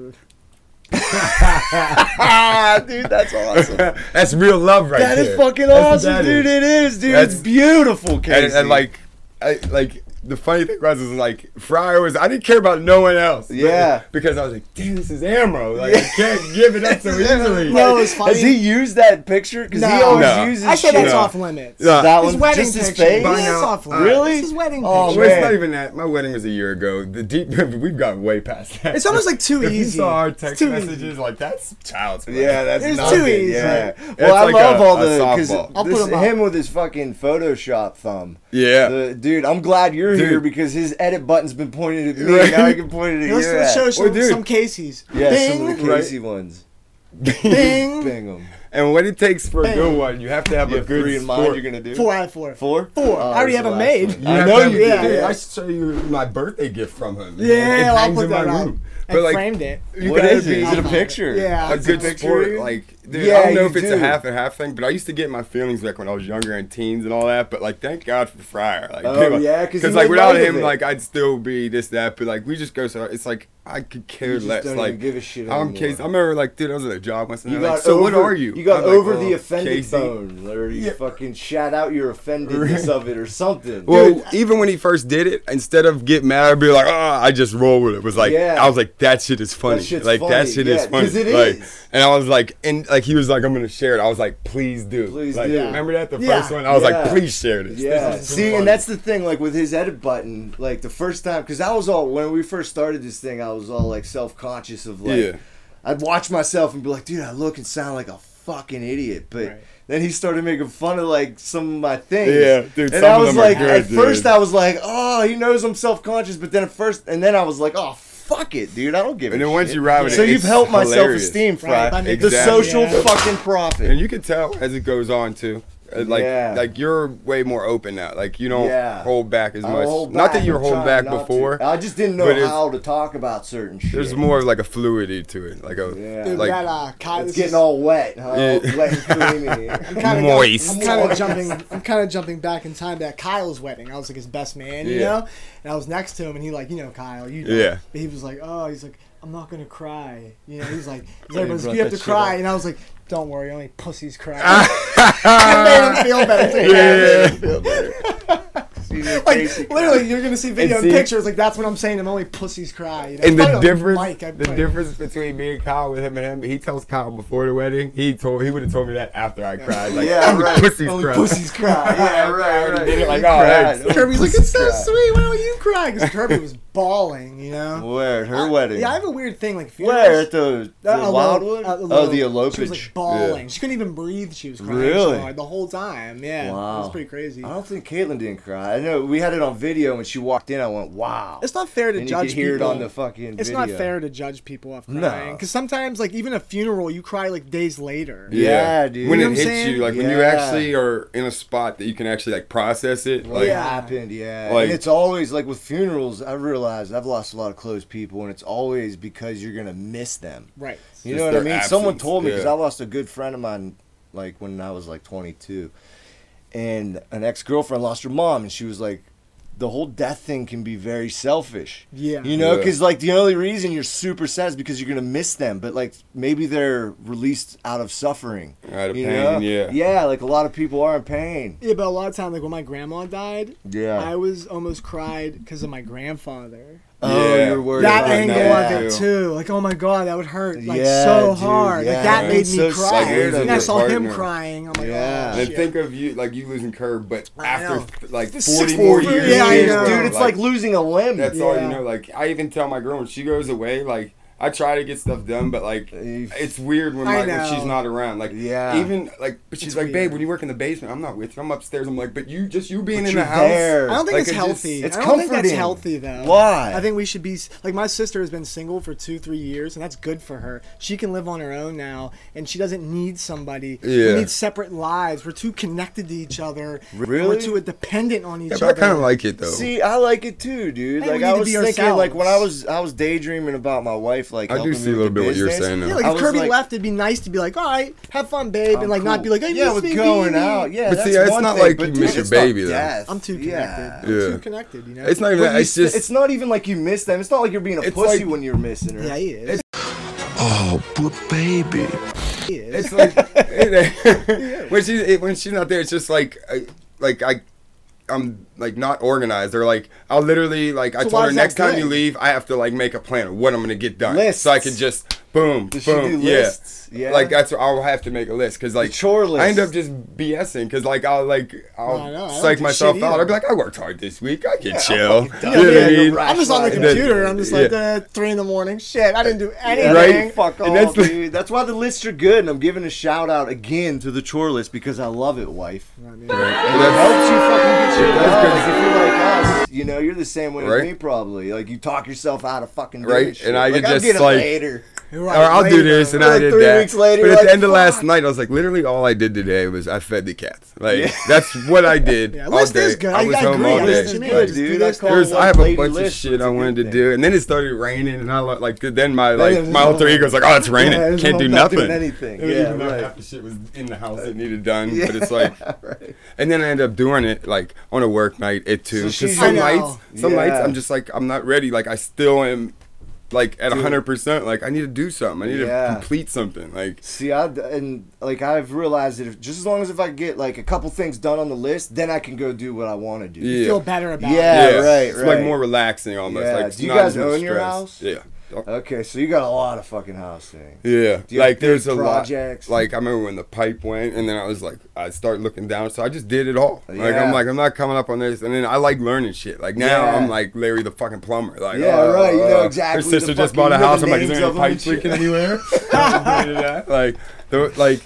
[SPEAKER 2] Ah, dude,
[SPEAKER 3] *laughs*
[SPEAKER 2] that's awesome.
[SPEAKER 3] That's real love, right
[SPEAKER 2] That
[SPEAKER 3] there.
[SPEAKER 2] is fucking
[SPEAKER 3] That's what
[SPEAKER 2] awesome,
[SPEAKER 3] that
[SPEAKER 2] dude.
[SPEAKER 3] is.
[SPEAKER 2] It is, dude.
[SPEAKER 3] That's-
[SPEAKER 2] it's beautiful, Casey.
[SPEAKER 3] and, and like I like the funny thing was, is like Fryer was. I didn't care about no one else. but-
[SPEAKER 2] Yeah.
[SPEAKER 3] because I was like, damn, this is Amro. Like, I can't give it up so easily.
[SPEAKER 1] No, it's funny.
[SPEAKER 2] Has he used that picture? Because he
[SPEAKER 1] No.
[SPEAKER 2] always
[SPEAKER 3] No.
[SPEAKER 2] uses.
[SPEAKER 1] I said
[SPEAKER 2] shit.
[SPEAKER 1] that's
[SPEAKER 3] No.
[SPEAKER 1] off limits.
[SPEAKER 3] No.
[SPEAKER 2] That
[SPEAKER 1] His
[SPEAKER 2] one,
[SPEAKER 1] wedding
[SPEAKER 2] just his
[SPEAKER 1] picture.
[SPEAKER 2] face.
[SPEAKER 1] Yeah, it's
[SPEAKER 3] now,
[SPEAKER 1] off
[SPEAKER 3] uh,
[SPEAKER 1] limits.
[SPEAKER 2] Really?
[SPEAKER 1] It's his wedding
[SPEAKER 2] Oh,
[SPEAKER 1] picture.
[SPEAKER 3] Well, it's
[SPEAKER 2] man.
[SPEAKER 3] not even that. My wedding was a year ago. The deep *laughs* we've gone way past that.
[SPEAKER 1] It's almost like too
[SPEAKER 3] if you
[SPEAKER 1] easy.
[SPEAKER 3] saw our
[SPEAKER 1] It's
[SPEAKER 3] text
[SPEAKER 1] too
[SPEAKER 3] messages,
[SPEAKER 1] easy.
[SPEAKER 3] like that's child's play.
[SPEAKER 2] Yeah, that's
[SPEAKER 1] It's
[SPEAKER 2] nothing,
[SPEAKER 1] too easy.
[SPEAKER 2] Yeah.
[SPEAKER 3] It's
[SPEAKER 2] Well, I
[SPEAKER 3] like
[SPEAKER 2] love
[SPEAKER 3] a-
[SPEAKER 2] all
[SPEAKER 3] a
[SPEAKER 2] the
[SPEAKER 3] softball.
[SPEAKER 1] I'll put
[SPEAKER 2] this,
[SPEAKER 1] him up.
[SPEAKER 2] him with his fucking Photoshop thumb.
[SPEAKER 3] Yeah.
[SPEAKER 2] The- dude, I'm glad you're
[SPEAKER 3] Dude.
[SPEAKER 2] here because his edit button's been pointed at me.
[SPEAKER 3] Right.
[SPEAKER 2] Now I can point it
[SPEAKER 1] *laughs*
[SPEAKER 2] at
[SPEAKER 1] Let's,
[SPEAKER 2] you.
[SPEAKER 1] let's show
[SPEAKER 2] at.
[SPEAKER 1] some,
[SPEAKER 3] dude.
[SPEAKER 1] some Casey's.
[SPEAKER 2] Yeah, some
[SPEAKER 1] Bing,
[SPEAKER 2] of the Casey ones.
[SPEAKER 1] bing,
[SPEAKER 2] Bing 'em.
[SPEAKER 3] *laughs* and what it takes for a good one, you have to have
[SPEAKER 2] You
[SPEAKER 3] a
[SPEAKER 2] have
[SPEAKER 3] good
[SPEAKER 2] three in mind
[SPEAKER 3] sport.
[SPEAKER 2] you're gonna do
[SPEAKER 1] Four out of four.
[SPEAKER 2] Four?
[SPEAKER 1] Four. I already have
[SPEAKER 2] that's the
[SPEAKER 1] them
[SPEAKER 2] last
[SPEAKER 1] made.
[SPEAKER 2] one.
[SPEAKER 3] *laughs* You
[SPEAKER 2] I
[SPEAKER 3] have
[SPEAKER 2] know
[SPEAKER 3] to have-
[SPEAKER 2] you
[SPEAKER 1] Yeah.
[SPEAKER 2] did.
[SPEAKER 3] Dude, I should show you my birthday gift from him.
[SPEAKER 1] Yeah,
[SPEAKER 3] it
[SPEAKER 1] I'll
[SPEAKER 3] hangs
[SPEAKER 1] put
[SPEAKER 3] in
[SPEAKER 1] that
[SPEAKER 3] my
[SPEAKER 1] up.
[SPEAKER 3] room.
[SPEAKER 1] And
[SPEAKER 3] But like,
[SPEAKER 1] framed it.
[SPEAKER 3] you
[SPEAKER 2] What
[SPEAKER 3] gotta
[SPEAKER 2] is it?
[SPEAKER 3] be-
[SPEAKER 2] Is it a picture?
[SPEAKER 1] Yeah.
[SPEAKER 3] a
[SPEAKER 1] It's
[SPEAKER 3] good sport. Like, dude, I
[SPEAKER 2] Yeah,
[SPEAKER 3] don't know
[SPEAKER 2] you
[SPEAKER 3] if it's
[SPEAKER 2] do.
[SPEAKER 3] a half and half thing, but I used to get my feelings back when I was younger and teens and all that. But like, thank God for Fryer. Like,
[SPEAKER 2] Oh,
[SPEAKER 3] people-
[SPEAKER 2] yeah, 'cause he
[SPEAKER 3] like
[SPEAKER 2] made
[SPEAKER 3] without
[SPEAKER 2] light of
[SPEAKER 3] him,
[SPEAKER 2] it.
[SPEAKER 3] like I'd still be this that. But like, we just go so it's like I could care
[SPEAKER 2] You just
[SPEAKER 3] less.
[SPEAKER 2] don't
[SPEAKER 3] like,
[SPEAKER 2] even give a shit
[SPEAKER 3] I'm
[SPEAKER 2] anymore.
[SPEAKER 3] Casey. I remember like, dude, I was at a job once and
[SPEAKER 2] You
[SPEAKER 3] they're
[SPEAKER 2] got
[SPEAKER 3] like, so
[SPEAKER 2] over,
[SPEAKER 3] what are you?
[SPEAKER 2] You got
[SPEAKER 3] I'm like,
[SPEAKER 2] over
[SPEAKER 3] "Oh,
[SPEAKER 2] the offended
[SPEAKER 3] Casey."
[SPEAKER 2] phone, or you
[SPEAKER 3] Yeah.
[SPEAKER 2] fucking shout out your
[SPEAKER 3] *laughs*
[SPEAKER 2] offendedness of it, or something.
[SPEAKER 3] Well, even when he first did it, instead of get mad or be like, "Oh," I just roll with it. it was like,
[SPEAKER 2] Yeah.
[SPEAKER 3] I was like, "That shit is funny."
[SPEAKER 2] shit's
[SPEAKER 3] like that
[SPEAKER 2] funny.
[SPEAKER 3] shit
[SPEAKER 2] Yeah,
[SPEAKER 3] is funny.
[SPEAKER 2] 'cause it
[SPEAKER 3] like,
[SPEAKER 2] is.
[SPEAKER 3] And I was like, and like he was like, "I'm gonna share it." I was like, "Please do."
[SPEAKER 2] Please
[SPEAKER 3] Like,
[SPEAKER 2] do.
[SPEAKER 3] Remember that the
[SPEAKER 1] Yeah.
[SPEAKER 3] first one? I was
[SPEAKER 2] Yeah.
[SPEAKER 3] like, "Please share this."
[SPEAKER 2] Yeah.
[SPEAKER 3] This is too
[SPEAKER 2] See,
[SPEAKER 3] funny."
[SPEAKER 2] and that's the thing, like with his edit button, like the first time, because I was all, when we first started this thing, I was all like self conscious of like,
[SPEAKER 3] Yeah.
[SPEAKER 2] I'd watch myself and be like, dude, I look and sound like a fucking idiot. But
[SPEAKER 1] Right.
[SPEAKER 2] then he started making fun of like some of my things.
[SPEAKER 3] Yeah, dude,
[SPEAKER 2] And
[SPEAKER 3] some
[SPEAKER 2] I
[SPEAKER 3] of
[SPEAKER 2] was
[SPEAKER 3] them are
[SPEAKER 2] like,
[SPEAKER 3] good,
[SPEAKER 2] at first,
[SPEAKER 3] dude.
[SPEAKER 2] I was like, oh, he knows I'm self conscious. But then at first, and then I was like, oh, fuck it, dude. I don't give
[SPEAKER 3] And
[SPEAKER 2] a
[SPEAKER 3] then once
[SPEAKER 2] shit.
[SPEAKER 3] you ride with
[SPEAKER 2] So
[SPEAKER 3] it,
[SPEAKER 2] you've
[SPEAKER 3] it's
[SPEAKER 2] helped my self
[SPEAKER 3] hilarious.
[SPEAKER 2] esteem, Fry.
[SPEAKER 1] Right, I mean,
[SPEAKER 2] The
[SPEAKER 3] Exactly.
[SPEAKER 2] social
[SPEAKER 1] Yeah.
[SPEAKER 2] fucking profit.
[SPEAKER 3] and you can tell as it goes on too. Uh, Like,
[SPEAKER 2] Yeah.
[SPEAKER 3] like you're way more open now. Like you don't
[SPEAKER 2] Yeah.
[SPEAKER 3] hold back as
[SPEAKER 2] I
[SPEAKER 3] much.
[SPEAKER 2] hold
[SPEAKER 3] Not that
[SPEAKER 2] back.
[SPEAKER 3] you were
[SPEAKER 2] I'm
[SPEAKER 3] holding
[SPEAKER 2] trying
[SPEAKER 3] back
[SPEAKER 2] not to.
[SPEAKER 3] before.
[SPEAKER 2] I just didn't know
[SPEAKER 3] but it's-
[SPEAKER 2] how to talk about certain shit.
[SPEAKER 3] There's more of like a fluidity to it, like a
[SPEAKER 2] Yeah.
[SPEAKER 1] Dude,
[SPEAKER 3] like
[SPEAKER 1] that, uh, Kyle,
[SPEAKER 2] It's
[SPEAKER 1] this
[SPEAKER 2] getting
[SPEAKER 1] is-
[SPEAKER 2] all wet, huh?
[SPEAKER 3] Yeah.
[SPEAKER 2] Wet and creamy.
[SPEAKER 1] kinda
[SPEAKER 3] Moist.
[SPEAKER 1] I'm kind of jumping. I'm kind of jumping back in time to that Kyle's wedding. I was like his best man, you
[SPEAKER 3] Yeah.
[SPEAKER 1] know. And I was next to him, and he like, you know, Kyle, you know.
[SPEAKER 3] Yeah.
[SPEAKER 1] But he was like, oh, he's like, I'm not gonna cry. You know, he's like, he's
[SPEAKER 2] *laughs* he
[SPEAKER 1] like, "But
[SPEAKER 2] brought
[SPEAKER 1] you have to
[SPEAKER 2] that shit
[SPEAKER 1] cry,
[SPEAKER 2] up.
[SPEAKER 1] and I was like, don't worry, only pussies
[SPEAKER 3] *laughs*
[SPEAKER 1] cry. I made him feel better. It's like,
[SPEAKER 3] *laughs* yeah.
[SPEAKER 1] Like literally, you're gonna see video
[SPEAKER 3] And
[SPEAKER 1] and,
[SPEAKER 3] see-
[SPEAKER 1] pictures. Like that's what I'm saying. I'm only pussies cry. You know?
[SPEAKER 3] And the
[SPEAKER 1] Fuck
[SPEAKER 3] difference,
[SPEAKER 1] Mike, I
[SPEAKER 3] the
[SPEAKER 1] play.
[SPEAKER 3] difference between me and Kyle with him and him, he tells Kyle before the wedding. He told he would have told me that after I cried. Like,
[SPEAKER 2] Yeah,
[SPEAKER 3] yeah, only
[SPEAKER 2] right.
[SPEAKER 3] pussies
[SPEAKER 2] Only
[SPEAKER 3] cry.
[SPEAKER 2] pussies cry.
[SPEAKER 3] *laughs*
[SPEAKER 2] Yeah, right, right.
[SPEAKER 3] Did it like,
[SPEAKER 2] You
[SPEAKER 3] oh,
[SPEAKER 2] cried.
[SPEAKER 3] thanks.
[SPEAKER 2] Only
[SPEAKER 1] Kirby's like, it's so
[SPEAKER 2] pussies cry.
[SPEAKER 1] sweet. Why don't you cry? Because Kirby was bawling, you know.
[SPEAKER 2] Where? Her wedding.
[SPEAKER 1] Yeah, I have a weird thing. Like, if you're-
[SPEAKER 2] Where? At the, the
[SPEAKER 1] Uh,
[SPEAKER 2] Wildwood?
[SPEAKER 1] elope- uh,
[SPEAKER 2] oh, the
[SPEAKER 1] elope.
[SPEAKER 2] elopage.
[SPEAKER 1] She was like bawling. She couldn't even breathe. She was crying so
[SPEAKER 2] Really?
[SPEAKER 1] hard the whole time. Yeah, it was
[SPEAKER 2] Wow. Oh.
[SPEAKER 1] pretty crazy.
[SPEAKER 2] I don't think Caitlyn didn't cry. I know we had it on video when she walked in. I went, wow.
[SPEAKER 1] It's not fair to
[SPEAKER 2] and you
[SPEAKER 1] judge
[SPEAKER 2] could hear
[SPEAKER 1] people.
[SPEAKER 2] it on the fucking.
[SPEAKER 1] it's
[SPEAKER 2] video.
[SPEAKER 1] not fair to judge people off
[SPEAKER 2] No.
[SPEAKER 1] crying because sometimes, like even a funeral, you cry like days later.
[SPEAKER 2] Yeah, dude.
[SPEAKER 3] When
[SPEAKER 2] You
[SPEAKER 3] it
[SPEAKER 1] know what
[SPEAKER 3] hits
[SPEAKER 1] I'm saying?
[SPEAKER 3] you, like when you
[SPEAKER 2] Yeah.
[SPEAKER 3] actually are in a spot that you can actually like process it,
[SPEAKER 2] What
[SPEAKER 3] like
[SPEAKER 1] Yeah.
[SPEAKER 2] happened? Yeah,
[SPEAKER 3] Like-
[SPEAKER 2] and it's always like with funerals. I realized I've lost a lot of close people, and it's always because you're gonna miss them.
[SPEAKER 1] Right.
[SPEAKER 2] You
[SPEAKER 3] Just
[SPEAKER 2] know what I
[SPEAKER 3] their
[SPEAKER 2] mean? Someone
[SPEAKER 3] absence,
[SPEAKER 2] told me because
[SPEAKER 3] yeah.
[SPEAKER 2] I lost a good friend of mine, like when I was like 22, and an ex girlfriend lost her mom, and she was like, the whole death thing can be very selfish.
[SPEAKER 1] Yeah.
[SPEAKER 2] You know,
[SPEAKER 3] Yeah.
[SPEAKER 2] because like the only reason you're super sad is because you're gonna miss them, but like maybe they're released out of suffering.
[SPEAKER 3] Out of
[SPEAKER 2] you
[SPEAKER 3] pain,
[SPEAKER 2] know?
[SPEAKER 3] yeah.
[SPEAKER 2] Yeah, like a lot of people are in pain.
[SPEAKER 1] Yeah, but a lot of times, like when my grandma died,
[SPEAKER 2] Yeah.
[SPEAKER 1] I was almost cried because of my grandfather.
[SPEAKER 2] Oh,
[SPEAKER 3] Yeah.
[SPEAKER 2] you're worried
[SPEAKER 1] that
[SPEAKER 2] about
[SPEAKER 1] angle
[SPEAKER 2] that.
[SPEAKER 1] of it too. Like, oh my god, that would hurt like
[SPEAKER 2] Yeah,
[SPEAKER 1] so
[SPEAKER 2] dude,
[SPEAKER 1] hard.
[SPEAKER 2] yeah.
[SPEAKER 1] Like that made me
[SPEAKER 2] It's so
[SPEAKER 1] cry.
[SPEAKER 3] scared of
[SPEAKER 1] And I
[SPEAKER 3] your
[SPEAKER 1] saw him
[SPEAKER 3] partner.
[SPEAKER 1] crying. I'm like,
[SPEAKER 2] Yeah.
[SPEAKER 1] oh,
[SPEAKER 3] And
[SPEAKER 1] shit.
[SPEAKER 3] think of you like you losing curb, but
[SPEAKER 1] I know.
[SPEAKER 3] after like
[SPEAKER 1] This
[SPEAKER 3] forty
[SPEAKER 1] six-
[SPEAKER 3] more
[SPEAKER 1] four-
[SPEAKER 3] years,
[SPEAKER 1] yeah, I know.
[SPEAKER 2] Dude, it's like, losing a limb.
[SPEAKER 3] That's all
[SPEAKER 1] Yeah.
[SPEAKER 3] you know. Like I even tell my girl when she goes away, like I try to get stuff done, but like
[SPEAKER 2] Eh,
[SPEAKER 3] it's weird when
[SPEAKER 1] I
[SPEAKER 3] like when she's
[SPEAKER 1] know.
[SPEAKER 3] not around. Like
[SPEAKER 2] Yeah.
[SPEAKER 3] even like but she's
[SPEAKER 1] It's
[SPEAKER 3] like,
[SPEAKER 1] weird.
[SPEAKER 3] babe, when you work in the basement, I'm not with you. I'm upstairs. I'm like, but you just you being
[SPEAKER 2] But
[SPEAKER 3] in
[SPEAKER 2] you're
[SPEAKER 3] the house.
[SPEAKER 2] there.
[SPEAKER 1] I don't think
[SPEAKER 3] Like,
[SPEAKER 1] it's
[SPEAKER 3] it just-
[SPEAKER 1] healthy.
[SPEAKER 2] it's
[SPEAKER 1] I don't think that's
[SPEAKER 2] comforting.
[SPEAKER 1] healthy though.
[SPEAKER 2] Why?
[SPEAKER 1] I think we should be s- like my sister has been single for two, three years, and that's good for her. She can live on her own now, and she doesn't need somebody.
[SPEAKER 3] Yeah.
[SPEAKER 1] We need separate lives. We're too connected to each other.
[SPEAKER 2] Really?
[SPEAKER 1] We're too dependent on each
[SPEAKER 3] Yeah, but I
[SPEAKER 1] other.
[SPEAKER 3] kind of like it though.
[SPEAKER 2] See, I like it too, dude.
[SPEAKER 1] Hey, we
[SPEAKER 2] Like
[SPEAKER 1] need
[SPEAKER 2] I
[SPEAKER 1] to
[SPEAKER 2] was
[SPEAKER 1] be
[SPEAKER 2] thinking,
[SPEAKER 1] ourselves.
[SPEAKER 2] like when I was, I was daydreaming about my wife. Like
[SPEAKER 3] I do
[SPEAKER 2] helping
[SPEAKER 3] see
[SPEAKER 2] me
[SPEAKER 3] a
[SPEAKER 2] with
[SPEAKER 3] little
[SPEAKER 2] the
[SPEAKER 3] bit what you're
[SPEAKER 2] business.
[SPEAKER 3] saying, though.
[SPEAKER 1] yeah, like
[SPEAKER 2] I
[SPEAKER 1] if
[SPEAKER 2] was
[SPEAKER 1] Kirby
[SPEAKER 2] like,
[SPEAKER 1] left, it'd be nice to be like, all right, have fun, babe,
[SPEAKER 2] I'm
[SPEAKER 1] and like not
[SPEAKER 2] cool.
[SPEAKER 1] be like, hey,
[SPEAKER 2] yeah,
[SPEAKER 1] miss
[SPEAKER 2] with
[SPEAKER 1] me,
[SPEAKER 2] going
[SPEAKER 1] baby.
[SPEAKER 2] out. Yeah,
[SPEAKER 3] But
[SPEAKER 2] that's
[SPEAKER 3] see, it's
[SPEAKER 2] one
[SPEAKER 3] not
[SPEAKER 2] thing,
[SPEAKER 3] like
[SPEAKER 2] but
[SPEAKER 3] you
[SPEAKER 2] dude,
[SPEAKER 3] miss your
[SPEAKER 2] it's not
[SPEAKER 3] baby, though.
[SPEAKER 2] death.
[SPEAKER 1] I'm too
[SPEAKER 2] Yeah.
[SPEAKER 1] connected.
[SPEAKER 3] Yeah.
[SPEAKER 1] I'm too connected. You know.
[SPEAKER 3] it's not even
[SPEAKER 2] But
[SPEAKER 3] that.
[SPEAKER 2] you
[SPEAKER 3] It's
[SPEAKER 2] st-
[SPEAKER 3] just
[SPEAKER 2] it's not even like you miss them. It's not like you're being a
[SPEAKER 3] It's
[SPEAKER 2] pussy
[SPEAKER 3] like-
[SPEAKER 2] when you're missing her.
[SPEAKER 1] yeah, he is.
[SPEAKER 9] Oh, but baby.
[SPEAKER 1] he is.
[SPEAKER 3] *laughs* It's *laughs* like it- when she's it, when she's not there, it's just like I, like I I'm like not organized or like I'll literally like I
[SPEAKER 1] So why
[SPEAKER 3] told her
[SPEAKER 1] is that
[SPEAKER 3] next time
[SPEAKER 1] good?
[SPEAKER 3] you leave I have to like make a plan of what I'm gonna get done so I
[SPEAKER 1] Lists.
[SPEAKER 3] could just boom
[SPEAKER 2] Does she
[SPEAKER 3] boom
[SPEAKER 2] do
[SPEAKER 3] yeah.
[SPEAKER 2] lists? Yeah.
[SPEAKER 3] like that's what I'll have to make a list because like
[SPEAKER 2] chore list.
[SPEAKER 3] I end up just BSing because like I'll like I'll
[SPEAKER 1] No, I know. I don't
[SPEAKER 3] psych
[SPEAKER 1] do
[SPEAKER 3] myself
[SPEAKER 1] shit
[SPEAKER 3] out
[SPEAKER 1] either.
[SPEAKER 3] I'll be like I worked hard this week I can chill
[SPEAKER 2] fucking done. Yeah,
[SPEAKER 3] you know what I
[SPEAKER 2] you're
[SPEAKER 3] mean
[SPEAKER 2] right.
[SPEAKER 1] I'm just on the
[SPEAKER 2] Flashlight.
[SPEAKER 1] computer. I'm just like
[SPEAKER 3] Yeah.
[SPEAKER 1] uh, three in the morning. Shit, I didn't do anything.
[SPEAKER 3] Right?
[SPEAKER 2] Fuck
[SPEAKER 3] And
[SPEAKER 2] off,
[SPEAKER 3] that's the-
[SPEAKER 2] dude. That's why the lists are good, and I'm giving a shout out again to the chore list because I love it, wife. And it helps you fucking get shit done.
[SPEAKER 3] good.
[SPEAKER 2] Like, if you're like us, you know, you're the same way
[SPEAKER 3] Right.
[SPEAKER 2] as me, probably. Like you talk yourself out of fucking doing
[SPEAKER 3] Right,
[SPEAKER 2] shit.
[SPEAKER 3] and I
[SPEAKER 2] like,
[SPEAKER 3] could
[SPEAKER 2] I'll
[SPEAKER 3] just,
[SPEAKER 2] get it
[SPEAKER 3] like-
[SPEAKER 2] later.
[SPEAKER 1] Right,
[SPEAKER 3] or I'll do
[SPEAKER 1] later.
[SPEAKER 3] this and
[SPEAKER 2] Or
[SPEAKER 3] I did
[SPEAKER 2] three
[SPEAKER 3] that.
[SPEAKER 2] weeks later,
[SPEAKER 3] but at
[SPEAKER 2] like,
[SPEAKER 3] the end of last
[SPEAKER 2] fuck.
[SPEAKER 3] night, I was like, literally all I did today was I fed the cats. Like that's what
[SPEAKER 2] *laughs*
[SPEAKER 3] I did
[SPEAKER 1] Yeah,
[SPEAKER 3] all
[SPEAKER 1] list
[SPEAKER 3] day.
[SPEAKER 1] is good.
[SPEAKER 3] I was
[SPEAKER 1] I
[SPEAKER 3] home
[SPEAKER 1] agree.
[SPEAKER 3] all
[SPEAKER 1] I
[SPEAKER 3] day.
[SPEAKER 1] list is
[SPEAKER 2] Like,
[SPEAKER 1] good,
[SPEAKER 2] dude,
[SPEAKER 1] dude.
[SPEAKER 2] I
[SPEAKER 1] That's
[SPEAKER 2] call
[SPEAKER 3] There's,
[SPEAKER 2] one
[SPEAKER 3] I have a
[SPEAKER 2] lady
[SPEAKER 3] bunch of
[SPEAKER 2] list,
[SPEAKER 3] shit
[SPEAKER 2] it's a
[SPEAKER 3] I
[SPEAKER 2] good
[SPEAKER 3] wanted to
[SPEAKER 2] thing.
[SPEAKER 3] do, and then it started raining, and I lo- like then my
[SPEAKER 2] Yeah,
[SPEAKER 3] like
[SPEAKER 2] there's
[SPEAKER 3] my
[SPEAKER 2] no-
[SPEAKER 3] alter ego's like, oh, it's raining,
[SPEAKER 2] Yeah, there's
[SPEAKER 3] can't
[SPEAKER 2] no-
[SPEAKER 3] do
[SPEAKER 2] not
[SPEAKER 3] nothing.
[SPEAKER 2] doing anything.
[SPEAKER 3] It was
[SPEAKER 2] Yeah,
[SPEAKER 3] even though
[SPEAKER 2] right. Uh,
[SPEAKER 3] half the shit was in the house that needed done, but it's like,
[SPEAKER 2] *laughs*
[SPEAKER 3] and then I end up doing it like on a work night at two.
[SPEAKER 2] So she's-
[SPEAKER 3] Because some
[SPEAKER 1] I know.
[SPEAKER 3] nights, some
[SPEAKER 2] Yeah.
[SPEAKER 3] nights I'm just like I'm not ready. Like I still am, like at hundred percent. Like I need to do something. I need
[SPEAKER 2] Yeah.
[SPEAKER 3] to complete something. Like
[SPEAKER 2] See, I and like I've realized that if just as long as if I get like a couple things done on the list, then I can go do what I want to do.
[SPEAKER 3] yeah.
[SPEAKER 1] Feel better about it.
[SPEAKER 2] Yeah, right,
[SPEAKER 3] It's
[SPEAKER 2] right.
[SPEAKER 3] like more relaxing almost.
[SPEAKER 2] Yeah.
[SPEAKER 3] Like it's
[SPEAKER 2] Do you
[SPEAKER 3] not
[SPEAKER 2] guys
[SPEAKER 3] as much
[SPEAKER 2] own your
[SPEAKER 3] stress.
[SPEAKER 2] house?
[SPEAKER 3] Yeah.
[SPEAKER 2] Okay, so you got a lot of fucking house things.
[SPEAKER 3] Yeah.
[SPEAKER 2] Do you have
[SPEAKER 3] like
[SPEAKER 2] big
[SPEAKER 3] there's a
[SPEAKER 2] projects?
[SPEAKER 3] lot. Like I remember when the pipe went, and then I was like, I start looking down, so I just did it all. Like
[SPEAKER 2] Yeah.
[SPEAKER 3] I'm like, I'm not coming up on this, and then I like learning shit. Like now
[SPEAKER 2] Yeah.
[SPEAKER 3] I'm like Larry the fucking plumber. Like
[SPEAKER 2] Yeah,
[SPEAKER 3] oh,
[SPEAKER 2] right, you know
[SPEAKER 3] uh,
[SPEAKER 2] exactly
[SPEAKER 3] Her sister
[SPEAKER 2] the
[SPEAKER 3] just
[SPEAKER 2] fucking-
[SPEAKER 3] bought
[SPEAKER 2] you
[SPEAKER 3] a
[SPEAKER 2] know
[SPEAKER 3] house.
[SPEAKER 2] the
[SPEAKER 3] I'm like,
[SPEAKER 2] names
[SPEAKER 3] is there
[SPEAKER 2] of
[SPEAKER 3] any
[SPEAKER 2] them and
[SPEAKER 3] pipe
[SPEAKER 2] shit."
[SPEAKER 3] leaking anywhere?
[SPEAKER 2] *laughs*
[SPEAKER 3] *laughs* like the like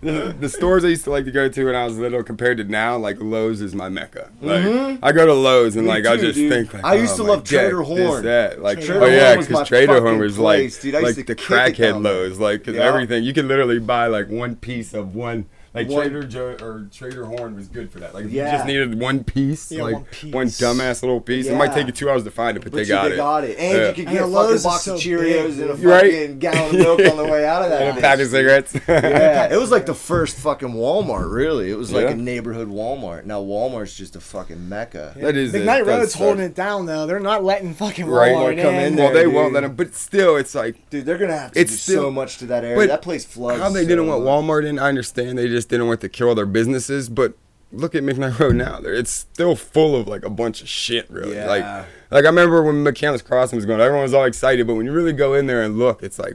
[SPEAKER 3] the, the stores I used to like to go to when I was little compared to now, like Lowe's is my mecca. Like I go to Lowe's and
[SPEAKER 2] Mm-hmm. Me
[SPEAKER 3] like I
[SPEAKER 2] too,
[SPEAKER 3] just
[SPEAKER 2] dude.
[SPEAKER 3] think like oh
[SPEAKER 2] I used to
[SPEAKER 3] my
[SPEAKER 2] love Trader
[SPEAKER 3] dick, this,
[SPEAKER 2] Horn.
[SPEAKER 3] that. Like
[SPEAKER 2] Trader
[SPEAKER 3] oh
[SPEAKER 2] Horn
[SPEAKER 3] yeah,
[SPEAKER 2] was my
[SPEAKER 3] because Trader
[SPEAKER 2] fucking
[SPEAKER 3] Horn was
[SPEAKER 2] place,
[SPEAKER 3] like
[SPEAKER 2] dude. I used
[SPEAKER 3] like
[SPEAKER 2] to
[SPEAKER 3] the
[SPEAKER 2] kick it down
[SPEAKER 3] crackhead
[SPEAKER 2] there.
[SPEAKER 3] Lowe's, like 'cause
[SPEAKER 2] Yeah.
[SPEAKER 3] everything you could literally buy like one piece of one. Like
[SPEAKER 2] One-
[SPEAKER 3] Trader Joe or Trader Horn was good for that. Like if
[SPEAKER 2] Yeah.
[SPEAKER 3] you just needed one piece,
[SPEAKER 1] Yeah,
[SPEAKER 3] like
[SPEAKER 1] one
[SPEAKER 3] one,
[SPEAKER 1] piece.
[SPEAKER 3] dumbass little piece. It might
[SPEAKER 2] Yeah.
[SPEAKER 3] take you two hours to find it, but,
[SPEAKER 2] But
[SPEAKER 3] they,
[SPEAKER 2] you-
[SPEAKER 3] got
[SPEAKER 2] they
[SPEAKER 3] it.
[SPEAKER 2] got it, and
[SPEAKER 3] Yeah.
[SPEAKER 2] you could
[SPEAKER 1] And
[SPEAKER 2] get a
[SPEAKER 1] the Loweos
[SPEAKER 2] fucking
[SPEAKER 1] is
[SPEAKER 2] box
[SPEAKER 1] so
[SPEAKER 2] of Cheerios
[SPEAKER 1] big,
[SPEAKER 2] and a
[SPEAKER 1] dude.
[SPEAKER 3] Right.
[SPEAKER 2] fucking gallon of milk on the way out of that.
[SPEAKER 3] *laughs* and a
[SPEAKER 2] bitch.
[SPEAKER 3] pack of cigarettes.
[SPEAKER 2] Yeah, it was like the first fucking Walmart. Really, it was like
[SPEAKER 3] Yeah.
[SPEAKER 2] a neighborhood Walmart. Now Walmart's just a fucking mecca.
[SPEAKER 3] *laughs* that is it.
[SPEAKER 1] McKnight
[SPEAKER 3] That's-
[SPEAKER 1] Road's holding
[SPEAKER 3] that's-
[SPEAKER 1] it down though. They're not letting fucking
[SPEAKER 3] Right.
[SPEAKER 1] Walmart
[SPEAKER 2] Won't come
[SPEAKER 1] in.
[SPEAKER 2] in
[SPEAKER 3] Well,
[SPEAKER 2] there,
[SPEAKER 3] they won't
[SPEAKER 2] dude.
[SPEAKER 3] let them. But still, it's like
[SPEAKER 2] Dude, they're gonna have to
[SPEAKER 3] It's
[SPEAKER 2] do so
[SPEAKER 3] still-
[SPEAKER 2] much to that area.
[SPEAKER 3] but
[SPEAKER 2] that place floods.
[SPEAKER 3] how they
[SPEAKER 2] so
[SPEAKER 3] didn't want
[SPEAKER 2] much.
[SPEAKER 3] Walmart in. I understand they just didn't want to kill their businesses, but look at McKnight Road now. There- It's still full of like a bunch of shit, really.
[SPEAKER 2] Yeah.
[SPEAKER 3] Like, like I remember when McCandless Crossing was going, everyone was all excited, but when you really go in there and look, it's like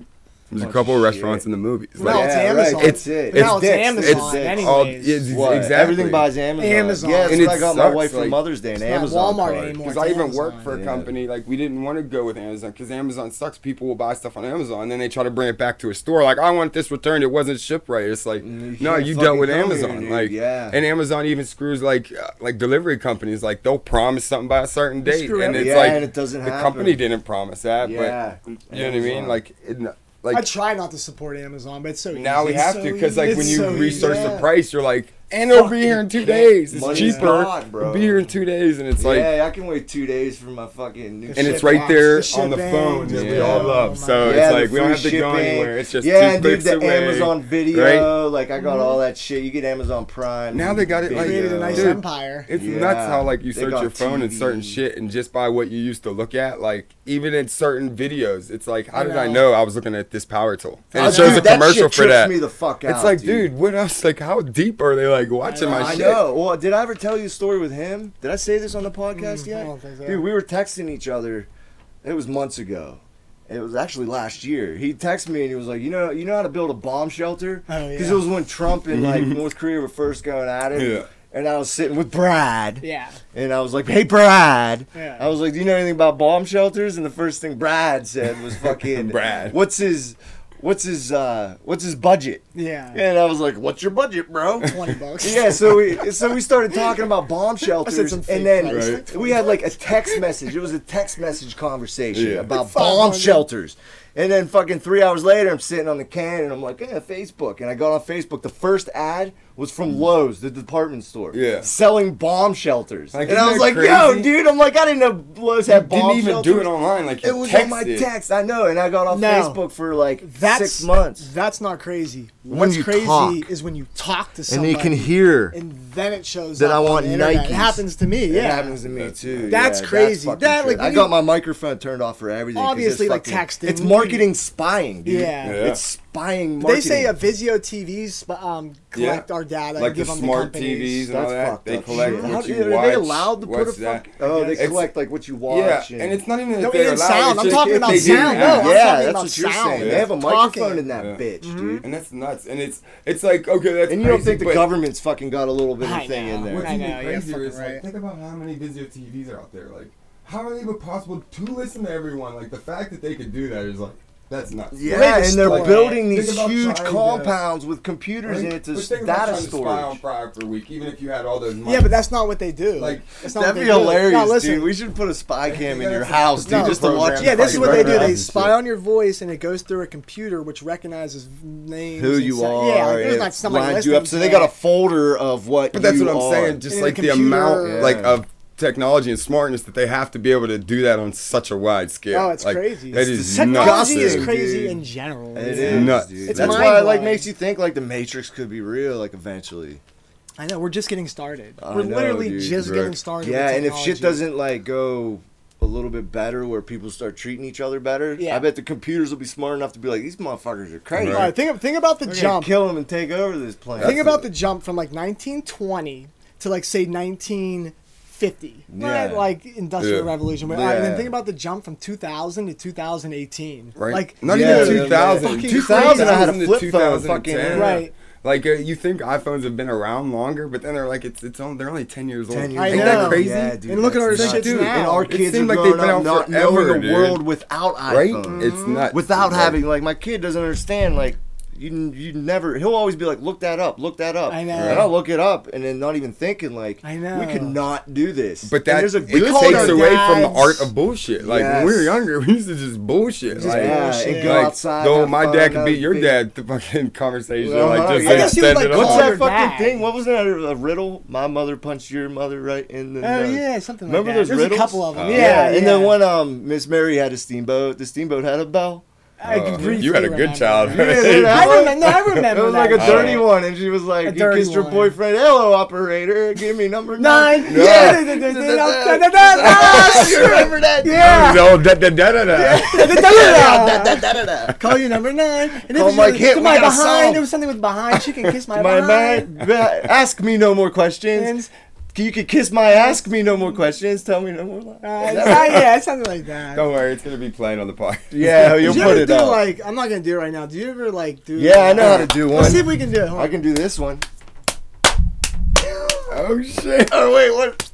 [SPEAKER 3] there's a
[SPEAKER 2] Bunch
[SPEAKER 3] couple
[SPEAKER 2] of
[SPEAKER 3] restaurants
[SPEAKER 2] Oh, shit.
[SPEAKER 3] in the movies.
[SPEAKER 1] No,
[SPEAKER 3] Like,
[SPEAKER 1] it's
[SPEAKER 2] Yeah, right,
[SPEAKER 1] Amazon.
[SPEAKER 2] that's it.
[SPEAKER 1] now it's,
[SPEAKER 2] It's dicks,
[SPEAKER 1] Amazon.
[SPEAKER 2] it's
[SPEAKER 3] dicks.
[SPEAKER 1] anyways.
[SPEAKER 3] All- it's-
[SPEAKER 2] What?
[SPEAKER 3] Exactly.
[SPEAKER 2] Everything buys Amazon.
[SPEAKER 1] Amazon.
[SPEAKER 2] Yeah, that's
[SPEAKER 3] And
[SPEAKER 2] what
[SPEAKER 3] it
[SPEAKER 2] I got my
[SPEAKER 3] sucks,
[SPEAKER 2] wife for
[SPEAKER 3] like,
[SPEAKER 2] Mother's Day. An
[SPEAKER 1] it's not
[SPEAKER 2] Amazon
[SPEAKER 1] Walmart
[SPEAKER 2] card.
[SPEAKER 1] anymore.
[SPEAKER 3] Because
[SPEAKER 1] It's
[SPEAKER 3] I even
[SPEAKER 1] Amazon,
[SPEAKER 3] worked for a
[SPEAKER 2] yeah.
[SPEAKER 3] company, like, we didn't want to go with Amazon because Amazon sucks. People will buy stuff on Amazon, and then they try to bring it back to a store. Like, I want this returned. It wasn't shipped right. It's like,
[SPEAKER 2] Mm, you
[SPEAKER 3] no,
[SPEAKER 2] can't
[SPEAKER 3] you
[SPEAKER 2] fucking
[SPEAKER 3] dealt with
[SPEAKER 2] come here,
[SPEAKER 3] Amazon.
[SPEAKER 2] dude.
[SPEAKER 3] like,
[SPEAKER 2] Yeah.
[SPEAKER 3] And Amazon even screws, like, uh, like delivery companies. Like, they'll promise something by a certain date.
[SPEAKER 1] screw
[SPEAKER 3] And
[SPEAKER 1] everything.
[SPEAKER 3] it's
[SPEAKER 2] Yeah,
[SPEAKER 3] like,
[SPEAKER 2] and it doesn't
[SPEAKER 3] the
[SPEAKER 2] happen.
[SPEAKER 3] company didn't promise that.
[SPEAKER 2] Yeah.
[SPEAKER 3] But, you know what I mean?
[SPEAKER 2] Amazon.
[SPEAKER 3] Like, it,
[SPEAKER 1] I
[SPEAKER 3] like
[SPEAKER 1] try not to support Amazon, but it's so
[SPEAKER 3] now
[SPEAKER 1] easy.
[SPEAKER 3] we have
[SPEAKER 1] It's
[SPEAKER 3] to
[SPEAKER 1] so
[SPEAKER 3] because, like,
[SPEAKER 1] easy.
[SPEAKER 3] when
[SPEAKER 1] It's
[SPEAKER 3] you
[SPEAKER 1] so
[SPEAKER 3] research
[SPEAKER 1] easy.
[SPEAKER 3] the price, you're like, and it'll be here in two days. It's
[SPEAKER 2] Money's
[SPEAKER 3] cheaper.
[SPEAKER 2] gone, bro.
[SPEAKER 3] It'll be here in two days. And it's like,
[SPEAKER 2] yeah, I can wait two days for my fucking new.
[SPEAKER 3] and
[SPEAKER 1] shit
[SPEAKER 3] it's right
[SPEAKER 1] box,
[SPEAKER 3] there
[SPEAKER 1] the shit
[SPEAKER 3] on the
[SPEAKER 1] bang,
[SPEAKER 3] phone that we
[SPEAKER 2] yeah.
[SPEAKER 3] all love.
[SPEAKER 1] Oh
[SPEAKER 3] So
[SPEAKER 1] my
[SPEAKER 3] it's
[SPEAKER 2] the
[SPEAKER 3] like we don't have to
[SPEAKER 2] free
[SPEAKER 3] go
[SPEAKER 2] shipping.
[SPEAKER 3] anywhere. It's just
[SPEAKER 2] yeah,
[SPEAKER 3] two
[SPEAKER 2] and dude,
[SPEAKER 3] clicks
[SPEAKER 2] the
[SPEAKER 3] away.
[SPEAKER 2] Amazon video. Like I got all that shit. You get Amazon Prime.
[SPEAKER 3] Now they got it,
[SPEAKER 1] They
[SPEAKER 3] like,
[SPEAKER 1] created a nice
[SPEAKER 3] Dude.
[SPEAKER 1] empire.
[SPEAKER 3] It's
[SPEAKER 2] Yeah.
[SPEAKER 3] nuts how like you
[SPEAKER 2] They
[SPEAKER 3] search
[SPEAKER 2] got
[SPEAKER 3] your phone and certain
[SPEAKER 2] TV.
[SPEAKER 3] shit, and just by what you used to look at, like even in certain videos, it's like how
[SPEAKER 1] I
[SPEAKER 3] did I
[SPEAKER 1] know.
[SPEAKER 3] know I was looking at this power tool? And
[SPEAKER 2] Oh,
[SPEAKER 3] it shows
[SPEAKER 2] dude,
[SPEAKER 3] a
[SPEAKER 2] that
[SPEAKER 3] commercial
[SPEAKER 2] shit
[SPEAKER 3] for that.
[SPEAKER 2] trips me the fuck
[SPEAKER 3] It's
[SPEAKER 2] out,
[SPEAKER 3] like,
[SPEAKER 2] dude.
[SPEAKER 3] dude, what else? Like, how deep are they like watching my
[SPEAKER 2] I
[SPEAKER 3] shit?
[SPEAKER 2] know. Well, did I ever tell you a story with him? Did I say this on the
[SPEAKER 3] Mm,
[SPEAKER 2] podcast
[SPEAKER 1] I
[SPEAKER 2] yet?
[SPEAKER 1] don't think so.
[SPEAKER 2] Dude, we were texting each other. It was months ago. It was actually last year. He texted me and he was like, "You know, you know how to build a bomb shelter?
[SPEAKER 1] Oh, yeah.
[SPEAKER 2] it was when Trump and
[SPEAKER 3] *laughs*
[SPEAKER 2] like North Korea were first going at it.
[SPEAKER 3] Yeah.
[SPEAKER 2] And I was sitting with Brad.
[SPEAKER 1] Yeah.
[SPEAKER 2] And I was like, "Hey, Brad."
[SPEAKER 1] Yeah.
[SPEAKER 2] I was like, "Do you know anything about bomb shelters?" And the first thing Brad said was, "Fucking
[SPEAKER 3] Brad.
[SPEAKER 2] What's his, what's his, uh, what's his budget?"
[SPEAKER 1] Yeah.
[SPEAKER 2] And I was like, "What's your budget, bro?"
[SPEAKER 1] Twenty bucks.
[SPEAKER 2] yeah. So we so we started talking about bomb shelters,
[SPEAKER 1] some fake
[SPEAKER 2] and then
[SPEAKER 1] price.
[SPEAKER 3] Right.
[SPEAKER 2] we had like a text message. It was a text message conversation
[SPEAKER 3] Yeah.
[SPEAKER 2] about
[SPEAKER 1] Five
[SPEAKER 2] bomb
[SPEAKER 1] hundred.
[SPEAKER 2] shelters. And then fucking three hours later, I'm sitting on the can and I'm like, yeah, Facebook. And I got on Facebook. The first ad was from Lowe's, the department store.
[SPEAKER 3] Mm. Yeah.
[SPEAKER 2] Selling bomb shelters.
[SPEAKER 3] Like,
[SPEAKER 2] and I
[SPEAKER 3] isn't
[SPEAKER 2] was
[SPEAKER 3] that
[SPEAKER 2] like, yo,
[SPEAKER 3] crazy?
[SPEAKER 2] dude, I'm like, I didn't know Lowe's had bomb
[SPEAKER 3] Didn't even
[SPEAKER 2] shelters.
[SPEAKER 3] do it online. Like,
[SPEAKER 2] It
[SPEAKER 3] you
[SPEAKER 2] was on my
[SPEAKER 3] texted.
[SPEAKER 2] text. I know. And I got off
[SPEAKER 1] No.
[SPEAKER 2] Facebook for like
[SPEAKER 1] That's
[SPEAKER 2] six months.
[SPEAKER 1] That's not crazy.
[SPEAKER 2] When
[SPEAKER 1] What's
[SPEAKER 2] you
[SPEAKER 1] crazy
[SPEAKER 2] talk.
[SPEAKER 1] is when you talk to
[SPEAKER 2] And
[SPEAKER 1] somebody
[SPEAKER 2] you can hear.
[SPEAKER 1] and then it shows
[SPEAKER 2] Then
[SPEAKER 1] up
[SPEAKER 2] I
[SPEAKER 1] on
[SPEAKER 2] want
[SPEAKER 1] the internet. It
[SPEAKER 2] Nikes.
[SPEAKER 1] happens to me. Yeah,
[SPEAKER 2] It happens to me too.
[SPEAKER 1] That's
[SPEAKER 2] yeah,
[SPEAKER 1] crazy.
[SPEAKER 2] fucking
[SPEAKER 1] That,
[SPEAKER 2] true.
[SPEAKER 1] like,
[SPEAKER 2] I
[SPEAKER 1] when
[SPEAKER 2] got
[SPEAKER 1] you-
[SPEAKER 2] my microphone turned off for everything. 'cause it's
[SPEAKER 1] Obviously, like,
[SPEAKER 2] fucking-
[SPEAKER 1] texting.
[SPEAKER 2] It's marketing spying, dude.
[SPEAKER 1] Yeah. Yeah.
[SPEAKER 2] It's spying marketing.
[SPEAKER 1] They say a Vizio TVs sp- um, collect
[SPEAKER 3] Yeah.
[SPEAKER 1] our data
[SPEAKER 3] like
[SPEAKER 1] and give
[SPEAKER 3] the
[SPEAKER 1] them
[SPEAKER 3] smart
[SPEAKER 1] to
[SPEAKER 3] TVs
[SPEAKER 1] companies.
[SPEAKER 3] and all
[SPEAKER 2] That's
[SPEAKER 3] that.
[SPEAKER 2] fucked
[SPEAKER 3] They
[SPEAKER 2] up.
[SPEAKER 3] collect
[SPEAKER 2] Sure.
[SPEAKER 3] what
[SPEAKER 2] How-
[SPEAKER 3] you
[SPEAKER 2] are they
[SPEAKER 3] watch.
[SPEAKER 2] allowed to put
[SPEAKER 3] what's
[SPEAKER 2] a
[SPEAKER 3] that.
[SPEAKER 2] fucking- Oh, they
[SPEAKER 3] It's-
[SPEAKER 2] collect, like, what you
[SPEAKER 3] Yeah,
[SPEAKER 2] watch and-
[SPEAKER 3] and it's not even that
[SPEAKER 1] No,
[SPEAKER 3] they're
[SPEAKER 1] even
[SPEAKER 3] allowed,
[SPEAKER 1] sound.
[SPEAKER 3] it's
[SPEAKER 1] I'm
[SPEAKER 3] just
[SPEAKER 1] talking
[SPEAKER 3] if
[SPEAKER 1] about
[SPEAKER 3] they do
[SPEAKER 1] sound.
[SPEAKER 3] that.
[SPEAKER 1] No, I'm
[SPEAKER 2] yeah,
[SPEAKER 1] talking
[SPEAKER 2] that's
[SPEAKER 1] about
[SPEAKER 2] what you're
[SPEAKER 1] sound.
[SPEAKER 2] saying. They have a
[SPEAKER 1] Talking.
[SPEAKER 2] microphone in that
[SPEAKER 3] Yeah.
[SPEAKER 2] bitch, dude.
[SPEAKER 3] And that's nuts. And it's it's like okay, that's
[SPEAKER 2] And you don't
[SPEAKER 3] crazy,
[SPEAKER 2] think the
[SPEAKER 3] but
[SPEAKER 2] government's fucking got a little bit of
[SPEAKER 1] I
[SPEAKER 2] thing in
[SPEAKER 1] know.
[SPEAKER 2] there?
[SPEAKER 3] What's
[SPEAKER 1] I
[SPEAKER 3] even
[SPEAKER 1] know, you're
[SPEAKER 3] crazier
[SPEAKER 1] fucking
[SPEAKER 3] is like
[SPEAKER 1] right.
[SPEAKER 3] think about how many Vizio TVs are out there. Like how are they even possible to listen to everyone? Like the fact that they could do that is like that's nuts.
[SPEAKER 1] Well,
[SPEAKER 2] Yeah,
[SPEAKER 1] they
[SPEAKER 2] and they're
[SPEAKER 1] store it.
[SPEAKER 2] building
[SPEAKER 3] Think
[SPEAKER 2] these
[SPEAKER 3] about
[SPEAKER 2] huge
[SPEAKER 3] trying to-
[SPEAKER 2] compounds with computers in it
[SPEAKER 3] But
[SPEAKER 2] to s-
[SPEAKER 3] think about
[SPEAKER 2] data
[SPEAKER 3] trying to spy on
[SPEAKER 2] storage.
[SPEAKER 3] Pride for a week, even if you had all those. Money.
[SPEAKER 1] Yeah, but that's not what they do.
[SPEAKER 3] Like,
[SPEAKER 1] that's not
[SPEAKER 2] That'd
[SPEAKER 1] what
[SPEAKER 2] be
[SPEAKER 1] they do.
[SPEAKER 2] hilarious,
[SPEAKER 1] no, listen,
[SPEAKER 2] dude. We should put a spy cam in
[SPEAKER 3] that's
[SPEAKER 2] your
[SPEAKER 3] a-
[SPEAKER 2] house, dude,
[SPEAKER 1] No.
[SPEAKER 2] just to watch.
[SPEAKER 1] Yeah,
[SPEAKER 2] you
[SPEAKER 1] this is
[SPEAKER 2] fucking
[SPEAKER 1] what they do.
[SPEAKER 2] murder
[SPEAKER 1] They
[SPEAKER 2] us and
[SPEAKER 1] spy
[SPEAKER 2] shit.
[SPEAKER 1] on your voice, and it goes through a computer which recognizes names,
[SPEAKER 2] who
[SPEAKER 1] and
[SPEAKER 2] you
[SPEAKER 1] stuff.
[SPEAKER 2] are.
[SPEAKER 1] Yeah, like, there's
[SPEAKER 2] and
[SPEAKER 1] not somebody
[SPEAKER 2] lines
[SPEAKER 1] listening
[SPEAKER 2] you up. So
[SPEAKER 1] to
[SPEAKER 2] they
[SPEAKER 1] that.
[SPEAKER 2] got a folder of what.
[SPEAKER 3] But that's
[SPEAKER 2] you
[SPEAKER 3] what I'm
[SPEAKER 2] are.
[SPEAKER 3] saying. Just
[SPEAKER 1] And
[SPEAKER 3] like
[SPEAKER 1] the
[SPEAKER 3] the
[SPEAKER 1] computer-
[SPEAKER 3] amount
[SPEAKER 1] Yeah.
[SPEAKER 3] like of technology and smartness that they have to be able to do that on such a wide scale.
[SPEAKER 1] Oh, it's
[SPEAKER 3] Like,
[SPEAKER 1] crazy.
[SPEAKER 3] That is
[SPEAKER 1] Technology
[SPEAKER 3] nuts.
[SPEAKER 1] is
[SPEAKER 2] dude.
[SPEAKER 1] crazy in general.
[SPEAKER 2] It
[SPEAKER 1] Yeah.
[SPEAKER 2] is.
[SPEAKER 3] nuts,
[SPEAKER 2] dude.
[SPEAKER 3] It's
[SPEAKER 2] That's why it like
[SPEAKER 1] mind-blowing.
[SPEAKER 2] makes you think like the Matrix could be real, like eventually.
[SPEAKER 1] I know. We're just getting started.
[SPEAKER 2] I
[SPEAKER 1] we're
[SPEAKER 2] know,
[SPEAKER 1] literally
[SPEAKER 2] dude.
[SPEAKER 1] just
[SPEAKER 3] Right.
[SPEAKER 1] getting started.
[SPEAKER 2] Yeah,
[SPEAKER 1] with
[SPEAKER 2] and if shit
[SPEAKER 1] technology.
[SPEAKER 2] doesn't like go a little bit better, where people start treating each other better,
[SPEAKER 1] Yeah.
[SPEAKER 2] I bet the computers will be smart enough to be like, these motherfuckers are crazy.
[SPEAKER 1] All right, think think about the
[SPEAKER 2] We're gonna
[SPEAKER 1] jump.
[SPEAKER 2] kill them and take over this planet.
[SPEAKER 1] Think about the jump from like 1920 to like say 1950, right?
[SPEAKER 2] Yeah.
[SPEAKER 1] Like industrial
[SPEAKER 3] Yeah.
[SPEAKER 1] revolution. But, all right, and then
[SPEAKER 2] Yeah.
[SPEAKER 1] think about the jump from 2000 to 2018.
[SPEAKER 3] Right.
[SPEAKER 1] Like
[SPEAKER 3] Not
[SPEAKER 2] Yeah,
[SPEAKER 3] even
[SPEAKER 2] yeah,
[SPEAKER 3] 2000.
[SPEAKER 1] yeah. Fucking
[SPEAKER 2] 2000, I had a
[SPEAKER 3] 2000 to
[SPEAKER 2] flip phone, fucking-
[SPEAKER 3] 2010.
[SPEAKER 1] Right.
[SPEAKER 3] Like uh, you think iPhones have been around longer, but then they're like it's it's only, they're only ten years old.
[SPEAKER 2] Ten years
[SPEAKER 1] I
[SPEAKER 3] Ain't
[SPEAKER 1] know.
[SPEAKER 3] that crazy?
[SPEAKER 2] Yeah, dude,
[SPEAKER 1] And look at
[SPEAKER 2] that's
[SPEAKER 1] our
[SPEAKER 2] nuts.
[SPEAKER 1] shit
[SPEAKER 3] Dude,
[SPEAKER 1] now.
[SPEAKER 2] And our
[SPEAKER 3] It
[SPEAKER 2] kids are
[SPEAKER 3] seemed like
[SPEAKER 2] growing
[SPEAKER 3] they've been
[SPEAKER 2] up not
[SPEAKER 3] out forever,
[SPEAKER 2] knowing the
[SPEAKER 3] dude.
[SPEAKER 2] world without iPhone.
[SPEAKER 3] Right? It's nuts.
[SPEAKER 2] without
[SPEAKER 3] Like,
[SPEAKER 2] having like my kid doesn't understand like you you never he'll always be like look that up look that up
[SPEAKER 1] I know.
[SPEAKER 2] and I'll look it up and then not even thinking like
[SPEAKER 1] I know.
[SPEAKER 2] we could not do this
[SPEAKER 3] But
[SPEAKER 2] And
[SPEAKER 3] that
[SPEAKER 2] there's a
[SPEAKER 3] it
[SPEAKER 2] call
[SPEAKER 3] takes
[SPEAKER 2] to
[SPEAKER 3] away from the
[SPEAKER 1] dads.
[SPEAKER 3] art of bullshit. Like when we were
[SPEAKER 2] Yes.
[SPEAKER 3] younger, we used to just bullshit.
[SPEAKER 1] Just
[SPEAKER 3] like,
[SPEAKER 1] Yeah, bullshit. and go
[SPEAKER 2] outside,
[SPEAKER 3] Though
[SPEAKER 2] have
[SPEAKER 3] my
[SPEAKER 2] fun,
[SPEAKER 3] dad could
[SPEAKER 2] have
[SPEAKER 3] beat your
[SPEAKER 2] big-
[SPEAKER 3] dad to fucking conversation.
[SPEAKER 2] Uh-huh,
[SPEAKER 3] Like just
[SPEAKER 2] yeah. I guess
[SPEAKER 1] he would,
[SPEAKER 3] extend
[SPEAKER 1] like,
[SPEAKER 3] it
[SPEAKER 1] call
[SPEAKER 2] What's
[SPEAKER 3] on.
[SPEAKER 1] your
[SPEAKER 2] that fucking
[SPEAKER 1] dad.
[SPEAKER 2] thing? What was that? A riddle? My mother punched your mother right in the.
[SPEAKER 1] Oh
[SPEAKER 2] nose.
[SPEAKER 1] yeah, something like
[SPEAKER 2] Remember
[SPEAKER 1] that.
[SPEAKER 2] those
[SPEAKER 1] There's
[SPEAKER 2] riddles?
[SPEAKER 1] a couple of them.
[SPEAKER 3] Uh,
[SPEAKER 1] yeah,
[SPEAKER 2] Yeah,
[SPEAKER 1] yeah.
[SPEAKER 2] Oh. and then one um Miss Mary had a steamboat. The steamboat had a bell.
[SPEAKER 1] I
[SPEAKER 2] Oh.
[SPEAKER 3] Uh,
[SPEAKER 1] briefly
[SPEAKER 3] you had a
[SPEAKER 1] remember.
[SPEAKER 3] good childhood.
[SPEAKER 2] didn't
[SPEAKER 1] I
[SPEAKER 2] have one?
[SPEAKER 1] remember. No, I
[SPEAKER 2] It
[SPEAKER 1] remember.
[SPEAKER 2] was
[SPEAKER 1] that
[SPEAKER 2] like a
[SPEAKER 1] one.
[SPEAKER 2] dirty one, and she was like,
[SPEAKER 1] A
[SPEAKER 2] "You
[SPEAKER 1] dirty
[SPEAKER 2] kissed your
[SPEAKER 1] one.
[SPEAKER 2] boyfriend. Hello, operator. Give me number
[SPEAKER 1] Nine.
[SPEAKER 2] nine. *laughs*
[SPEAKER 1] Yeah.
[SPEAKER 2] you remember that?
[SPEAKER 1] Yeah.
[SPEAKER 3] No, da da da da da.
[SPEAKER 2] Da, da, da, da.
[SPEAKER 1] Call you number nine. And
[SPEAKER 2] Call
[SPEAKER 1] if
[SPEAKER 2] my
[SPEAKER 1] you
[SPEAKER 2] kid, we
[SPEAKER 1] my
[SPEAKER 2] got a song.
[SPEAKER 1] behind, there was something with behind. She can kiss my,
[SPEAKER 2] *laughs* My
[SPEAKER 1] behind.
[SPEAKER 2] man, ask me no more questions. *laughs*
[SPEAKER 1] And,
[SPEAKER 2] You could kiss my. Ask me no more questions. Tell me no more lies.
[SPEAKER 1] uh, yeah, something like that.
[SPEAKER 3] Don't worry, it's gonna be playing on the podcast.
[SPEAKER 2] Yeah, you'll
[SPEAKER 1] Did you
[SPEAKER 2] put
[SPEAKER 1] ever
[SPEAKER 2] it
[SPEAKER 1] do
[SPEAKER 2] up.
[SPEAKER 1] like I'm not gonna do it right now. Do you ever like do?
[SPEAKER 2] Yeah, I know how to do one.
[SPEAKER 1] Let's see if we can do it. Hold
[SPEAKER 2] I
[SPEAKER 1] on. *laughs*
[SPEAKER 2] can do this one.
[SPEAKER 3] Oh shit!
[SPEAKER 2] Oh wait, what?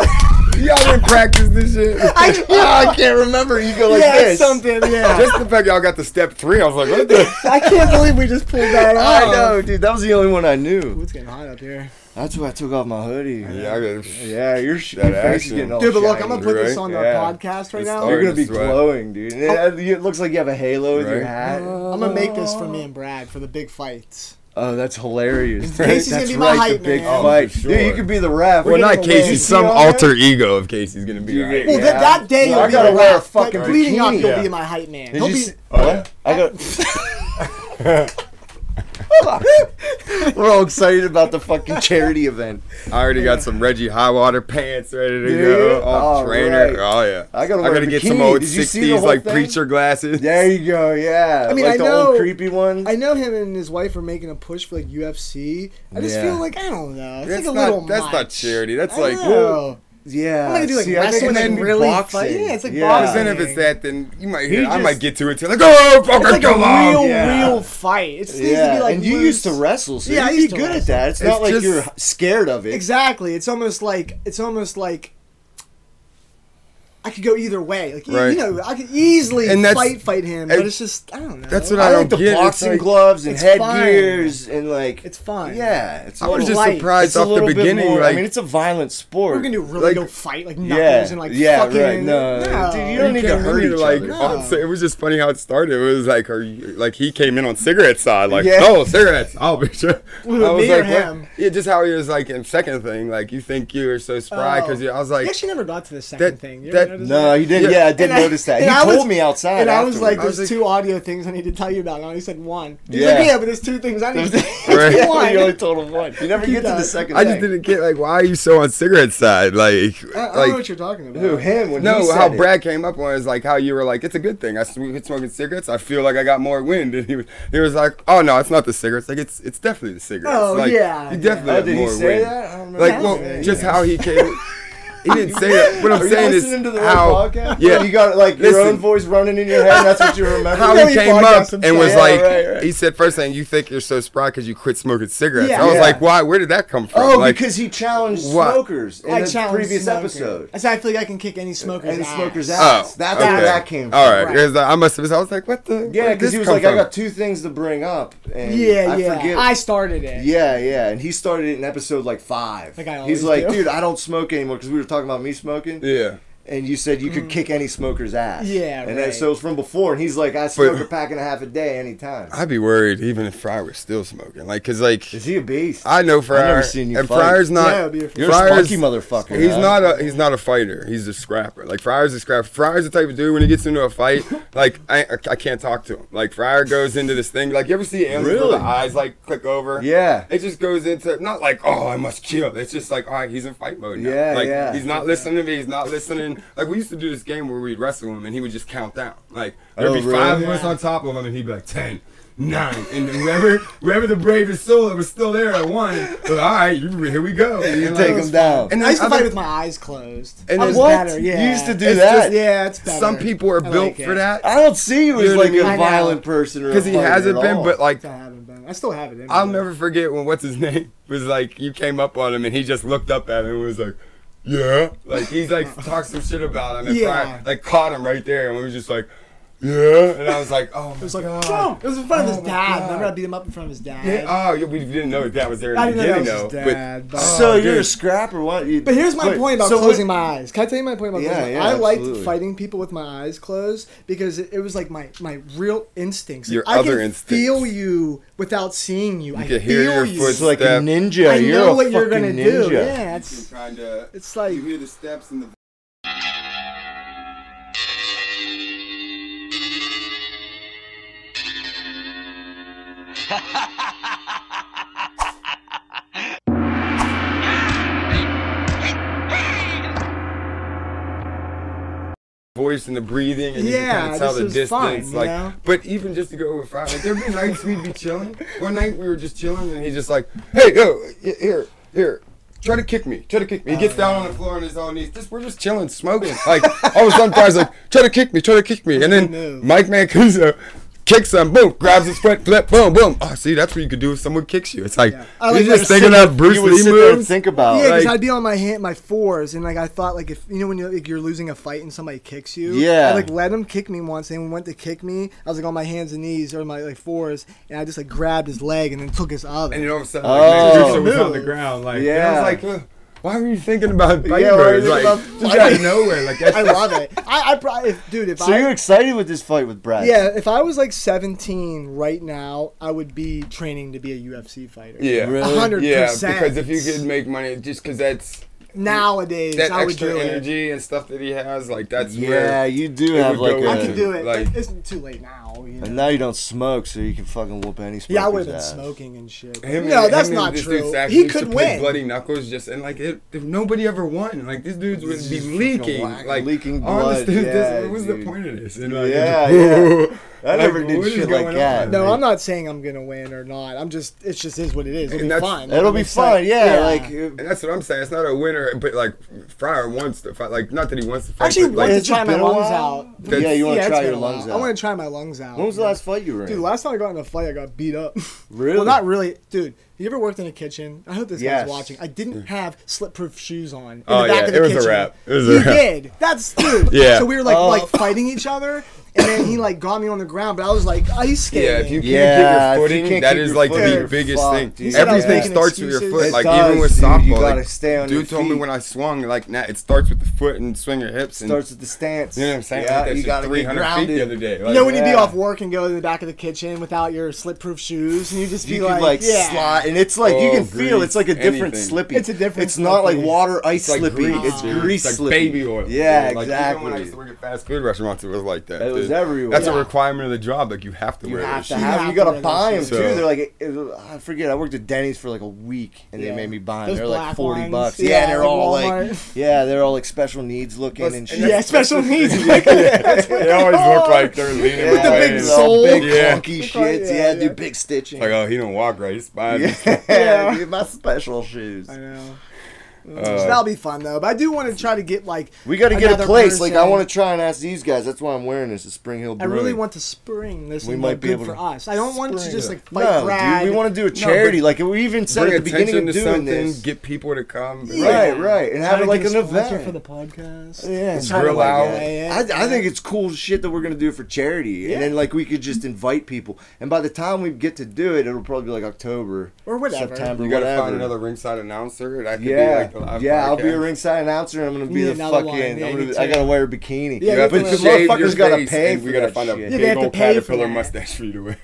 [SPEAKER 3] *laughs* Y'all didn't practice this shit.
[SPEAKER 2] *laughs*
[SPEAKER 3] *laughs* Ah,
[SPEAKER 2] I, I can't remember. You go like
[SPEAKER 1] yeah,
[SPEAKER 2] this. *laughs*
[SPEAKER 1] something. Yeah,
[SPEAKER 3] Just the fact y'all got to step three, I was like, what the?
[SPEAKER 1] I can't believe we just pulled that off.
[SPEAKER 2] *laughs* I know, dude. That was the only one I
[SPEAKER 1] Ooh,
[SPEAKER 2] knew.
[SPEAKER 1] it's getting hot up here.
[SPEAKER 2] That's why I took off my hoodie.
[SPEAKER 3] Yeah, I got-
[SPEAKER 2] Yeah, your, sh- your
[SPEAKER 3] That
[SPEAKER 2] face is
[SPEAKER 3] action.
[SPEAKER 2] getting all
[SPEAKER 1] Dude, but look,
[SPEAKER 2] shiny.
[SPEAKER 1] I'm gonna put this
[SPEAKER 3] right?
[SPEAKER 1] on
[SPEAKER 3] Yeah.
[SPEAKER 1] our podcast right
[SPEAKER 3] It's
[SPEAKER 1] now.
[SPEAKER 3] all
[SPEAKER 2] You're gonna be
[SPEAKER 3] That's right.
[SPEAKER 2] glowing, dude. And It, it looks like you have a halo with your
[SPEAKER 3] Right.
[SPEAKER 2] hat.
[SPEAKER 1] I'm gonna make this for me and Brad for the big fights.
[SPEAKER 2] Oh, that's
[SPEAKER 1] *laughs*
[SPEAKER 2] hilarious.
[SPEAKER 1] Casey's gonna
[SPEAKER 2] That's
[SPEAKER 1] be my
[SPEAKER 2] right,
[SPEAKER 1] hype
[SPEAKER 2] the big
[SPEAKER 1] man.
[SPEAKER 3] Oh,
[SPEAKER 2] fight.
[SPEAKER 3] for
[SPEAKER 2] Dude,
[SPEAKER 3] sure.
[SPEAKER 2] you could be the ref.
[SPEAKER 3] Well, not
[SPEAKER 1] away.
[SPEAKER 3] Casey. Some
[SPEAKER 2] You see all
[SPEAKER 3] alter ego of Casey's gonna be.
[SPEAKER 2] You
[SPEAKER 3] Right.
[SPEAKER 2] get-
[SPEAKER 1] Well, that,
[SPEAKER 2] Yeah.
[SPEAKER 1] that day
[SPEAKER 2] Well, I
[SPEAKER 1] will be
[SPEAKER 2] gotta
[SPEAKER 1] the
[SPEAKER 2] wear a
[SPEAKER 1] rap, but
[SPEAKER 2] fucking
[SPEAKER 1] leading up,
[SPEAKER 2] bikini.
[SPEAKER 1] you'll
[SPEAKER 3] Yeah.
[SPEAKER 1] be my hype man.
[SPEAKER 2] Did
[SPEAKER 1] He'll
[SPEAKER 2] you
[SPEAKER 1] be,
[SPEAKER 2] see- what? I got. *laughs* We're all excited about the fucking charity event.
[SPEAKER 3] I already got some Reggie Highwater pants ready to
[SPEAKER 2] Yeah.
[SPEAKER 3] go. All
[SPEAKER 2] All
[SPEAKER 3] trainer.
[SPEAKER 2] right.
[SPEAKER 3] Oh yeah.
[SPEAKER 2] I gotta
[SPEAKER 3] I
[SPEAKER 2] wear
[SPEAKER 3] gotta
[SPEAKER 2] a
[SPEAKER 3] get some
[SPEAKER 2] bikini.
[SPEAKER 3] old
[SPEAKER 2] Did you see the
[SPEAKER 3] '60s
[SPEAKER 2] whole
[SPEAKER 3] like
[SPEAKER 2] thing?
[SPEAKER 3] preacher glasses.
[SPEAKER 2] There you go. Yeah.
[SPEAKER 1] I mean,
[SPEAKER 2] like
[SPEAKER 1] I
[SPEAKER 2] the
[SPEAKER 1] know-
[SPEAKER 2] old creepy one.
[SPEAKER 1] I know him and his wife are making a push for like UFC. I just
[SPEAKER 2] Yeah.
[SPEAKER 1] feel like I don't know. It's
[SPEAKER 3] That's
[SPEAKER 1] like a
[SPEAKER 3] not.
[SPEAKER 1] little
[SPEAKER 3] that's
[SPEAKER 1] much.
[SPEAKER 3] not charity. That's
[SPEAKER 1] I
[SPEAKER 3] like.
[SPEAKER 1] know.
[SPEAKER 2] yeah.
[SPEAKER 1] I'm gonna do like
[SPEAKER 2] See, I think
[SPEAKER 1] wrestling
[SPEAKER 2] it'd
[SPEAKER 1] and
[SPEAKER 2] be
[SPEAKER 1] really
[SPEAKER 2] boxing.
[SPEAKER 1] fight. Yeah, it's like
[SPEAKER 2] Yeah.
[SPEAKER 3] Because
[SPEAKER 1] boxing.
[SPEAKER 3] then if it's that, then you might
[SPEAKER 2] He
[SPEAKER 3] hear. I
[SPEAKER 2] just-
[SPEAKER 3] might get to it too. Like, oh, fucking
[SPEAKER 1] It's like a
[SPEAKER 3] come on.
[SPEAKER 1] real,
[SPEAKER 2] Yeah.
[SPEAKER 1] real fight. It just needs to
[SPEAKER 2] Yeah,
[SPEAKER 1] be like
[SPEAKER 2] and you
[SPEAKER 1] loose.
[SPEAKER 2] used to wrestle, so
[SPEAKER 1] Yeah, I
[SPEAKER 2] you'd
[SPEAKER 1] used
[SPEAKER 2] be
[SPEAKER 1] to
[SPEAKER 2] good at
[SPEAKER 1] wrestle.
[SPEAKER 2] that. It's,
[SPEAKER 3] It's
[SPEAKER 2] not like
[SPEAKER 3] just-
[SPEAKER 2] you're scared of it.
[SPEAKER 1] Exactly. It's almost like it's almost like I could go either way. Like you-
[SPEAKER 3] Right.
[SPEAKER 1] you know, I could easily
[SPEAKER 3] And that's-
[SPEAKER 1] fight fight him,
[SPEAKER 3] and
[SPEAKER 1] but it's just I don't know.
[SPEAKER 3] that's what
[SPEAKER 2] I,
[SPEAKER 3] I
[SPEAKER 2] like
[SPEAKER 3] don't
[SPEAKER 2] the
[SPEAKER 3] get it. It's
[SPEAKER 2] boxing
[SPEAKER 3] like-
[SPEAKER 2] gloves and
[SPEAKER 1] It's fine.
[SPEAKER 2] headgears and like
[SPEAKER 1] It's fine.
[SPEAKER 2] Yeah, it's
[SPEAKER 3] I was just
[SPEAKER 1] Light.
[SPEAKER 3] surprised
[SPEAKER 2] it's a
[SPEAKER 3] off the
[SPEAKER 2] little bit
[SPEAKER 3] beginning.
[SPEAKER 2] more-
[SPEAKER 3] like,
[SPEAKER 2] I mean, it's a violent sport.
[SPEAKER 1] we're gonna do really
[SPEAKER 3] Like-
[SPEAKER 1] go fight like knuckles
[SPEAKER 2] yeah,
[SPEAKER 1] and like
[SPEAKER 2] yeah,
[SPEAKER 1] fucking
[SPEAKER 2] right. No, dude, you don't need
[SPEAKER 3] He
[SPEAKER 2] to
[SPEAKER 3] came
[SPEAKER 2] hurt
[SPEAKER 3] in,
[SPEAKER 2] each
[SPEAKER 3] like,
[SPEAKER 2] other.
[SPEAKER 3] on- so it was just funny how it started. It was like her, like he came in on cigarette side, like
[SPEAKER 2] Yeah.
[SPEAKER 3] oh *laughs* cigarettes, I'll be sure.
[SPEAKER 1] Who,
[SPEAKER 3] I was
[SPEAKER 1] me or
[SPEAKER 3] like, what?
[SPEAKER 1] him?
[SPEAKER 3] yeah, just
[SPEAKER 2] Oh.
[SPEAKER 3] how he was like in second thing, like you think you were so spry because I was like
[SPEAKER 1] you actually never got to the second
[SPEAKER 3] that
[SPEAKER 1] thing.
[SPEAKER 3] that
[SPEAKER 1] notice
[SPEAKER 2] No,
[SPEAKER 1] that?
[SPEAKER 2] you didn't. Yeah, I did
[SPEAKER 1] And
[SPEAKER 2] notice that. He
[SPEAKER 1] and I
[SPEAKER 2] told
[SPEAKER 1] was-
[SPEAKER 2] me outside.
[SPEAKER 1] And I was
[SPEAKER 2] afterwards.
[SPEAKER 1] like, there's
[SPEAKER 3] I was like-
[SPEAKER 1] two audio things I need to tell you about. And I only said one. He's
[SPEAKER 2] Yeah.
[SPEAKER 1] like, yeah, but there's two things I
[SPEAKER 2] *laughs*
[SPEAKER 1] need to tell you
[SPEAKER 3] Right.
[SPEAKER 1] about. One.
[SPEAKER 2] you only told him one. You never
[SPEAKER 1] Keep
[SPEAKER 2] get to the
[SPEAKER 1] that.
[SPEAKER 2] second.
[SPEAKER 3] I just
[SPEAKER 2] thing.
[SPEAKER 3] didn't get like why are you so on cigarette side? Like
[SPEAKER 1] I, I
[SPEAKER 2] Uh,
[SPEAKER 1] don't know
[SPEAKER 2] oh,
[SPEAKER 3] like
[SPEAKER 1] what you're talking about.
[SPEAKER 2] Who him? When he
[SPEAKER 3] no,
[SPEAKER 2] said
[SPEAKER 3] how
[SPEAKER 2] it.
[SPEAKER 3] Brad came up on it is like how you were like, it's a good thing. I sm- smoking cigarettes. I feel like I got more wind. And he was, he was like, oh no, it's not the cigarettes. Like it's, it's definitely the cigarettes.
[SPEAKER 1] Oh,
[SPEAKER 3] like,
[SPEAKER 1] yeah,
[SPEAKER 3] you
[SPEAKER 1] yeah.
[SPEAKER 3] definitely
[SPEAKER 2] Oh,
[SPEAKER 3] have
[SPEAKER 2] did he
[SPEAKER 3] more
[SPEAKER 2] say
[SPEAKER 3] wind.
[SPEAKER 2] that? I don't remember.
[SPEAKER 3] Like, well,
[SPEAKER 2] Yeah,
[SPEAKER 3] just
[SPEAKER 2] yeah.
[SPEAKER 3] how he came.
[SPEAKER 2] *laughs*
[SPEAKER 3] he didn't say that. What I'm
[SPEAKER 2] Are you
[SPEAKER 3] saying is
[SPEAKER 2] listening to the right
[SPEAKER 3] how,
[SPEAKER 2] podcast?
[SPEAKER 3] yeah,
[SPEAKER 2] *laughs* you got like your
[SPEAKER 3] Listen.
[SPEAKER 2] own voice running in your head. and That's what
[SPEAKER 3] *laughs*
[SPEAKER 2] you remember.
[SPEAKER 3] how
[SPEAKER 1] Yeah,
[SPEAKER 3] he
[SPEAKER 1] he
[SPEAKER 3] came up
[SPEAKER 1] podcasts
[SPEAKER 3] and was
[SPEAKER 2] himself.
[SPEAKER 3] like,
[SPEAKER 2] Yeah, right, right.
[SPEAKER 3] he said first thing, you think you're so spry because you quit smoking cigarettes.
[SPEAKER 1] Yeah.
[SPEAKER 3] I was
[SPEAKER 2] Yeah.
[SPEAKER 3] like, why? Where did that come from?
[SPEAKER 2] Oh,
[SPEAKER 3] like,
[SPEAKER 2] because he challenged
[SPEAKER 3] What?
[SPEAKER 2] smokers in
[SPEAKER 1] I
[SPEAKER 2] the
[SPEAKER 1] challenged
[SPEAKER 2] previous
[SPEAKER 1] smoker.
[SPEAKER 2] episode.
[SPEAKER 1] I said, I feel like I can kick any smoker's
[SPEAKER 2] And the
[SPEAKER 1] ass.
[SPEAKER 2] smoker's
[SPEAKER 3] oh,
[SPEAKER 2] ass. That's where
[SPEAKER 3] okay.
[SPEAKER 2] that came from.
[SPEAKER 3] All right,
[SPEAKER 1] Right.
[SPEAKER 3] It was like- I must have. I was like, what the?
[SPEAKER 2] Yeah,
[SPEAKER 3] where did
[SPEAKER 2] because he
[SPEAKER 3] this
[SPEAKER 2] was
[SPEAKER 3] come
[SPEAKER 2] like, I
[SPEAKER 3] from?
[SPEAKER 2] got two things to bring up, and
[SPEAKER 1] Yeah,
[SPEAKER 2] I
[SPEAKER 1] yeah.
[SPEAKER 2] forget.
[SPEAKER 1] I started it.
[SPEAKER 2] yeah, yeah, and he started it in episode like five.
[SPEAKER 1] Like I always
[SPEAKER 2] He's like,
[SPEAKER 1] do.
[SPEAKER 2] dude, I don't smoke anymore because we were talking about me smoking,
[SPEAKER 3] Yeah.
[SPEAKER 2] and you said you could kick any smoker's
[SPEAKER 1] Mm.
[SPEAKER 2] ass.
[SPEAKER 1] Yeah,
[SPEAKER 2] and then
[SPEAKER 1] right.
[SPEAKER 2] so it was from before, and he's like, I smoke a pack and a half a day anytime.
[SPEAKER 3] I'd be worried even if Fry was still smoking. Like, cause like
[SPEAKER 2] Is he a beast?
[SPEAKER 3] I know Fryer,
[SPEAKER 2] never seen you
[SPEAKER 3] and
[SPEAKER 2] fight.
[SPEAKER 3] Fryer's not.
[SPEAKER 1] Yeah, it'd be a-
[SPEAKER 2] You're a
[SPEAKER 3] Fryer's-
[SPEAKER 2] spunky motherfucker.
[SPEAKER 3] He's
[SPEAKER 2] huh?
[SPEAKER 3] not a he's not a fighter. He's a scrapper. Like Fryer's a scrapper. Fryer's the type of dude when he gets into
[SPEAKER 1] *laughs*
[SPEAKER 3] a fight, like I, I, I can't talk to him. Like Fryer goes into this thing. Like you ever see aliens
[SPEAKER 2] Really?
[SPEAKER 3] where the eyes like click over?
[SPEAKER 2] Yeah.
[SPEAKER 3] It just goes into not like oh I must kill. It's just like all right he's in fight mode now.
[SPEAKER 2] Yeah,
[SPEAKER 3] like,
[SPEAKER 2] yeah.
[SPEAKER 3] He's not listening to me. He's not listening. Like we used to do this game where we'd wrestle him and he would just count down. Like there'd
[SPEAKER 2] Oh,
[SPEAKER 3] be
[SPEAKER 2] really?
[SPEAKER 3] five of us on top of him and he'd be like ten. Nine and then whoever whoever the bravest soul that was still there at one, all right, here we go. And
[SPEAKER 2] You
[SPEAKER 3] like-
[SPEAKER 2] take him down.
[SPEAKER 1] And I used to
[SPEAKER 3] other-
[SPEAKER 1] fight with my eyes closed.
[SPEAKER 3] And
[SPEAKER 1] I
[SPEAKER 3] then-
[SPEAKER 1] was
[SPEAKER 3] What?
[SPEAKER 1] better, yeah.
[SPEAKER 2] You used to do
[SPEAKER 3] It's
[SPEAKER 2] that.
[SPEAKER 3] just-
[SPEAKER 1] Yeah, it's better.
[SPEAKER 3] Some people are
[SPEAKER 1] I
[SPEAKER 3] built
[SPEAKER 1] like
[SPEAKER 3] for
[SPEAKER 1] it.
[SPEAKER 3] that
[SPEAKER 2] I don't see you as
[SPEAKER 3] You know
[SPEAKER 2] like
[SPEAKER 3] what I
[SPEAKER 2] a
[SPEAKER 1] mean? I know.
[SPEAKER 2] violent person or
[SPEAKER 3] because he hasn't been. But like,
[SPEAKER 1] I haven't been. I still have it. in me.
[SPEAKER 3] I'll never forget when what's his name *laughs* was like, you came up on him and he just looked up at him and was like, yeah, like he's like talked some shit about him and
[SPEAKER 1] Yeah.
[SPEAKER 3] Brian, like caught him right there and we was just like, yeah, and I was like, oh,
[SPEAKER 1] It was like,
[SPEAKER 3] God.
[SPEAKER 1] Trump. It was in front of
[SPEAKER 3] Oh
[SPEAKER 1] his
[SPEAKER 3] my
[SPEAKER 1] dad.
[SPEAKER 3] God.
[SPEAKER 1] Remember, I beat him up in front of his dad.
[SPEAKER 3] Yeah, oh, yeah, we didn't know that was there. In
[SPEAKER 1] I
[SPEAKER 3] the
[SPEAKER 1] didn't know that
[SPEAKER 3] beginning,
[SPEAKER 1] was his
[SPEAKER 3] though,
[SPEAKER 1] dad.
[SPEAKER 3] but-
[SPEAKER 1] but-
[SPEAKER 2] So
[SPEAKER 3] Oh,
[SPEAKER 2] you're a
[SPEAKER 3] dude.
[SPEAKER 2] scrapper. Why? You,
[SPEAKER 1] But here's my
[SPEAKER 2] wait,
[SPEAKER 1] point about
[SPEAKER 2] so
[SPEAKER 1] closing
[SPEAKER 2] what-
[SPEAKER 1] my eyes. Can I tell you my point about
[SPEAKER 2] Yeah,
[SPEAKER 1] closing my
[SPEAKER 2] yeah,
[SPEAKER 1] eyes? I liked
[SPEAKER 2] absolutely.
[SPEAKER 1] fighting people with my eyes closed because it, it was like my, my real instincts.
[SPEAKER 3] Your
[SPEAKER 1] I
[SPEAKER 3] other
[SPEAKER 1] can
[SPEAKER 3] instincts.
[SPEAKER 1] feel you without seeing you. I
[SPEAKER 3] can
[SPEAKER 1] feel
[SPEAKER 3] hear your
[SPEAKER 1] you.
[SPEAKER 3] foot-
[SPEAKER 2] It's like a
[SPEAKER 3] Step.
[SPEAKER 2] ninja.
[SPEAKER 1] I
[SPEAKER 2] you're
[SPEAKER 1] know
[SPEAKER 2] a
[SPEAKER 1] what you're
[SPEAKER 2] fucking
[SPEAKER 1] gonna
[SPEAKER 2] ninja.
[SPEAKER 1] do. Yeah, it's
[SPEAKER 3] Trying to-
[SPEAKER 1] it's like
[SPEAKER 3] you hear the
[SPEAKER 1] *laughs*
[SPEAKER 3] steps and the. voice and the breathing and you can
[SPEAKER 1] Yeah,
[SPEAKER 3] kind of tell
[SPEAKER 1] this
[SPEAKER 3] the
[SPEAKER 1] is
[SPEAKER 3] distance
[SPEAKER 1] fun, you
[SPEAKER 3] like
[SPEAKER 1] know?
[SPEAKER 3] but even just to go over five like there'd be nights we'd be chilling one night we were just chilling and he's just like hey yo y- here here try to kick me try to kick me he gets down on the floor on his own knees just we're just chilling smoking like all of a sudden Fry's like try to kick me try to kick me and then
[SPEAKER 1] move.
[SPEAKER 3] Mike Mancuso kicks him boom grabs his foot flip boom boom oh see that's what you could do if someone kicks you it's like
[SPEAKER 1] I
[SPEAKER 3] you're
[SPEAKER 1] like
[SPEAKER 3] just
[SPEAKER 1] that.
[SPEAKER 3] thinking of Bruce
[SPEAKER 2] you would
[SPEAKER 3] Lee
[SPEAKER 2] sit there and
[SPEAKER 3] moves
[SPEAKER 2] think about.
[SPEAKER 1] yeah, because
[SPEAKER 3] like-
[SPEAKER 1] I'd be on my hand, my fours, and like I thought, like if you know when you're, like, you're losing a fight and somebody kicks you,
[SPEAKER 2] Yeah.
[SPEAKER 1] I like let him kick me once, and when he went to kick me, I was like on my hands and knees or my like fours, and I just like grabbed his leg and then took his
[SPEAKER 3] and
[SPEAKER 1] oven.
[SPEAKER 3] then all of a sudden
[SPEAKER 2] Oh.
[SPEAKER 3] like, Mancuso was on
[SPEAKER 1] Move.
[SPEAKER 3] the ground like
[SPEAKER 2] Yeah.
[SPEAKER 3] yeah I was like "Ugh, why were you thinking about bite
[SPEAKER 2] Yeah, why were you
[SPEAKER 3] birds? like
[SPEAKER 2] thinking about
[SPEAKER 3] just
[SPEAKER 2] bite
[SPEAKER 3] out of
[SPEAKER 2] birds?
[SPEAKER 3] nowhere like
[SPEAKER 1] *laughs*
[SPEAKER 3] that's
[SPEAKER 1] I love it. I, I probably, if, dude, if
[SPEAKER 2] So
[SPEAKER 1] I
[SPEAKER 2] you're excited with this fight with Brad?
[SPEAKER 1] yeah, if I was like 17 right now, I would be training to be a UFC fighter.
[SPEAKER 3] Yeah,
[SPEAKER 2] Really?
[SPEAKER 1] A hundred
[SPEAKER 3] yeah.
[SPEAKER 1] percent.
[SPEAKER 3] Because if you could make money, just because that's
[SPEAKER 1] nowadays,
[SPEAKER 3] that
[SPEAKER 1] I would
[SPEAKER 3] extra
[SPEAKER 1] do it.
[SPEAKER 3] energy and stuff that he has, like that's
[SPEAKER 2] Yeah,
[SPEAKER 3] where
[SPEAKER 2] you do
[SPEAKER 3] It
[SPEAKER 2] have
[SPEAKER 3] would
[SPEAKER 2] like
[SPEAKER 3] go
[SPEAKER 2] a.
[SPEAKER 1] I can do it.
[SPEAKER 3] Like-
[SPEAKER 1] Like, it's too late now. You know?
[SPEAKER 2] And now you don't smoke, so you can fucking whoop any smoker's
[SPEAKER 1] Yeah, I would have been
[SPEAKER 2] ass.
[SPEAKER 1] smoking and shit.
[SPEAKER 3] Him and-
[SPEAKER 1] no, that's
[SPEAKER 3] him and
[SPEAKER 1] not
[SPEAKER 3] this
[SPEAKER 1] true.
[SPEAKER 3] dude, Zach,
[SPEAKER 1] He
[SPEAKER 3] used to
[SPEAKER 1] could
[SPEAKER 3] play
[SPEAKER 1] win.
[SPEAKER 3] Bloody knuckles, just and like it, if nobody ever won. Like these dudes would be
[SPEAKER 2] fucking
[SPEAKER 3] leaking,
[SPEAKER 2] whack-
[SPEAKER 3] like
[SPEAKER 2] leaking blood,
[SPEAKER 3] Honestly,
[SPEAKER 2] yeah,
[SPEAKER 3] this, what was
[SPEAKER 2] dude.
[SPEAKER 3] the point of this? And like, *laughs*
[SPEAKER 2] Yeah,
[SPEAKER 3] it's-
[SPEAKER 2] I never did
[SPEAKER 3] what is
[SPEAKER 2] shit like
[SPEAKER 3] going
[SPEAKER 2] that.
[SPEAKER 3] on?
[SPEAKER 1] No,
[SPEAKER 3] Like,
[SPEAKER 1] I'm not saying I'm gonna win or not. I'm just it's just is what it is. It'll
[SPEAKER 3] And
[SPEAKER 1] be
[SPEAKER 3] that's-
[SPEAKER 1] fun.
[SPEAKER 2] It'll
[SPEAKER 1] I'm
[SPEAKER 2] be fun.
[SPEAKER 1] excited.
[SPEAKER 2] Yeah,
[SPEAKER 1] Yeah.
[SPEAKER 2] like.
[SPEAKER 3] And that's what I'm saying. It's not a winner, but like Fryer wants to fight. Like not that he wants to fight.
[SPEAKER 1] Actually,
[SPEAKER 3] but,
[SPEAKER 1] want
[SPEAKER 3] like,
[SPEAKER 1] to try my
[SPEAKER 2] been a
[SPEAKER 1] lungs
[SPEAKER 2] while?
[SPEAKER 1] out.
[SPEAKER 2] Yeah, you want
[SPEAKER 1] Yeah, it's
[SPEAKER 2] to try
[SPEAKER 1] been
[SPEAKER 2] your
[SPEAKER 1] a
[SPEAKER 2] lungs
[SPEAKER 1] while.
[SPEAKER 2] out.
[SPEAKER 1] I want to try my lungs out.
[SPEAKER 2] When was the last fight you were in?
[SPEAKER 1] Dude, last time I got in a fight, I got beat up. *laughs*
[SPEAKER 2] Really?
[SPEAKER 1] Well, not really. Dude, you ever worked in a kitchen? I hope this
[SPEAKER 2] Yes.
[SPEAKER 1] guy's watching. I didn't have slip-proof shoes on in
[SPEAKER 3] Oh,
[SPEAKER 1] the back
[SPEAKER 3] yeah,
[SPEAKER 1] of the
[SPEAKER 3] it was a
[SPEAKER 1] kitchen.
[SPEAKER 3] wrap. It was a
[SPEAKER 1] you
[SPEAKER 3] wrap. *laughs*
[SPEAKER 1] did. That's dude.
[SPEAKER 3] Yeah.
[SPEAKER 1] So we were like
[SPEAKER 2] Oh.
[SPEAKER 1] like fighting each other, and then he like got me on the ground, but I was like ice skating.
[SPEAKER 3] Yeah, if you can't
[SPEAKER 2] Yeah, if
[SPEAKER 3] get
[SPEAKER 2] you
[SPEAKER 3] your footing,
[SPEAKER 2] can't
[SPEAKER 3] that
[SPEAKER 2] keep
[SPEAKER 3] is
[SPEAKER 2] your
[SPEAKER 3] like
[SPEAKER 2] footing,
[SPEAKER 3] the
[SPEAKER 2] you're
[SPEAKER 3] biggest
[SPEAKER 2] fucked,
[SPEAKER 3] thing.
[SPEAKER 2] dude. You
[SPEAKER 1] said I was
[SPEAKER 3] Everything
[SPEAKER 1] making
[SPEAKER 3] starts with your
[SPEAKER 1] excuses.
[SPEAKER 3] foot.
[SPEAKER 1] It
[SPEAKER 3] like
[SPEAKER 2] does,
[SPEAKER 3] even with
[SPEAKER 2] dude. You
[SPEAKER 3] softball, like,
[SPEAKER 2] gotta stay on your
[SPEAKER 3] dude told me
[SPEAKER 2] feet.
[SPEAKER 3] when I swung, like nah, it starts with the foot and swing your hips. And,
[SPEAKER 2] Starts with the stance.
[SPEAKER 3] you know what I'm saying?
[SPEAKER 2] Yeah,
[SPEAKER 3] like,
[SPEAKER 2] you gotta
[SPEAKER 3] three
[SPEAKER 2] get
[SPEAKER 3] hundred feet the other
[SPEAKER 2] grounded.
[SPEAKER 3] day.
[SPEAKER 1] you
[SPEAKER 3] Like,
[SPEAKER 1] know when you be
[SPEAKER 2] Yeah.
[SPEAKER 1] off work and go to the back of the kitchen without your slip-proof shoes, and you just be
[SPEAKER 2] You
[SPEAKER 1] like,
[SPEAKER 2] can like
[SPEAKER 1] yeah.
[SPEAKER 2] slide, and it's like you
[SPEAKER 3] Oh,
[SPEAKER 2] can feel
[SPEAKER 3] grease,
[SPEAKER 2] it's like a different
[SPEAKER 3] anything.
[SPEAKER 2] slippy.
[SPEAKER 1] It's a different
[SPEAKER 2] It's not like
[SPEAKER 1] slippy.
[SPEAKER 2] water ice
[SPEAKER 3] It's like
[SPEAKER 2] slippy.
[SPEAKER 3] grease,
[SPEAKER 2] it's
[SPEAKER 3] dude.
[SPEAKER 2] grease
[SPEAKER 3] It's like
[SPEAKER 2] slippy.
[SPEAKER 3] baby oil.
[SPEAKER 2] Yeah,
[SPEAKER 3] Like,
[SPEAKER 2] exactly.
[SPEAKER 3] Even when I used to work at fast food restaurants, it was like that.
[SPEAKER 2] It was
[SPEAKER 3] dude.
[SPEAKER 2] everywhere.
[SPEAKER 3] That's
[SPEAKER 1] Yeah.
[SPEAKER 3] a requirement of the job. Like you have to
[SPEAKER 2] You
[SPEAKER 3] wear
[SPEAKER 2] have
[SPEAKER 3] those
[SPEAKER 2] to
[SPEAKER 1] You
[SPEAKER 3] shoes.
[SPEAKER 2] have.
[SPEAKER 1] have
[SPEAKER 2] You
[SPEAKER 1] to
[SPEAKER 2] gotta
[SPEAKER 1] wear those
[SPEAKER 2] buy them
[SPEAKER 1] shoes.
[SPEAKER 2] too.
[SPEAKER 3] So-
[SPEAKER 2] They're like, it- it- I forget. I worked at Denny's for like a week, and
[SPEAKER 1] Yeah.
[SPEAKER 2] they made me buy them.
[SPEAKER 1] Those
[SPEAKER 2] They're like
[SPEAKER 1] black
[SPEAKER 2] forty
[SPEAKER 1] ones.
[SPEAKER 2] bucks.
[SPEAKER 1] Yeah,
[SPEAKER 2] Yeah, they're
[SPEAKER 1] like
[SPEAKER 2] all like,
[SPEAKER 1] Walmart.
[SPEAKER 2] *laughs* yeah, they're all like special needs looking
[SPEAKER 3] Plus-
[SPEAKER 1] *laughs*
[SPEAKER 2] and
[SPEAKER 3] and
[SPEAKER 2] shit.
[SPEAKER 1] yeah, special needs.
[SPEAKER 3] *laughs*
[SPEAKER 1] Like,
[SPEAKER 3] They always
[SPEAKER 2] *laughs*
[SPEAKER 3] look like they're leaning
[SPEAKER 2] Yeah,
[SPEAKER 1] with the
[SPEAKER 3] away.
[SPEAKER 1] big
[SPEAKER 3] It's
[SPEAKER 2] all
[SPEAKER 1] sole.
[SPEAKER 2] big
[SPEAKER 3] Yeah.
[SPEAKER 2] clunky
[SPEAKER 1] It's like- *laughs*
[SPEAKER 2] shit.
[SPEAKER 1] yeah,
[SPEAKER 2] Yeah,
[SPEAKER 1] yeah.
[SPEAKER 2] dude, big stitching.
[SPEAKER 3] Like oh, he don't walk right. His spine.
[SPEAKER 2] *laughs*
[SPEAKER 3] is-
[SPEAKER 2] yeah,
[SPEAKER 1] Yeah.
[SPEAKER 2] dude, my special shoes.
[SPEAKER 1] I know.
[SPEAKER 3] Uh,
[SPEAKER 1] so that'll be fun though. But I do want to try to get like
[SPEAKER 2] We got to get a
[SPEAKER 1] another
[SPEAKER 2] place. Like I
[SPEAKER 1] person.
[SPEAKER 2] want to try and ask these guys. That's why I'm wearing this. It's Spring Hill
[SPEAKER 1] I
[SPEAKER 2] Brewing.
[SPEAKER 1] really want to spring this.
[SPEAKER 2] We
[SPEAKER 1] and
[SPEAKER 2] might
[SPEAKER 1] look
[SPEAKER 2] be
[SPEAKER 1] good
[SPEAKER 2] able
[SPEAKER 1] for
[SPEAKER 2] to
[SPEAKER 1] us. I don't want to
[SPEAKER 2] Spring
[SPEAKER 1] just
[SPEAKER 2] it.
[SPEAKER 1] like fight no,
[SPEAKER 2] No, dude, we want to do a
[SPEAKER 3] but
[SPEAKER 2] charity. like we even said
[SPEAKER 3] Bring
[SPEAKER 2] at the beginning
[SPEAKER 3] attention
[SPEAKER 2] of
[SPEAKER 3] to
[SPEAKER 2] doing
[SPEAKER 3] something.
[SPEAKER 2] this.
[SPEAKER 3] Get people to come.
[SPEAKER 2] Right, right, and have it like an event.
[SPEAKER 1] for the podcast.
[SPEAKER 2] Yeah,
[SPEAKER 1] Something
[SPEAKER 3] grill
[SPEAKER 1] like
[SPEAKER 3] out.
[SPEAKER 1] that.
[SPEAKER 2] I, I think it's cool shit that we're gonna do for charity,
[SPEAKER 1] Yeah.
[SPEAKER 2] and then like we could just invite people. And by the time we get to do it, it'll probably be like October
[SPEAKER 1] Or whatever.
[SPEAKER 2] September.
[SPEAKER 3] You gotta
[SPEAKER 2] whatever.
[SPEAKER 3] find another ringside announcer. That could be
[SPEAKER 2] Yeah,
[SPEAKER 3] like the live
[SPEAKER 2] yeah. I'll be a
[SPEAKER 3] podcast.
[SPEAKER 2] ringside announcer. and I'm gonna
[SPEAKER 1] You
[SPEAKER 2] be
[SPEAKER 1] need
[SPEAKER 2] the
[SPEAKER 1] another
[SPEAKER 2] fucking.
[SPEAKER 1] one. Yeah,
[SPEAKER 2] I'm
[SPEAKER 1] you
[SPEAKER 2] gonna,
[SPEAKER 1] need
[SPEAKER 2] be- I
[SPEAKER 1] to-
[SPEAKER 2] gotta wear a bikini.
[SPEAKER 1] Yeah,
[SPEAKER 3] You have
[SPEAKER 1] But
[SPEAKER 3] to
[SPEAKER 1] the
[SPEAKER 3] shave your
[SPEAKER 2] motherfuckers gotta
[SPEAKER 3] face,
[SPEAKER 2] pay
[SPEAKER 3] and
[SPEAKER 2] for
[SPEAKER 3] we gotta
[SPEAKER 2] that
[SPEAKER 3] find
[SPEAKER 2] shit.
[SPEAKER 3] a
[SPEAKER 2] Yeah,
[SPEAKER 1] they
[SPEAKER 3] big
[SPEAKER 1] have to
[SPEAKER 3] old
[SPEAKER 1] pay for
[SPEAKER 3] caterpillar
[SPEAKER 1] that.
[SPEAKER 3] mustache for you to wear.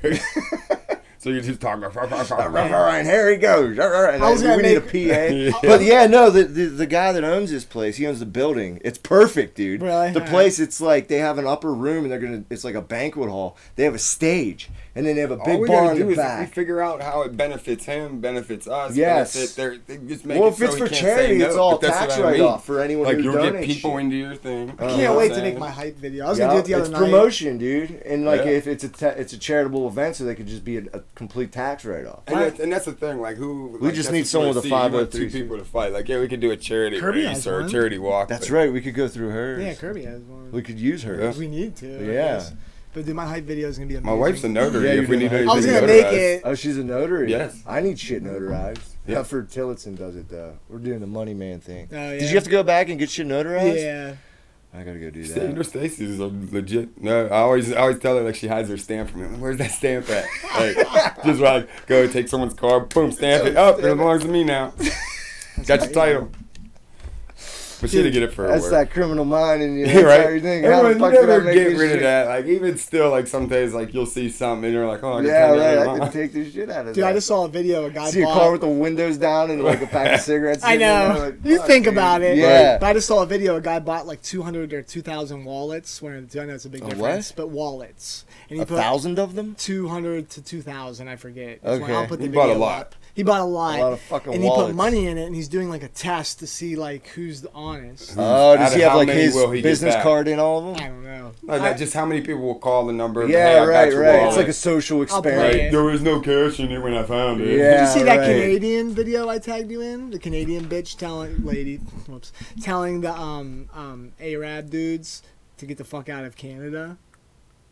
[SPEAKER 3] *laughs* so you're
[SPEAKER 2] *laughs*
[SPEAKER 3] just talking.
[SPEAKER 2] All right, here he goes. All right, and
[SPEAKER 1] I was
[SPEAKER 2] I- we
[SPEAKER 1] gonna
[SPEAKER 2] need
[SPEAKER 3] *laughs*
[SPEAKER 2] a PA.
[SPEAKER 3] Yeah.
[SPEAKER 2] But yeah, no, the, the the guy that owns this place, he owns the building. It's perfect, dude.
[SPEAKER 1] Really?
[SPEAKER 2] The place, it's like they have an upper room, and they're gonna. It's like a banquet hall. They have a stage, and then they have a
[SPEAKER 3] *laughs* All
[SPEAKER 2] big
[SPEAKER 3] we
[SPEAKER 2] bar
[SPEAKER 3] gotta
[SPEAKER 2] in
[SPEAKER 3] do
[SPEAKER 2] the
[SPEAKER 3] is
[SPEAKER 2] back.
[SPEAKER 3] we figure out how it benefits him, benefits us.
[SPEAKER 2] Yes.
[SPEAKER 3] Benefit their, they just make
[SPEAKER 2] Well,
[SPEAKER 3] it
[SPEAKER 2] if it's
[SPEAKER 3] so he
[SPEAKER 2] for
[SPEAKER 3] can't
[SPEAKER 2] charity,
[SPEAKER 3] say no,
[SPEAKER 2] it's all
[SPEAKER 3] but that's
[SPEAKER 2] tax
[SPEAKER 3] what I mean.
[SPEAKER 2] write-off for anyone
[SPEAKER 3] Like
[SPEAKER 2] who
[SPEAKER 3] you'll get
[SPEAKER 2] donates
[SPEAKER 3] people
[SPEAKER 2] shit.
[SPEAKER 3] into your thing.
[SPEAKER 1] I can't wait to make my hype video. I was gonna do
[SPEAKER 2] Yeah,
[SPEAKER 1] it the other
[SPEAKER 2] it's
[SPEAKER 1] night.
[SPEAKER 2] promotion, dude, and like
[SPEAKER 3] Yeah.
[SPEAKER 2] if it's a ta- it's a charitable event, so they could just be a, a complete tax write-off.
[SPEAKER 3] And that's, and that's the thing, like who? like,
[SPEAKER 2] We just
[SPEAKER 3] that's
[SPEAKER 2] need
[SPEAKER 3] what you
[SPEAKER 2] someone
[SPEAKER 3] wanna
[SPEAKER 2] with a
[SPEAKER 3] see. You want
[SPEAKER 2] 503.
[SPEAKER 3] Two people to fight. Like yeah, we could do a charity
[SPEAKER 1] Kirby
[SPEAKER 3] race
[SPEAKER 1] has
[SPEAKER 3] or
[SPEAKER 1] one.
[SPEAKER 3] a charity walk.
[SPEAKER 2] That's
[SPEAKER 3] but-
[SPEAKER 2] right. We could go through hers.
[SPEAKER 1] Yeah, Kirby has one.
[SPEAKER 2] We could use
[SPEAKER 3] Yeah.
[SPEAKER 2] hers.
[SPEAKER 1] We need to. I
[SPEAKER 2] Yeah.
[SPEAKER 1] guess. But dude, my hype video is gonna be amazing.
[SPEAKER 3] My wife's a notary.
[SPEAKER 2] Yeah, you're
[SPEAKER 3] if we
[SPEAKER 2] doing
[SPEAKER 3] need
[SPEAKER 2] that.
[SPEAKER 3] anything,
[SPEAKER 1] I was gonna
[SPEAKER 3] to
[SPEAKER 1] make
[SPEAKER 3] notarize.
[SPEAKER 1] it.
[SPEAKER 2] Oh, she's a notary.
[SPEAKER 3] Yes.
[SPEAKER 2] I need shit notarized.
[SPEAKER 3] Yeah.
[SPEAKER 2] Hufford Tillotson does it though. We're doing the money man thing.
[SPEAKER 1] Oh, yeah.
[SPEAKER 2] Did you have to go back and get shit notarized?
[SPEAKER 1] Yeah.
[SPEAKER 2] I gotta go do
[SPEAKER 3] You know,
[SPEAKER 2] that.
[SPEAKER 3] Stacy's a legit. No, I always, I always tell her like she hides her stamp from me. Where's that stamp at? Like,
[SPEAKER 2] *laughs*
[SPEAKER 3] just like go take someone's car, boom, stamp it up. It belongs to me
[SPEAKER 2] *laughs*
[SPEAKER 3] now. Got your title. But she didn't get it for her
[SPEAKER 2] That's
[SPEAKER 3] work. *laughs*
[SPEAKER 2] that criminal mind in you.
[SPEAKER 3] Yeah,
[SPEAKER 2] That's how
[SPEAKER 3] right?
[SPEAKER 2] you think, How the
[SPEAKER 3] Everyone
[SPEAKER 2] fuck did I
[SPEAKER 3] never
[SPEAKER 2] make
[SPEAKER 3] get
[SPEAKER 2] this
[SPEAKER 3] rid
[SPEAKER 2] shit?
[SPEAKER 3] of that. Like even still, like some days, like you'll see something and you're like, oh, I can
[SPEAKER 2] Yeah,
[SPEAKER 3] turn that
[SPEAKER 2] right. I
[SPEAKER 3] around.
[SPEAKER 2] could take this shit out of
[SPEAKER 1] Dude,
[SPEAKER 2] that.
[SPEAKER 1] I just saw a video. A guy
[SPEAKER 2] see a
[SPEAKER 1] bought.
[SPEAKER 2] car with the windows down and like a
[SPEAKER 3] *laughs*
[SPEAKER 2] pack of cigarettes.
[SPEAKER 1] I
[SPEAKER 2] in it, and I'm
[SPEAKER 1] know. *laughs*
[SPEAKER 2] like,
[SPEAKER 1] You
[SPEAKER 2] fuck,
[SPEAKER 1] think
[SPEAKER 2] dude.
[SPEAKER 1] about it.
[SPEAKER 2] Yeah.
[SPEAKER 1] But I just saw a video. A guy bought like 200 or 2,000 wallets. One of the two. I know it's a big
[SPEAKER 2] what?
[SPEAKER 1] difference, but wallets. And he
[SPEAKER 2] A thousand of them.
[SPEAKER 1] 200 to 2,000. I forget. It's when- I'll
[SPEAKER 2] Okay.
[SPEAKER 1] put the
[SPEAKER 3] He bought a
[SPEAKER 1] video
[SPEAKER 3] lot.
[SPEAKER 1] up. He bought a lot.
[SPEAKER 2] A lot of fucking
[SPEAKER 1] And he
[SPEAKER 2] wallets.
[SPEAKER 1] put money in it, and he's doing like a test to see like who's the honest.
[SPEAKER 2] Oh, does
[SPEAKER 3] Out
[SPEAKER 2] he
[SPEAKER 3] of
[SPEAKER 2] have
[SPEAKER 3] how
[SPEAKER 2] like
[SPEAKER 3] many
[SPEAKER 2] his
[SPEAKER 3] will he get
[SPEAKER 2] business
[SPEAKER 3] back?
[SPEAKER 2] card in all of
[SPEAKER 1] I
[SPEAKER 2] them?
[SPEAKER 1] don't know.
[SPEAKER 3] Like that, just how many people will call the number? and, "Hey, I
[SPEAKER 2] Yeah,
[SPEAKER 3] got
[SPEAKER 2] right,
[SPEAKER 3] your
[SPEAKER 2] right. It's
[SPEAKER 3] wallet."
[SPEAKER 2] like a social experiment.
[SPEAKER 1] it.
[SPEAKER 3] Like, there was no cash in it when I found it.
[SPEAKER 1] Did
[SPEAKER 2] Yeah,
[SPEAKER 1] you see that
[SPEAKER 2] right.
[SPEAKER 1] Canadian video I tagged you in? The Canadian bitch telling lady, whoops, telling the um um Arab dudes to get the fuck out of Canada.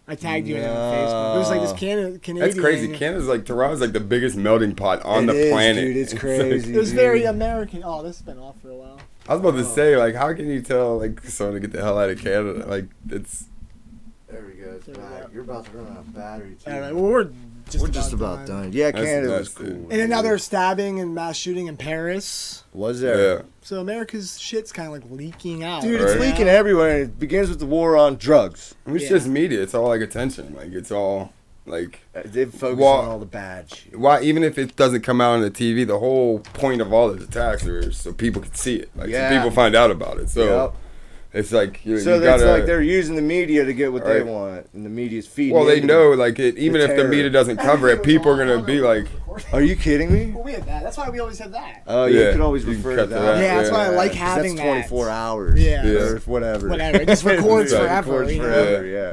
[SPEAKER 1] I tagged you in it on Facebook. It was like this Canada Canadian.
[SPEAKER 3] That's crazy. Canada's like Toronto's like the biggest melting pot on
[SPEAKER 2] It
[SPEAKER 3] the
[SPEAKER 2] is,
[SPEAKER 3] planet. *laughs*
[SPEAKER 2] dude. It's
[SPEAKER 3] like-
[SPEAKER 2] crazy.
[SPEAKER 1] It was very
[SPEAKER 2] dude.
[SPEAKER 1] American. Oh, this has been off for a while.
[SPEAKER 3] I was about
[SPEAKER 2] Oh.
[SPEAKER 3] to say, like, how can you tell like someone to get the hell out of Canada? Like, it's
[SPEAKER 2] There we go. It's
[SPEAKER 1] There we
[SPEAKER 2] back.
[SPEAKER 1] go.
[SPEAKER 2] You're about to run out of battery. Too.
[SPEAKER 1] All right, well we're just
[SPEAKER 2] We're just about done. Yeah,
[SPEAKER 3] That's-
[SPEAKER 2] Canada was
[SPEAKER 3] that's
[SPEAKER 2] cool.
[SPEAKER 3] it.
[SPEAKER 1] And another stabbing and mass shooting in Paris.
[SPEAKER 2] was there?
[SPEAKER 3] yeah.
[SPEAKER 1] So America's shit's kind of like leaking out.
[SPEAKER 2] Dude, it's
[SPEAKER 3] Right.
[SPEAKER 2] leaking everywhere. and It begins with the war on drugs.
[SPEAKER 3] I mean, it's
[SPEAKER 1] Yeah.
[SPEAKER 3] just media. It's all like attention. Like, it's all like
[SPEAKER 2] Uh, They focus
[SPEAKER 3] Well-
[SPEAKER 2] on all the bad shit.
[SPEAKER 3] why even if it doesn't come out on the TV, the whole point of all the attacks are so people can see it. Like,
[SPEAKER 2] Yeah.
[SPEAKER 3] so people find out about it. So
[SPEAKER 2] Yep.
[SPEAKER 3] it's like you,
[SPEAKER 2] So
[SPEAKER 3] you
[SPEAKER 2] that's
[SPEAKER 3] gotta.
[SPEAKER 2] like they're using the media to get what they
[SPEAKER 3] Right.
[SPEAKER 2] want, and the media's feeding.
[SPEAKER 3] well, they
[SPEAKER 2] into
[SPEAKER 3] know
[SPEAKER 2] them.
[SPEAKER 3] like it, even
[SPEAKER 2] the
[SPEAKER 3] if the
[SPEAKER 2] terror.
[SPEAKER 3] media doesn't cover it, people are gonna be like,
[SPEAKER 2] Are you kidding me?
[SPEAKER 1] Well, we have that. That's why we always have that.
[SPEAKER 2] Oh, you
[SPEAKER 3] Yeah,
[SPEAKER 2] can always
[SPEAKER 3] you can
[SPEAKER 2] refer to
[SPEAKER 3] cut to
[SPEAKER 2] that.
[SPEAKER 3] that,
[SPEAKER 1] Yeah, that's why I like
[SPEAKER 2] 'Cause
[SPEAKER 1] having that.
[SPEAKER 2] that's 24 hours.
[SPEAKER 1] Yeah.
[SPEAKER 3] Yeah.
[SPEAKER 2] Or whatever.
[SPEAKER 1] Whatever, it
[SPEAKER 2] *laughs*
[SPEAKER 1] just records
[SPEAKER 2] It
[SPEAKER 1] forever,
[SPEAKER 2] Records
[SPEAKER 1] you know?
[SPEAKER 2] forever. Yeah.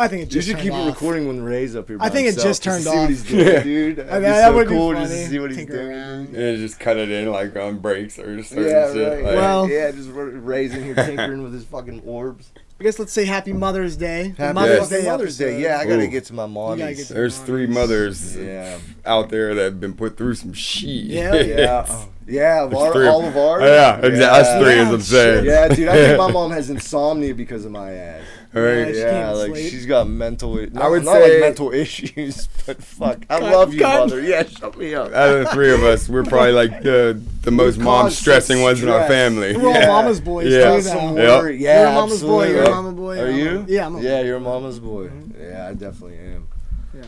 [SPEAKER 1] I think it
[SPEAKER 2] You
[SPEAKER 1] just
[SPEAKER 2] should
[SPEAKER 1] turned
[SPEAKER 2] keep it
[SPEAKER 1] off.
[SPEAKER 2] recording when Ray's up here. by
[SPEAKER 1] I think it
[SPEAKER 2] himself,
[SPEAKER 1] just
[SPEAKER 2] to
[SPEAKER 1] turned
[SPEAKER 2] see what
[SPEAKER 1] off.
[SPEAKER 2] he's doing,
[SPEAKER 3] Yeah.
[SPEAKER 2] dude. That'd
[SPEAKER 1] I
[SPEAKER 2] be
[SPEAKER 1] mean,
[SPEAKER 2] so
[SPEAKER 1] that would
[SPEAKER 2] cool
[SPEAKER 1] be funny.
[SPEAKER 2] just to see what he's
[SPEAKER 1] Tinker
[SPEAKER 2] doing.
[SPEAKER 1] around.
[SPEAKER 3] and just cut it in like on breaks or certain
[SPEAKER 2] Yeah, right.
[SPEAKER 3] shit. Like,
[SPEAKER 1] Well-
[SPEAKER 2] yeah, just raising
[SPEAKER 3] *laughs*
[SPEAKER 2] here tinkering with his fucking orbs.
[SPEAKER 1] I guess let's say Happy *laughs* Mother's Day.
[SPEAKER 2] Happy
[SPEAKER 3] Mother's
[SPEAKER 2] Mother's Day, Mother's Day.
[SPEAKER 1] episode.
[SPEAKER 2] Yeah, I gotta
[SPEAKER 3] Ooh.
[SPEAKER 2] get to my mom.
[SPEAKER 1] gotta get
[SPEAKER 3] *laughs*
[SPEAKER 2] Yeah,
[SPEAKER 1] to-
[SPEAKER 3] There's three mothers
[SPEAKER 2] Yeah.
[SPEAKER 3] *laughs* out there that have been put through some shit.
[SPEAKER 1] Yeah.
[SPEAKER 2] yeah. Oh, Yeah, of
[SPEAKER 3] It's
[SPEAKER 2] our,
[SPEAKER 3] three.
[SPEAKER 2] all of ours.
[SPEAKER 3] Yeah, exactly. That's three, as I'm saying.
[SPEAKER 2] Yeah, dude, I think
[SPEAKER 3] *laughs*
[SPEAKER 2] my mom has insomnia because of my ass.
[SPEAKER 3] Right.
[SPEAKER 1] She
[SPEAKER 2] Yeah,
[SPEAKER 1] can't
[SPEAKER 2] like
[SPEAKER 1] sleep.
[SPEAKER 2] she's got mental. No,
[SPEAKER 3] would
[SPEAKER 2] not
[SPEAKER 3] say-
[SPEAKER 2] like mental *laughs* issues, but fuck, I
[SPEAKER 1] Cut,
[SPEAKER 2] love you,
[SPEAKER 1] cut.
[SPEAKER 2] mother. Yeah, shut me up.
[SPEAKER 3] Out of the three of us, we're probably like the the most mom
[SPEAKER 2] constant
[SPEAKER 3] stressing ones in our
[SPEAKER 2] stress.
[SPEAKER 3] family.
[SPEAKER 1] We're all
[SPEAKER 3] *laughs* Yeah.
[SPEAKER 1] mama's boys.
[SPEAKER 3] Yeah.
[SPEAKER 1] Yeah.
[SPEAKER 2] Some
[SPEAKER 3] Yeah.
[SPEAKER 2] worry. Yeah,
[SPEAKER 1] You're a mama's boy,
[SPEAKER 2] absolutely.
[SPEAKER 1] you're a mama boy,
[SPEAKER 2] Are
[SPEAKER 1] I'm a-
[SPEAKER 2] you?
[SPEAKER 1] yeah, I'm a-
[SPEAKER 2] yeah, you're a mama's boy. Mm-hmm. Yeah, I definitely am.
[SPEAKER 1] Yeah.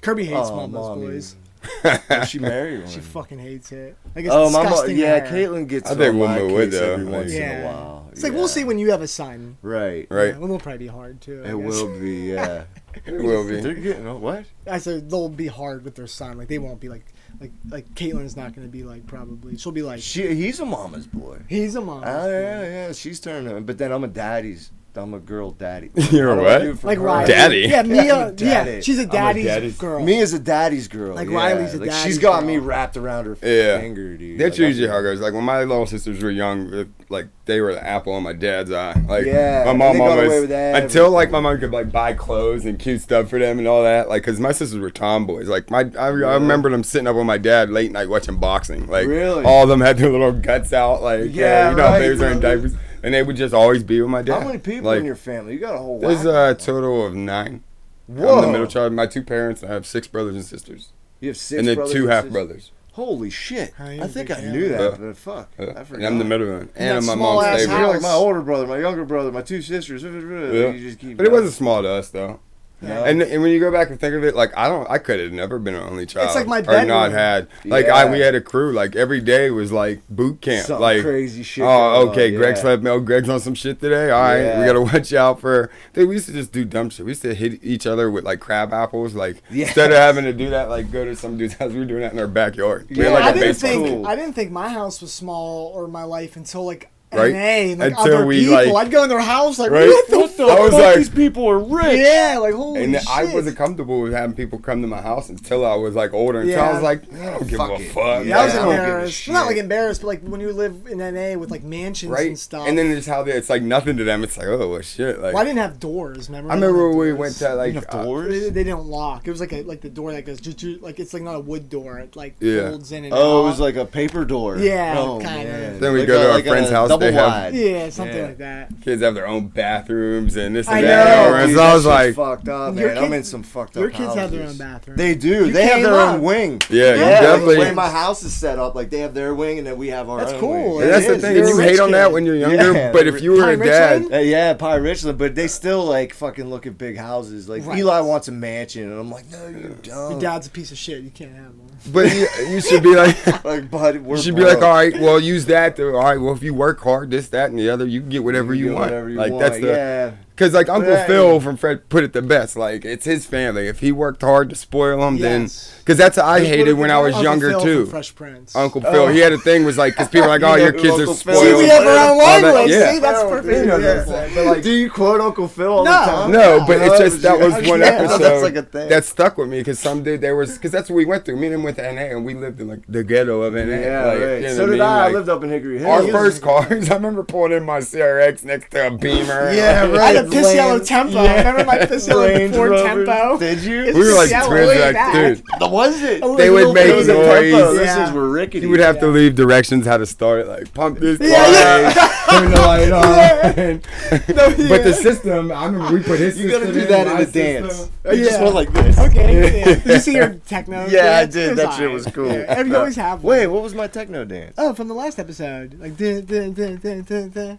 [SPEAKER 1] Kirby hates
[SPEAKER 2] Oh,
[SPEAKER 1] mama's
[SPEAKER 2] mommy.
[SPEAKER 1] boys.
[SPEAKER 2] Well, *laughs* she married one.
[SPEAKER 1] She fucking hates it. Like it's
[SPEAKER 2] oh, my mom.
[SPEAKER 1] disgusting. to
[SPEAKER 2] Yeah,
[SPEAKER 1] her.
[SPEAKER 2] Caitlyn gets.
[SPEAKER 3] I think
[SPEAKER 2] on
[SPEAKER 3] we'll
[SPEAKER 2] my
[SPEAKER 3] move with
[SPEAKER 2] case
[SPEAKER 3] her.
[SPEAKER 2] every once in
[SPEAKER 1] Yeah.
[SPEAKER 2] a while.
[SPEAKER 1] It's like we'll see
[SPEAKER 2] Yeah.
[SPEAKER 1] when you have a son.
[SPEAKER 2] Right.
[SPEAKER 3] Right.
[SPEAKER 1] Yeah, we'll probably be hard too. I
[SPEAKER 2] It
[SPEAKER 1] guess.
[SPEAKER 2] will be. Yeah.
[SPEAKER 3] *laughs* It will be.
[SPEAKER 2] They're getting oh, what?
[SPEAKER 1] I said they'll be hard with their son. Like they won't be like like like Caitlyn's not gonna be like probably she'll be like
[SPEAKER 2] She. He's a mama's boy.
[SPEAKER 1] he's a mom.
[SPEAKER 2] Oh yeah, yeah. She's turning. him, But then I'm a daddy's. I'm a girl daddy.
[SPEAKER 3] *laughs* You're
[SPEAKER 2] I don't
[SPEAKER 3] what?
[SPEAKER 2] do it for
[SPEAKER 1] Like
[SPEAKER 2] her.
[SPEAKER 1] Riley.
[SPEAKER 3] Daddy.
[SPEAKER 1] Yeah, Mia. Yeah,
[SPEAKER 2] Daddy.
[SPEAKER 1] she's a
[SPEAKER 2] I'm a
[SPEAKER 1] daddy's,
[SPEAKER 3] daddy's-
[SPEAKER 1] girl.
[SPEAKER 2] Me as a daddy's girl.
[SPEAKER 1] Like,
[SPEAKER 2] yeah.
[SPEAKER 1] Riley's a
[SPEAKER 2] Like, She's
[SPEAKER 1] daddy's
[SPEAKER 2] got
[SPEAKER 1] girl.
[SPEAKER 2] me wrapped around her
[SPEAKER 3] Yeah.
[SPEAKER 2] finger, dude.
[SPEAKER 3] That's
[SPEAKER 2] Like, I'm-
[SPEAKER 3] usually how it goes. Like when my little sisters were young, it- like they were the apple in my dad's eye. Like
[SPEAKER 2] Yeah,
[SPEAKER 3] my
[SPEAKER 2] they
[SPEAKER 3] mom
[SPEAKER 2] got away
[SPEAKER 3] always
[SPEAKER 2] with everything.
[SPEAKER 3] until like my mom could like buy clothes and cute stuff for them and all that. Like because my sisters were tomboys. Like my I, I remember them sitting up with my dad late night watching boxing. Like
[SPEAKER 2] Really?
[SPEAKER 3] all of them had their little guts out. Like yeah,
[SPEAKER 2] Yeah,
[SPEAKER 3] you know
[SPEAKER 2] right,
[SPEAKER 3] they was wearing
[SPEAKER 2] brother.
[SPEAKER 3] diapers and they would just always be with my dad.
[SPEAKER 2] How many people
[SPEAKER 3] like,
[SPEAKER 2] in your family? You got a whole.
[SPEAKER 3] There's
[SPEAKER 2] whack.
[SPEAKER 3] a total of nine. I'm the
[SPEAKER 2] Whoa.
[SPEAKER 3] middle child. My two parents. I have six brothers and sisters,
[SPEAKER 2] You have six
[SPEAKER 3] and then
[SPEAKER 2] brothers
[SPEAKER 3] two half
[SPEAKER 2] sisters?
[SPEAKER 3] brothers.
[SPEAKER 2] Holy shit!
[SPEAKER 1] How you
[SPEAKER 2] I think I
[SPEAKER 1] big
[SPEAKER 2] knew
[SPEAKER 3] family?
[SPEAKER 2] that,
[SPEAKER 3] Yeah.
[SPEAKER 2] but fuck,
[SPEAKER 3] Uh,
[SPEAKER 2] I forgot.
[SPEAKER 3] and I'm the middle one,
[SPEAKER 1] that
[SPEAKER 3] and I'm my
[SPEAKER 1] small
[SPEAKER 3] mom's
[SPEAKER 1] ass
[SPEAKER 2] That's
[SPEAKER 3] favorite.
[SPEAKER 1] house.
[SPEAKER 2] like my older brother, my younger brother, my two sisters. *laughs*
[SPEAKER 3] Yeah.
[SPEAKER 2] You just keep
[SPEAKER 3] But it wasn't small to us though.
[SPEAKER 2] No.
[SPEAKER 3] And, and when you go back and think of it, like I don't, I could have never been an only child.
[SPEAKER 1] like my
[SPEAKER 3] or not
[SPEAKER 1] bedroom.
[SPEAKER 3] had. Like I,
[SPEAKER 2] Yeah.
[SPEAKER 3] we had a crew. Like every day was like boot camp.
[SPEAKER 2] Some
[SPEAKER 3] like
[SPEAKER 2] crazy shit going
[SPEAKER 3] Oh,
[SPEAKER 2] on,
[SPEAKER 3] okay. Greg
[SPEAKER 2] yeah.
[SPEAKER 3] slept. Oh, Greg's on some shit today. All right, we
[SPEAKER 2] Yeah.
[SPEAKER 3] gotta watch out for. Dude, we used to just do dumb shit. We used to hit each other with like crab apples. Like
[SPEAKER 2] Yes.
[SPEAKER 3] instead of having to do that, like go to some dude's house, we were doing that in our backyard. We
[SPEAKER 2] Yeah,
[SPEAKER 3] had like
[SPEAKER 1] I
[SPEAKER 3] a
[SPEAKER 1] didn't
[SPEAKER 3] baseball
[SPEAKER 1] think
[SPEAKER 2] Cool.
[SPEAKER 1] I didn't think my house was small or my life until like
[SPEAKER 3] Right?
[SPEAKER 1] NA, like
[SPEAKER 3] Until
[SPEAKER 1] other
[SPEAKER 3] we,
[SPEAKER 1] people.
[SPEAKER 3] like-
[SPEAKER 1] I'd go in their house like
[SPEAKER 3] Right?
[SPEAKER 1] what the
[SPEAKER 2] What the
[SPEAKER 3] I was
[SPEAKER 2] fuck?
[SPEAKER 3] like-
[SPEAKER 2] these people are rich.
[SPEAKER 1] yeah, like holy
[SPEAKER 3] And
[SPEAKER 1] shit.
[SPEAKER 3] I wasn't comfortable with having people come to my house until I was like older. Until I
[SPEAKER 1] Yeah.
[SPEAKER 3] was like, I don't give
[SPEAKER 2] Fuck
[SPEAKER 3] a
[SPEAKER 2] it.
[SPEAKER 1] Yeah,
[SPEAKER 3] fuck.
[SPEAKER 1] I was
[SPEAKER 2] Yeah, I don't give a
[SPEAKER 1] embarrassed. Not like
[SPEAKER 2] shit.
[SPEAKER 1] embarrassed, but like when you live in NA with like mansions
[SPEAKER 3] right?
[SPEAKER 1] and stuff.
[SPEAKER 3] And then there's how they, it's like nothing to them. It's like, oh well, shit. Like
[SPEAKER 1] well, I didn't have doors. Remember?
[SPEAKER 3] I remember
[SPEAKER 1] Like,
[SPEAKER 3] when we
[SPEAKER 1] doors.
[SPEAKER 3] went to like
[SPEAKER 2] Enough
[SPEAKER 3] uh,
[SPEAKER 1] They,
[SPEAKER 2] doors.
[SPEAKER 1] they didn't lock. It was like a like the door that goes ju- ju- like it's like not a wood door. It like
[SPEAKER 3] Yeah.
[SPEAKER 1] folds in and
[SPEAKER 2] Oh, it was
[SPEAKER 1] out.
[SPEAKER 2] like a paper door.
[SPEAKER 1] Yeah,
[SPEAKER 2] Oh,
[SPEAKER 1] kinda.
[SPEAKER 2] man.
[SPEAKER 3] Then we
[SPEAKER 2] Like
[SPEAKER 3] go to
[SPEAKER 2] a-
[SPEAKER 3] our
[SPEAKER 2] like a
[SPEAKER 3] friend's house, they
[SPEAKER 2] Double
[SPEAKER 3] have-
[SPEAKER 2] wide.
[SPEAKER 1] yeah, something
[SPEAKER 2] Yeah.
[SPEAKER 1] like that.
[SPEAKER 3] kids have their own bathrooms and this and
[SPEAKER 1] I
[SPEAKER 3] that.
[SPEAKER 1] know,
[SPEAKER 3] And
[SPEAKER 2] dude,
[SPEAKER 3] so I
[SPEAKER 2] that
[SPEAKER 3] was
[SPEAKER 2] shit's
[SPEAKER 3] like,
[SPEAKER 2] fucked up, man.
[SPEAKER 1] Your
[SPEAKER 2] I'm
[SPEAKER 1] kids-
[SPEAKER 2] in some fucked up.
[SPEAKER 1] Your kids have their own
[SPEAKER 2] houses.
[SPEAKER 1] bathroom.
[SPEAKER 2] They do.
[SPEAKER 1] You
[SPEAKER 2] they have
[SPEAKER 1] came
[SPEAKER 2] their
[SPEAKER 1] up.
[SPEAKER 2] own wing.
[SPEAKER 3] Yeah, you
[SPEAKER 2] yeah.
[SPEAKER 3] definitely-
[SPEAKER 2] The way my house is set up, like they have their wing, and then we have our.
[SPEAKER 1] That's
[SPEAKER 2] own
[SPEAKER 1] cool.
[SPEAKER 2] Wing.
[SPEAKER 3] and that's
[SPEAKER 1] It
[SPEAKER 3] the
[SPEAKER 1] is,
[SPEAKER 3] thing.
[SPEAKER 1] you're
[SPEAKER 3] You
[SPEAKER 1] a
[SPEAKER 3] hate
[SPEAKER 1] rich
[SPEAKER 3] on that
[SPEAKER 1] kid.
[SPEAKER 3] when you're younger,
[SPEAKER 2] Yeah.
[SPEAKER 3] but if you were a
[SPEAKER 1] Time, rich
[SPEAKER 3] dad,
[SPEAKER 1] man?
[SPEAKER 2] Uh, yeah, probably Richland, but they still like fucking look at big houses. Like
[SPEAKER 1] Right.
[SPEAKER 2] Eli wants a mansion, and I'm like, no, you don't.
[SPEAKER 3] Oh.
[SPEAKER 1] Your dad's a piece of shit. You can't have one.
[SPEAKER 3] *laughs* but you, you should be like.
[SPEAKER 2] Like, but we're
[SPEAKER 3] You should be like,
[SPEAKER 2] broke.
[SPEAKER 3] all right, well, use that. To, all right, well, if you work hard, this, that, and the other, you can get whatever you,
[SPEAKER 2] do
[SPEAKER 3] want.
[SPEAKER 2] whatever you
[SPEAKER 3] like
[SPEAKER 2] want.
[SPEAKER 3] that's the
[SPEAKER 2] yeah.
[SPEAKER 3] Because like Uncle
[SPEAKER 2] Right.
[SPEAKER 3] Phil from Fred put it the best. Like it's his family. If he worked hard to spoil them,
[SPEAKER 1] Yes.
[SPEAKER 3] then because that's what I
[SPEAKER 2] Just put
[SPEAKER 3] hated
[SPEAKER 2] it in
[SPEAKER 3] when I
[SPEAKER 2] there.
[SPEAKER 3] was
[SPEAKER 1] Uncle
[SPEAKER 3] younger
[SPEAKER 1] Phil
[SPEAKER 3] too.
[SPEAKER 1] From Fresh Prince.
[SPEAKER 3] Uncle Phil, he had a thing was like because people were like,
[SPEAKER 2] You *laughs*
[SPEAKER 3] oh,
[SPEAKER 2] know
[SPEAKER 3] your
[SPEAKER 2] who
[SPEAKER 3] kids
[SPEAKER 2] Uncle
[SPEAKER 3] are
[SPEAKER 2] Phil is.
[SPEAKER 1] See, we
[SPEAKER 3] spoiled.
[SPEAKER 1] have our own
[SPEAKER 3] All that-
[SPEAKER 1] language.
[SPEAKER 3] yeah.
[SPEAKER 1] See, that's
[SPEAKER 2] Yeah,
[SPEAKER 1] perfect.
[SPEAKER 2] yeah,
[SPEAKER 1] Yeah.
[SPEAKER 2] that's- But like, do you quote Uncle Phil all
[SPEAKER 1] No.
[SPEAKER 2] the time?
[SPEAKER 3] No, but it's
[SPEAKER 2] Oh,
[SPEAKER 3] just that
[SPEAKER 2] shit.
[SPEAKER 3] was one
[SPEAKER 2] Yeah, Oh,
[SPEAKER 3] episode
[SPEAKER 2] That's like a thing.
[SPEAKER 3] that stuck with me because some dude there was because that's what we went through. Me and him went to NA and we lived in like the ghetto of NA.
[SPEAKER 2] yeah,
[SPEAKER 3] like,
[SPEAKER 2] right.
[SPEAKER 3] you know
[SPEAKER 2] so
[SPEAKER 3] what
[SPEAKER 2] did
[SPEAKER 3] mean?
[SPEAKER 2] I.
[SPEAKER 3] Like,
[SPEAKER 2] I lived up in Hickory Hill.
[SPEAKER 3] our first *laughs* cars. I remember pulling in my CRX next to a Beamer.
[SPEAKER 2] Yeah,
[SPEAKER 3] Like,
[SPEAKER 2] right.
[SPEAKER 1] I had a piss
[SPEAKER 2] Lane.
[SPEAKER 1] yellow tempo.
[SPEAKER 2] *laughs*
[SPEAKER 1] Remember my piss yellow
[SPEAKER 2] Range
[SPEAKER 1] Ford
[SPEAKER 2] Rover.
[SPEAKER 1] tempo?
[SPEAKER 2] Did you?
[SPEAKER 3] We were like
[SPEAKER 1] Yeah,
[SPEAKER 3] twins,
[SPEAKER 1] way
[SPEAKER 3] like
[SPEAKER 1] back.
[SPEAKER 3] dude.
[SPEAKER 2] was it?
[SPEAKER 3] They would make
[SPEAKER 2] Those
[SPEAKER 3] noise.
[SPEAKER 2] tempos,
[SPEAKER 1] Yeah.
[SPEAKER 2] This is where rickety.
[SPEAKER 3] You would have to leave directions how to start, like pump this
[SPEAKER 1] Yeah,
[SPEAKER 3] line,
[SPEAKER 1] yeah.
[SPEAKER 3] *laughs* turn the light on. *laughs*
[SPEAKER 1] yeah.
[SPEAKER 3] But the system, I remember we put his
[SPEAKER 2] You
[SPEAKER 3] system
[SPEAKER 2] gotta do that
[SPEAKER 3] in
[SPEAKER 2] in
[SPEAKER 3] my
[SPEAKER 2] a
[SPEAKER 3] system.
[SPEAKER 2] dance. I
[SPEAKER 1] Oh,
[SPEAKER 2] just
[SPEAKER 1] Yeah.
[SPEAKER 2] went like this.
[SPEAKER 1] Okay. yeah.
[SPEAKER 3] *laughs*
[SPEAKER 1] Did you see your techno?
[SPEAKER 2] Yeah, I
[SPEAKER 1] dance? It
[SPEAKER 2] did. That shit
[SPEAKER 1] alright.
[SPEAKER 2] was cool.
[SPEAKER 1] Yeah, and you always
[SPEAKER 3] Uh,
[SPEAKER 1] have. one.
[SPEAKER 2] Wait, what was my techno dance?
[SPEAKER 1] Oh, from the last episode, like dun, dun, dun, dun, dun, dun.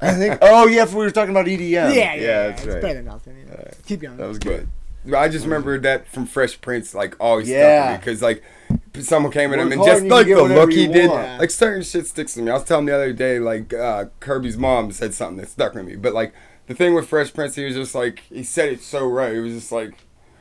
[SPEAKER 2] I think. *laughs* Oh yeah, if we were talking about EDM.
[SPEAKER 1] yeah, yeah, yeah,
[SPEAKER 2] that's
[SPEAKER 1] it's
[SPEAKER 2] right.
[SPEAKER 1] better than nothing. Yeah. Keep going.
[SPEAKER 2] That was
[SPEAKER 3] But
[SPEAKER 2] good.
[SPEAKER 3] but I just remember that from Fresh Prince, like always
[SPEAKER 2] Yeah.
[SPEAKER 3] stuck because like someone came at him
[SPEAKER 2] Work
[SPEAKER 3] and
[SPEAKER 2] hard
[SPEAKER 3] just
[SPEAKER 2] and you
[SPEAKER 3] like
[SPEAKER 2] get
[SPEAKER 3] the
[SPEAKER 2] whatever
[SPEAKER 3] look he
[SPEAKER 2] you
[SPEAKER 3] did,
[SPEAKER 2] want.
[SPEAKER 3] like certain shit sticks to me. I was telling him the other day, like uh, Kirby's mom said something that stuck with me, but like the thing with Fresh Prince, he was just like he said it so right. He was just like.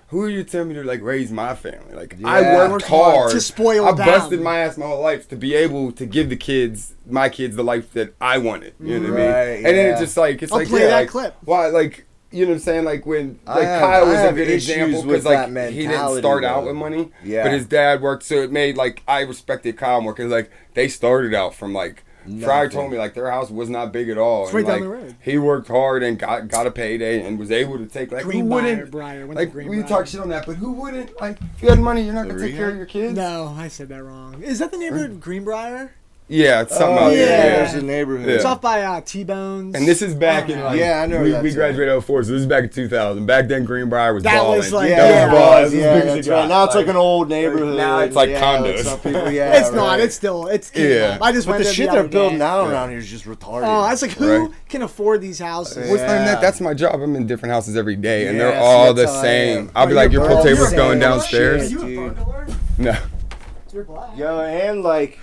[SPEAKER 3] Who are you telling me to like raise my family? Like I
[SPEAKER 2] Yeah.
[SPEAKER 3] worked
[SPEAKER 1] Worked hard
[SPEAKER 3] hard
[SPEAKER 1] to spoil
[SPEAKER 3] I
[SPEAKER 1] them.
[SPEAKER 3] busted my ass my whole life to be able to give the kids, my kids, the life that I wanted. You know what I
[SPEAKER 2] Right,
[SPEAKER 3] mean? And then it
[SPEAKER 2] yeah.
[SPEAKER 3] just like it's
[SPEAKER 1] I'll
[SPEAKER 3] like
[SPEAKER 1] play
[SPEAKER 3] yeah,
[SPEAKER 1] that
[SPEAKER 3] like,
[SPEAKER 1] clip.
[SPEAKER 3] Why like you know what I'm saying? Like when
[SPEAKER 2] I
[SPEAKER 3] like
[SPEAKER 2] have-
[SPEAKER 3] Kyle was
[SPEAKER 2] I
[SPEAKER 3] a
[SPEAKER 2] have
[SPEAKER 3] good
[SPEAKER 2] issues
[SPEAKER 3] example
[SPEAKER 2] with
[SPEAKER 3] because like
[SPEAKER 2] that
[SPEAKER 3] he didn't
[SPEAKER 2] mentality,
[SPEAKER 3] start out
[SPEAKER 2] though.
[SPEAKER 3] with money,
[SPEAKER 2] Yeah.
[SPEAKER 3] but his dad worked, so it made like I respected Kyle more because like they started out from like Fry
[SPEAKER 2] Nothing.
[SPEAKER 3] told me like their house was not big at all.
[SPEAKER 1] It's right
[SPEAKER 3] and,
[SPEAKER 1] down
[SPEAKER 3] like,
[SPEAKER 1] the road.
[SPEAKER 3] He worked hard and got got a payday and was able to take like who
[SPEAKER 1] Greenbrier,
[SPEAKER 3] wouldn't
[SPEAKER 1] Briar, went to
[SPEAKER 3] like we
[SPEAKER 1] Greenbrier.
[SPEAKER 3] talk shit on that, but who wouldn't like if you had money you're not gonna
[SPEAKER 2] The
[SPEAKER 3] take care of
[SPEAKER 2] rehab?
[SPEAKER 3] your kids.
[SPEAKER 1] No, I said that wrong. Is that the neighborhood Greenbrier?
[SPEAKER 3] Yeah, it's something.
[SPEAKER 2] Oh,
[SPEAKER 3] out
[SPEAKER 2] yeah,
[SPEAKER 3] there,
[SPEAKER 1] yeah.
[SPEAKER 2] there's a neighborhood.
[SPEAKER 1] It's off by uh, T Bones.
[SPEAKER 3] And this is back
[SPEAKER 1] Oh,
[SPEAKER 3] in like
[SPEAKER 2] Yeah, I know
[SPEAKER 3] we,
[SPEAKER 2] that
[SPEAKER 3] we
[SPEAKER 2] too.
[SPEAKER 3] graduated 04, so this is back in 2000. Back then Greenbrier was
[SPEAKER 1] That
[SPEAKER 3] balling.
[SPEAKER 1] was, like,
[SPEAKER 2] Yeah,
[SPEAKER 1] That was
[SPEAKER 2] yeah,
[SPEAKER 3] balling. This is
[SPEAKER 2] yeah,
[SPEAKER 3] big as it
[SPEAKER 2] that's right.
[SPEAKER 3] got.
[SPEAKER 2] Now it's like an old neighborhood.
[SPEAKER 3] now it's like
[SPEAKER 2] yeah,
[SPEAKER 3] condos.
[SPEAKER 2] it's up people- yeah,
[SPEAKER 1] it's not.
[SPEAKER 2] right.
[SPEAKER 1] It's still. It's
[SPEAKER 3] Yeah.
[SPEAKER 1] yeah. I just
[SPEAKER 2] but
[SPEAKER 1] went
[SPEAKER 2] the
[SPEAKER 1] there
[SPEAKER 2] shit
[SPEAKER 1] other
[SPEAKER 2] they're building
[SPEAKER 1] day.
[SPEAKER 2] now around here is just retarded.
[SPEAKER 1] Oh, I was like, who
[SPEAKER 3] Right.
[SPEAKER 1] can afford these houses?
[SPEAKER 3] What's
[SPEAKER 2] Yeah.
[SPEAKER 3] yeah. that? That's my job. I'm in different houses every day, and
[SPEAKER 2] Yes,
[SPEAKER 3] they're all the
[SPEAKER 2] that's how I am.
[SPEAKER 3] same. I'll be
[SPEAKER 2] Oh,
[SPEAKER 3] like,
[SPEAKER 2] you're
[SPEAKER 3] your pool
[SPEAKER 2] broke.
[SPEAKER 3] table's
[SPEAKER 2] You're
[SPEAKER 3] going
[SPEAKER 2] broke.
[SPEAKER 3] downstairs.
[SPEAKER 2] Shit. Dude.
[SPEAKER 1] burglar?
[SPEAKER 3] No,
[SPEAKER 1] You're black.
[SPEAKER 2] Yo, and like,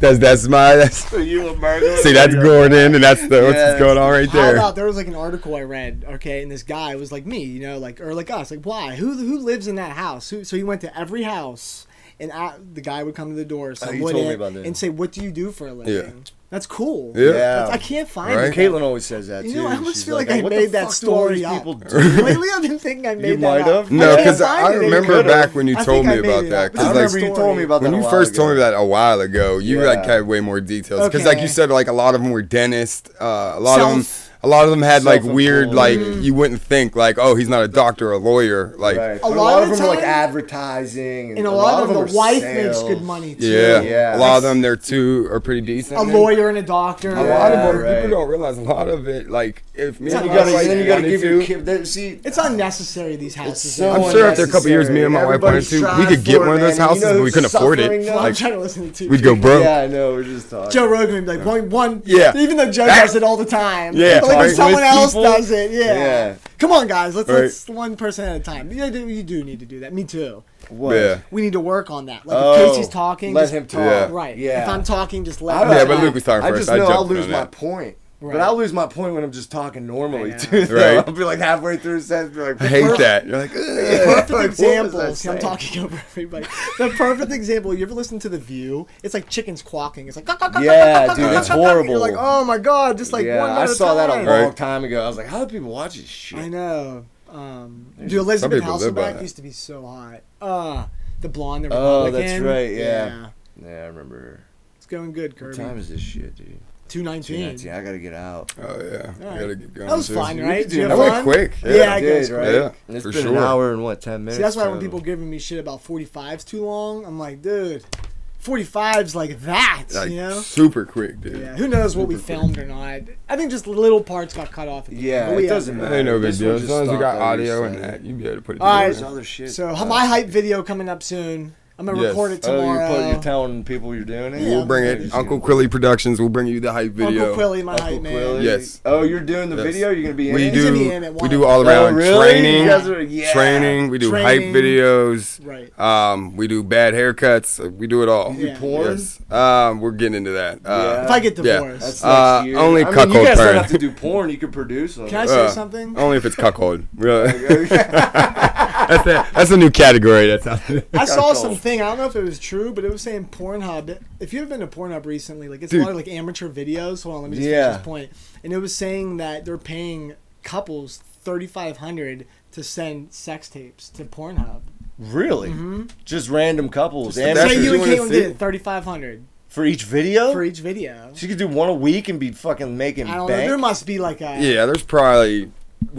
[SPEAKER 3] that's that's my. That's,
[SPEAKER 2] are you a burglar?
[SPEAKER 3] see, that's Gordon, and that's the what's
[SPEAKER 2] Yeah,
[SPEAKER 3] going on right
[SPEAKER 1] How
[SPEAKER 3] there.
[SPEAKER 1] about there was like an article I read, okay, and this guy was like me, you know, like or like us, like why? Who who lives in that house? Who, so he went to every house, and I, the guy would come to the door, so
[SPEAKER 2] Oh,
[SPEAKER 1] I
[SPEAKER 2] you
[SPEAKER 1] would
[SPEAKER 2] told me
[SPEAKER 1] in,
[SPEAKER 2] about that.
[SPEAKER 1] and say, "What do you do for a living?" That's cool.
[SPEAKER 3] Yeah.
[SPEAKER 1] That's- I can't find it.
[SPEAKER 3] Right.
[SPEAKER 2] Caitlin always says that too.
[SPEAKER 1] You know, I almost
[SPEAKER 2] She's
[SPEAKER 1] feel like, I
[SPEAKER 2] "What the
[SPEAKER 1] made that
[SPEAKER 2] fuck do all
[SPEAKER 1] story
[SPEAKER 2] these
[SPEAKER 1] up. *laughs*
[SPEAKER 3] *laughs*
[SPEAKER 2] people do?"
[SPEAKER 1] Lately, I've been thinking I made that
[SPEAKER 2] might
[SPEAKER 1] up.
[SPEAKER 2] have.
[SPEAKER 3] No,
[SPEAKER 1] can't
[SPEAKER 3] because
[SPEAKER 1] find
[SPEAKER 3] I
[SPEAKER 1] it.
[SPEAKER 3] remember
[SPEAKER 2] could've.
[SPEAKER 3] back when
[SPEAKER 1] *laughs*
[SPEAKER 3] you
[SPEAKER 1] I
[SPEAKER 3] told
[SPEAKER 1] think I
[SPEAKER 3] me
[SPEAKER 1] made
[SPEAKER 3] about
[SPEAKER 1] it
[SPEAKER 3] that.
[SPEAKER 1] up. I
[SPEAKER 2] I
[SPEAKER 3] 'cause,
[SPEAKER 2] remember
[SPEAKER 3] like,
[SPEAKER 2] you told me about that.
[SPEAKER 3] when
[SPEAKER 2] a
[SPEAKER 3] you
[SPEAKER 2] while
[SPEAKER 3] first told me
[SPEAKER 2] ago.
[SPEAKER 3] that a while ago, you like
[SPEAKER 2] Yeah.
[SPEAKER 3] had way more details because, like
[SPEAKER 1] Okay.
[SPEAKER 3] you said, like a lot of them were dentists. Uh, a lot of
[SPEAKER 1] Self-
[SPEAKER 3] them, a lot of them had like
[SPEAKER 2] Self-employed.
[SPEAKER 3] weird, like you wouldn't think, like, oh, he's not a doctor, or a lawyer, like.
[SPEAKER 2] Right.
[SPEAKER 1] A
[SPEAKER 2] But
[SPEAKER 1] lot of
[SPEAKER 2] them
[SPEAKER 1] the
[SPEAKER 2] are like
[SPEAKER 1] time-
[SPEAKER 2] advertising, and,
[SPEAKER 1] And a lot, of them, the
[SPEAKER 2] are
[SPEAKER 1] wife makes
[SPEAKER 2] sales.
[SPEAKER 1] good money too.
[SPEAKER 3] Yeah.
[SPEAKER 2] Yeah.
[SPEAKER 3] a lot of them, they're two are pretty decent.
[SPEAKER 1] A lawyer and a doctor.
[SPEAKER 3] A lot of
[SPEAKER 2] Yeah,
[SPEAKER 3] them,
[SPEAKER 2] right.
[SPEAKER 3] people don't realize a lot of it. Like if me
[SPEAKER 1] not
[SPEAKER 3] and
[SPEAKER 2] You
[SPEAKER 3] my
[SPEAKER 2] gotta,
[SPEAKER 3] wife
[SPEAKER 2] then you gotta
[SPEAKER 3] wanted
[SPEAKER 2] give
[SPEAKER 3] to-
[SPEAKER 2] your kid. That, see,
[SPEAKER 1] It's unnecessary these houses.
[SPEAKER 2] so
[SPEAKER 3] I'm sure after a couple years, me and my wife wanted
[SPEAKER 2] Everybody's
[SPEAKER 3] to,
[SPEAKER 2] striving
[SPEAKER 3] we could get
[SPEAKER 2] for it,
[SPEAKER 3] one of
[SPEAKER 2] man, and
[SPEAKER 3] those
[SPEAKER 2] you
[SPEAKER 3] houses,
[SPEAKER 2] know
[SPEAKER 3] but we
[SPEAKER 2] who's
[SPEAKER 3] couldn't afford
[SPEAKER 2] suffering
[SPEAKER 3] it.
[SPEAKER 2] now?
[SPEAKER 1] Well, I'm
[SPEAKER 3] Like
[SPEAKER 1] trying to listen to.
[SPEAKER 3] we'd go broke.
[SPEAKER 2] Yeah, I know. We're just talking.
[SPEAKER 1] Joe Rogan would be like one, one.
[SPEAKER 3] Yeah.
[SPEAKER 1] Even though Joe
[SPEAKER 3] That-
[SPEAKER 1] does it all the time.
[SPEAKER 3] Yeah.
[SPEAKER 1] But like
[SPEAKER 3] Right,
[SPEAKER 1] if someone
[SPEAKER 3] with
[SPEAKER 1] else
[SPEAKER 3] people.
[SPEAKER 1] does it, yeah.
[SPEAKER 2] Yeah.
[SPEAKER 1] Come on, guys. Let's
[SPEAKER 3] Right.
[SPEAKER 1] let's one person at a time. Yeah, do- you do need to do that. Me too.
[SPEAKER 2] What?
[SPEAKER 3] Yeah.
[SPEAKER 1] We need to work on that. Like
[SPEAKER 2] Oh,
[SPEAKER 1] if Casey's talking,
[SPEAKER 2] let
[SPEAKER 1] just,
[SPEAKER 2] him talk.
[SPEAKER 3] Yeah.
[SPEAKER 1] Right.
[SPEAKER 2] Yeah.
[SPEAKER 1] If I'm talking, just
[SPEAKER 2] I
[SPEAKER 1] let.
[SPEAKER 2] don't
[SPEAKER 3] Yeah,
[SPEAKER 1] me
[SPEAKER 3] but
[SPEAKER 1] talk.
[SPEAKER 3] Luke was talking
[SPEAKER 2] I
[SPEAKER 3] first.
[SPEAKER 2] just
[SPEAKER 3] I
[SPEAKER 2] know I'll
[SPEAKER 3] jumped in
[SPEAKER 2] lose
[SPEAKER 3] on
[SPEAKER 2] my
[SPEAKER 3] that.
[SPEAKER 2] point.
[SPEAKER 1] Right.
[SPEAKER 2] But I'll lose my point when I'm just talking normally
[SPEAKER 1] I know.
[SPEAKER 2] too. *laughs* though.
[SPEAKER 3] Right.
[SPEAKER 2] I'll be like halfway through the sentence, be like,
[SPEAKER 3] I hate that. You're *laughs* like, "Ugh."
[SPEAKER 1] perfect
[SPEAKER 2] Like, what was I
[SPEAKER 1] example. See, I'm
[SPEAKER 2] saying?
[SPEAKER 1] talking *laughs* over everybody. The perfect example. You ever listen to The View? It's like chickens quacking. It's like
[SPEAKER 2] Yeah, dude, it's horrible.
[SPEAKER 1] You're like, oh my god, just like one.
[SPEAKER 2] yeah, I
[SPEAKER 1] at a
[SPEAKER 2] saw that a
[SPEAKER 1] time."
[SPEAKER 2] long
[SPEAKER 3] Right.
[SPEAKER 2] time ago. I was like, how do people watch this shit?
[SPEAKER 1] I know. Um, dude, Elizabeth
[SPEAKER 3] people live by
[SPEAKER 1] Hasselbeck
[SPEAKER 3] that.
[SPEAKER 1] used to be so hot. Uh, the blonde, the
[SPEAKER 2] Oh,
[SPEAKER 1] Republican.
[SPEAKER 2] that's right, yeah. Yeah, I remember. her.
[SPEAKER 1] It's going good,
[SPEAKER 2] What time
[SPEAKER 1] Kirby.
[SPEAKER 2] is this shit, dude?
[SPEAKER 1] 219.
[SPEAKER 2] 219. I gotta get out.
[SPEAKER 3] Oh yeah, I gotta get going.
[SPEAKER 1] That was
[SPEAKER 3] too.
[SPEAKER 1] fun,
[SPEAKER 2] We
[SPEAKER 1] right?
[SPEAKER 2] could
[SPEAKER 1] Did
[SPEAKER 2] do
[SPEAKER 1] you
[SPEAKER 2] that.
[SPEAKER 1] have
[SPEAKER 3] That went
[SPEAKER 1] fun?
[SPEAKER 3] quick.
[SPEAKER 1] Yeah, I
[SPEAKER 2] It
[SPEAKER 1] guess.
[SPEAKER 2] did, right?
[SPEAKER 3] Yeah,
[SPEAKER 2] And it's
[SPEAKER 3] for
[SPEAKER 2] been
[SPEAKER 3] sure.
[SPEAKER 2] an hour and what, 10 minutes?
[SPEAKER 1] See, that's why when
[SPEAKER 2] total. *laughs*
[SPEAKER 1] people giving me shit about 45's too long, I'm like, dude, 45's like that,
[SPEAKER 3] Like
[SPEAKER 1] you know?
[SPEAKER 3] super quick, dude.
[SPEAKER 1] Yeah, who knows what we filmed or not. I think just little parts got cut off. At the end,
[SPEAKER 2] Yeah,
[SPEAKER 1] but we
[SPEAKER 2] it doesn't
[SPEAKER 1] have-
[SPEAKER 2] matter.
[SPEAKER 3] That ain't no big
[SPEAKER 2] This one
[SPEAKER 3] deal. As
[SPEAKER 2] just
[SPEAKER 3] long as we
[SPEAKER 2] stopped
[SPEAKER 3] got
[SPEAKER 2] at
[SPEAKER 3] audio
[SPEAKER 2] least,
[SPEAKER 3] and
[SPEAKER 2] uh,
[SPEAKER 3] that, you be able to put it.
[SPEAKER 1] All right.
[SPEAKER 2] There's other shit.
[SPEAKER 1] So,
[SPEAKER 2] uh,
[SPEAKER 1] my hype video coming up soon. I'm going to
[SPEAKER 3] Yes.
[SPEAKER 1] record it
[SPEAKER 2] Oh, you're,
[SPEAKER 1] tomorrow.
[SPEAKER 2] put, you're telling people you're doing it?
[SPEAKER 1] We'll
[SPEAKER 3] We'll bring it. Uncle Quilly Productions will bring you the hype video.
[SPEAKER 1] Uncle Quilly, my
[SPEAKER 2] Uncle
[SPEAKER 1] hype man.
[SPEAKER 2] Quilly?
[SPEAKER 3] Yes.
[SPEAKER 2] Oh, you're doing the
[SPEAKER 3] Yes.
[SPEAKER 2] video? You're gonna be in
[SPEAKER 3] We
[SPEAKER 2] it?
[SPEAKER 1] He's in
[SPEAKER 3] do
[SPEAKER 1] the end at
[SPEAKER 3] we
[SPEAKER 1] one.
[SPEAKER 3] do all
[SPEAKER 2] Oh,
[SPEAKER 3] around
[SPEAKER 2] really?
[SPEAKER 3] training,
[SPEAKER 2] You guys are- yeah.
[SPEAKER 3] training. We do
[SPEAKER 1] Training.
[SPEAKER 3] hype videos.
[SPEAKER 1] Right.
[SPEAKER 3] Um, we do bad haircuts. We do it all.
[SPEAKER 1] You do Yeah.
[SPEAKER 2] porn?
[SPEAKER 3] Yes. Um, we're getting into that.
[SPEAKER 2] Yeah.
[SPEAKER 3] Uh,
[SPEAKER 1] If I get
[SPEAKER 3] yeah.
[SPEAKER 1] divorced.
[SPEAKER 2] That's next
[SPEAKER 3] Uh,
[SPEAKER 2] year.
[SPEAKER 3] only
[SPEAKER 2] I mean, You
[SPEAKER 3] cuckold
[SPEAKER 2] guys don't
[SPEAKER 3] porn.
[SPEAKER 2] have to do porn. You can produce them.
[SPEAKER 1] Can I say
[SPEAKER 3] uh,
[SPEAKER 1] something?
[SPEAKER 2] oh
[SPEAKER 3] Only if it's cuckold. *laughs* Really. that's a, that's a new category. That's not.
[SPEAKER 1] I saw
[SPEAKER 2] Cuckold.
[SPEAKER 1] something. I don't know if it was true, but it was saying Pornhub. If you've been to Pornhub recently, like it's a lot of like amateur videos. Hold on, let me just
[SPEAKER 2] Yeah.
[SPEAKER 1] finish this point. And it was saying that they're paying couples thirty five hundred to send sex tapes to Pornhub.
[SPEAKER 2] Really?
[SPEAKER 1] Mm-hmm.
[SPEAKER 2] Just random couples. and
[SPEAKER 3] That's
[SPEAKER 1] Say
[SPEAKER 3] what
[SPEAKER 1] you
[SPEAKER 3] you
[SPEAKER 1] and
[SPEAKER 3] wanna
[SPEAKER 1] Caitlin
[SPEAKER 3] see?
[SPEAKER 1] did it thirty five hundred
[SPEAKER 2] for each video?
[SPEAKER 1] for each video.
[SPEAKER 2] she could do one a week and be fucking making
[SPEAKER 1] I don't know.
[SPEAKER 2] bank.
[SPEAKER 1] There must be like a
[SPEAKER 3] yeah, there's probably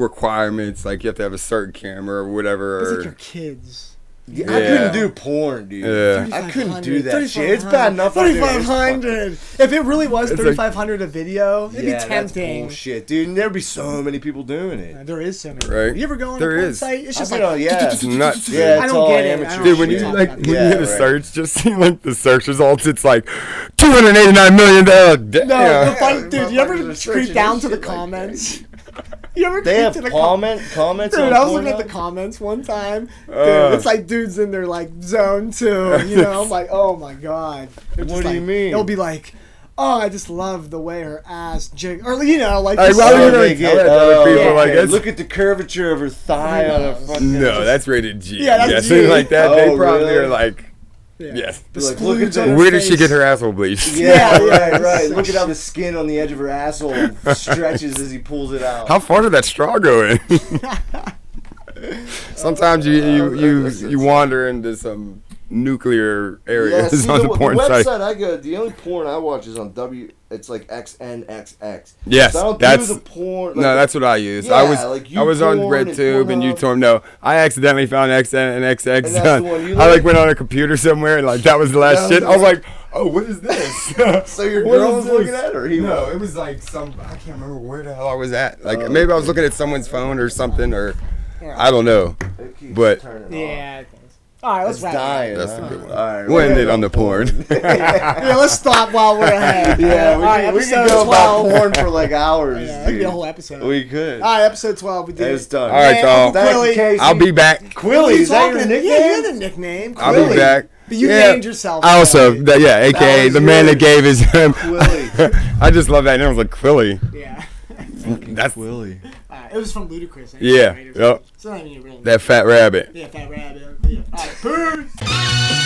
[SPEAKER 3] requirements like you have to have a certain camera or whatever.
[SPEAKER 1] It's
[SPEAKER 3] or-
[SPEAKER 1] like your kids.
[SPEAKER 2] Yeah, I
[SPEAKER 3] Yeah.
[SPEAKER 2] couldn't do porn, dude.
[SPEAKER 3] Yeah.
[SPEAKER 2] I couldn't do that shit. It's bad enough. I do it.
[SPEAKER 1] Thirty
[SPEAKER 2] It's
[SPEAKER 1] five hundred. If it really was
[SPEAKER 3] It's like-
[SPEAKER 1] thirty five hundred a video, it'd
[SPEAKER 2] yeah,
[SPEAKER 1] be
[SPEAKER 2] that's
[SPEAKER 1] tempting.
[SPEAKER 2] bullshit, dude. And there'd be so many people doing it.
[SPEAKER 1] There is so many.
[SPEAKER 3] Right.
[SPEAKER 1] You ever go on
[SPEAKER 3] There
[SPEAKER 1] a porn
[SPEAKER 3] is.
[SPEAKER 1] site? It's
[SPEAKER 2] I've
[SPEAKER 1] just
[SPEAKER 2] been
[SPEAKER 1] like
[SPEAKER 2] on- yeah,
[SPEAKER 3] It's nuts.
[SPEAKER 2] yeah, it's
[SPEAKER 1] I don't
[SPEAKER 2] all
[SPEAKER 1] get it. I
[SPEAKER 2] amateur
[SPEAKER 1] don't
[SPEAKER 3] Dude, when you
[SPEAKER 1] shit.
[SPEAKER 3] like when
[SPEAKER 2] Yeah,
[SPEAKER 3] you hit a
[SPEAKER 2] right.
[SPEAKER 3] search, just see like the search results, it's like two hundred eighty nine million dollar. Da-
[SPEAKER 1] No,
[SPEAKER 3] yeah.
[SPEAKER 1] the fun, dude. You
[SPEAKER 2] motherfuckers
[SPEAKER 1] ever
[SPEAKER 2] are searching
[SPEAKER 1] creep down to
[SPEAKER 2] shit
[SPEAKER 1] the
[SPEAKER 2] like
[SPEAKER 1] comments? *laughs* you ever
[SPEAKER 2] They
[SPEAKER 1] creep
[SPEAKER 2] have
[SPEAKER 1] to the comments?
[SPEAKER 2] comment comments.
[SPEAKER 1] Dude,
[SPEAKER 2] on
[SPEAKER 1] I was looking at the
[SPEAKER 2] Pornhub?
[SPEAKER 1] comments one time. Dude,
[SPEAKER 3] Uh.
[SPEAKER 1] it's like dudes in their like zone two. You know,
[SPEAKER 2] *laughs*
[SPEAKER 1] I'm like, oh my god. They're just
[SPEAKER 2] What do you
[SPEAKER 1] like-
[SPEAKER 2] mean?
[SPEAKER 1] They'll be like, oh, I just love the way her ass jig, or you know, like.
[SPEAKER 3] I'd
[SPEAKER 1] just-
[SPEAKER 3] rather
[SPEAKER 2] Oh,
[SPEAKER 3] you don't
[SPEAKER 2] they
[SPEAKER 3] tell
[SPEAKER 2] get-
[SPEAKER 3] that to other
[SPEAKER 2] oh,
[SPEAKER 3] people, I
[SPEAKER 2] okay.
[SPEAKER 3] guess.
[SPEAKER 2] Look at the curvature of her thigh on a fucking.
[SPEAKER 3] no, that's rated G.
[SPEAKER 1] Yeah,
[SPEAKER 3] Yeah,
[SPEAKER 1] that's G.
[SPEAKER 3] something like that.
[SPEAKER 2] Oh,
[SPEAKER 3] they probably
[SPEAKER 2] really?
[SPEAKER 3] are like,
[SPEAKER 1] yeah.
[SPEAKER 3] yes.
[SPEAKER 1] The
[SPEAKER 2] Like, look at
[SPEAKER 1] splooge
[SPEAKER 2] that.
[SPEAKER 1] on her
[SPEAKER 3] Where did she
[SPEAKER 1] face.
[SPEAKER 3] get her asshole bleached? *laughs*
[SPEAKER 2] Yeah,
[SPEAKER 1] Yeah,
[SPEAKER 2] right,
[SPEAKER 1] yeah.
[SPEAKER 2] right. Look at how the skin on the edge of her asshole stretches as he pulls it out.
[SPEAKER 3] How far did that straw go in?
[SPEAKER 2] *laughs*
[SPEAKER 3] Sometimes you you you, you wander into some nuclear areas
[SPEAKER 2] see,
[SPEAKER 3] *laughs* on the,
[SPEAKER 2] the
[SPEAKER 3] porn
[SPEAKER 2] website
[SPEAKER 3] site.
[SPEAKER 2] I go, the only porn I watch is on W. It's like XNXX.
[SPEAKER 3] Yes,
[SPEAKER 2] So I don't
[SPEAKER 3] that's-
[SPEAKER 2] do the porn. like-
[SPEAKER 3] no, that's what I used. I
[SPEAKER 2] Yeah,
[SPEAKER 3] was
[SPEAKER 2] like
[SPEAKER 3] I was on
[SPEAKER 2] YouPorn and
[SPEAKER 3] RedTube and
[SPEAKER 2] Pornhub.
[SPEAKER 3] YouTorm. No, I accidentally found XN and
[SPEAKER 2] And
[SPEAKER 3] XX.
[SPEAKER 2] that's the one you
[SPEAKER 3] I like
[SPEAKER 2] like?
[SPEAKER 3] went on a computer somewhere and like that was the last
[SPEAKER 2] That
[SPEAKER 3] shit.
[SPEAKER 2] was
[SPEAKER 3] I was
[SPEAKER 2] the-
[SPEAKER 3] like, oh, what is this? *laughs*
[SPEAKER 2] So your
[SPEAKER 3] What
[SPEAKER 2] girl
[SPEAKER 3] is
[SPEAKER 2] was looking
[SPEAKER 3] this?
[SPEAKER 2] at it, or he
[SPEAKER 3] No,
[SPEAKER 2] was?
[SPEAKER 3] it was like some I can't remember where the hell I was at.
[SPEAKER 2] Oh,
[SPEAKER 3] Like maybe I was looking at someone's phone or something or I don't know.
[SPEAKER 2] It keeps
[SPEAKER 3] But-
[SPEAKER 2] turning off.
[SPEAKER 1] Yeah. I think so. All right, let's
[SPEAKER 2] It's
[SPEAKER 1] wrap. it
[SPEAKER 2] dying.
[SPEAKER 1] up.
[SPEAKER 3] That's the
[SPEAKER 2] huh?
[SPEAKER 3] good one.
[SPEAKER 2] All right,
[SPEAKER 3] We'll
[SPEAKER 2] we're
[SPEAKER 3] end it
[SPEAKER 2] gonna-
[SPEAKER 3] on the porn.
[SPEAKER 1] Yeah, let's stop while we're ahead.
[SPEAKER 2] *laughs* Yeah, we,
[SPEAKER 1] All right,
[SPEAKER 2] could, we
[SPEAKER 1] episode
[SPEAKER 2] could go
[SPEAKER 1] 12.
[SPEAKER 2] about porn for like hours.
[SPEAKER 1] *laughs* Yeah, that could
[SPEAKER 2] dude.
[SPEAKER 1] be a whole episode.
[SPEAKER 2] We could.
[SPEAKER 1] All right, episode 12. We did
[SPEAKER 2] It's
[SPEAKER 1] it.
[SPEAKER 2] done.
[SPEAKER 3] All right, y'all.
[SPEAKER 1] Thank you,
[SPEAKER 2] Thank you,
[SPEAKER 1] Casey.
[SPEAKER 2] Casey.
[SPEAKER 3] *laughs* I'll be back.
[SPEAKER 2] Quilly, is that your
[SPEAKER 1] Talking-
[SPEAKER 2] nickname?
[SPEAKER 1] Yeah, you had a nickname.
[SPEAKER 3] I'll
[SPEAKER 1] Quilly.
[SPEAKER 3] be back.
[SPEAKER 1] But you
[SPEAKER 3] Yeah.
[SPEAKER 1] named yourself.
[SPEAKER 3] I also,
[SPEAKER 1] Quilly.
[SPEAKER 3] that, yeah, aka
[SPEAKER 2] was
[SPEAKER 3] the man
[SPEAKER 2] yours.
[SPEAKER 3] that gave his *laughs* name.
[SPEAKER 2] Quilly.
[SPEAKER 3] I just love that name. I was like Quilly.
[SPEAKER 1] Yeah.
[SPEAKER 3] That's
[SPEAKER 2] Willie.
[SPEAKER 1] All right, it was from Ludacris.
[SPEAKER 3] Yeah,
[SPEAKER 1] Right? It was-
[SPEAKER 3] yep.
[SPEAKER 1] It's not even your real name.
[SPEAKER 3] that fat rabbit.
[SPEAKER 1] Yeah, Fat Rabbit. Yeah. All right, peace.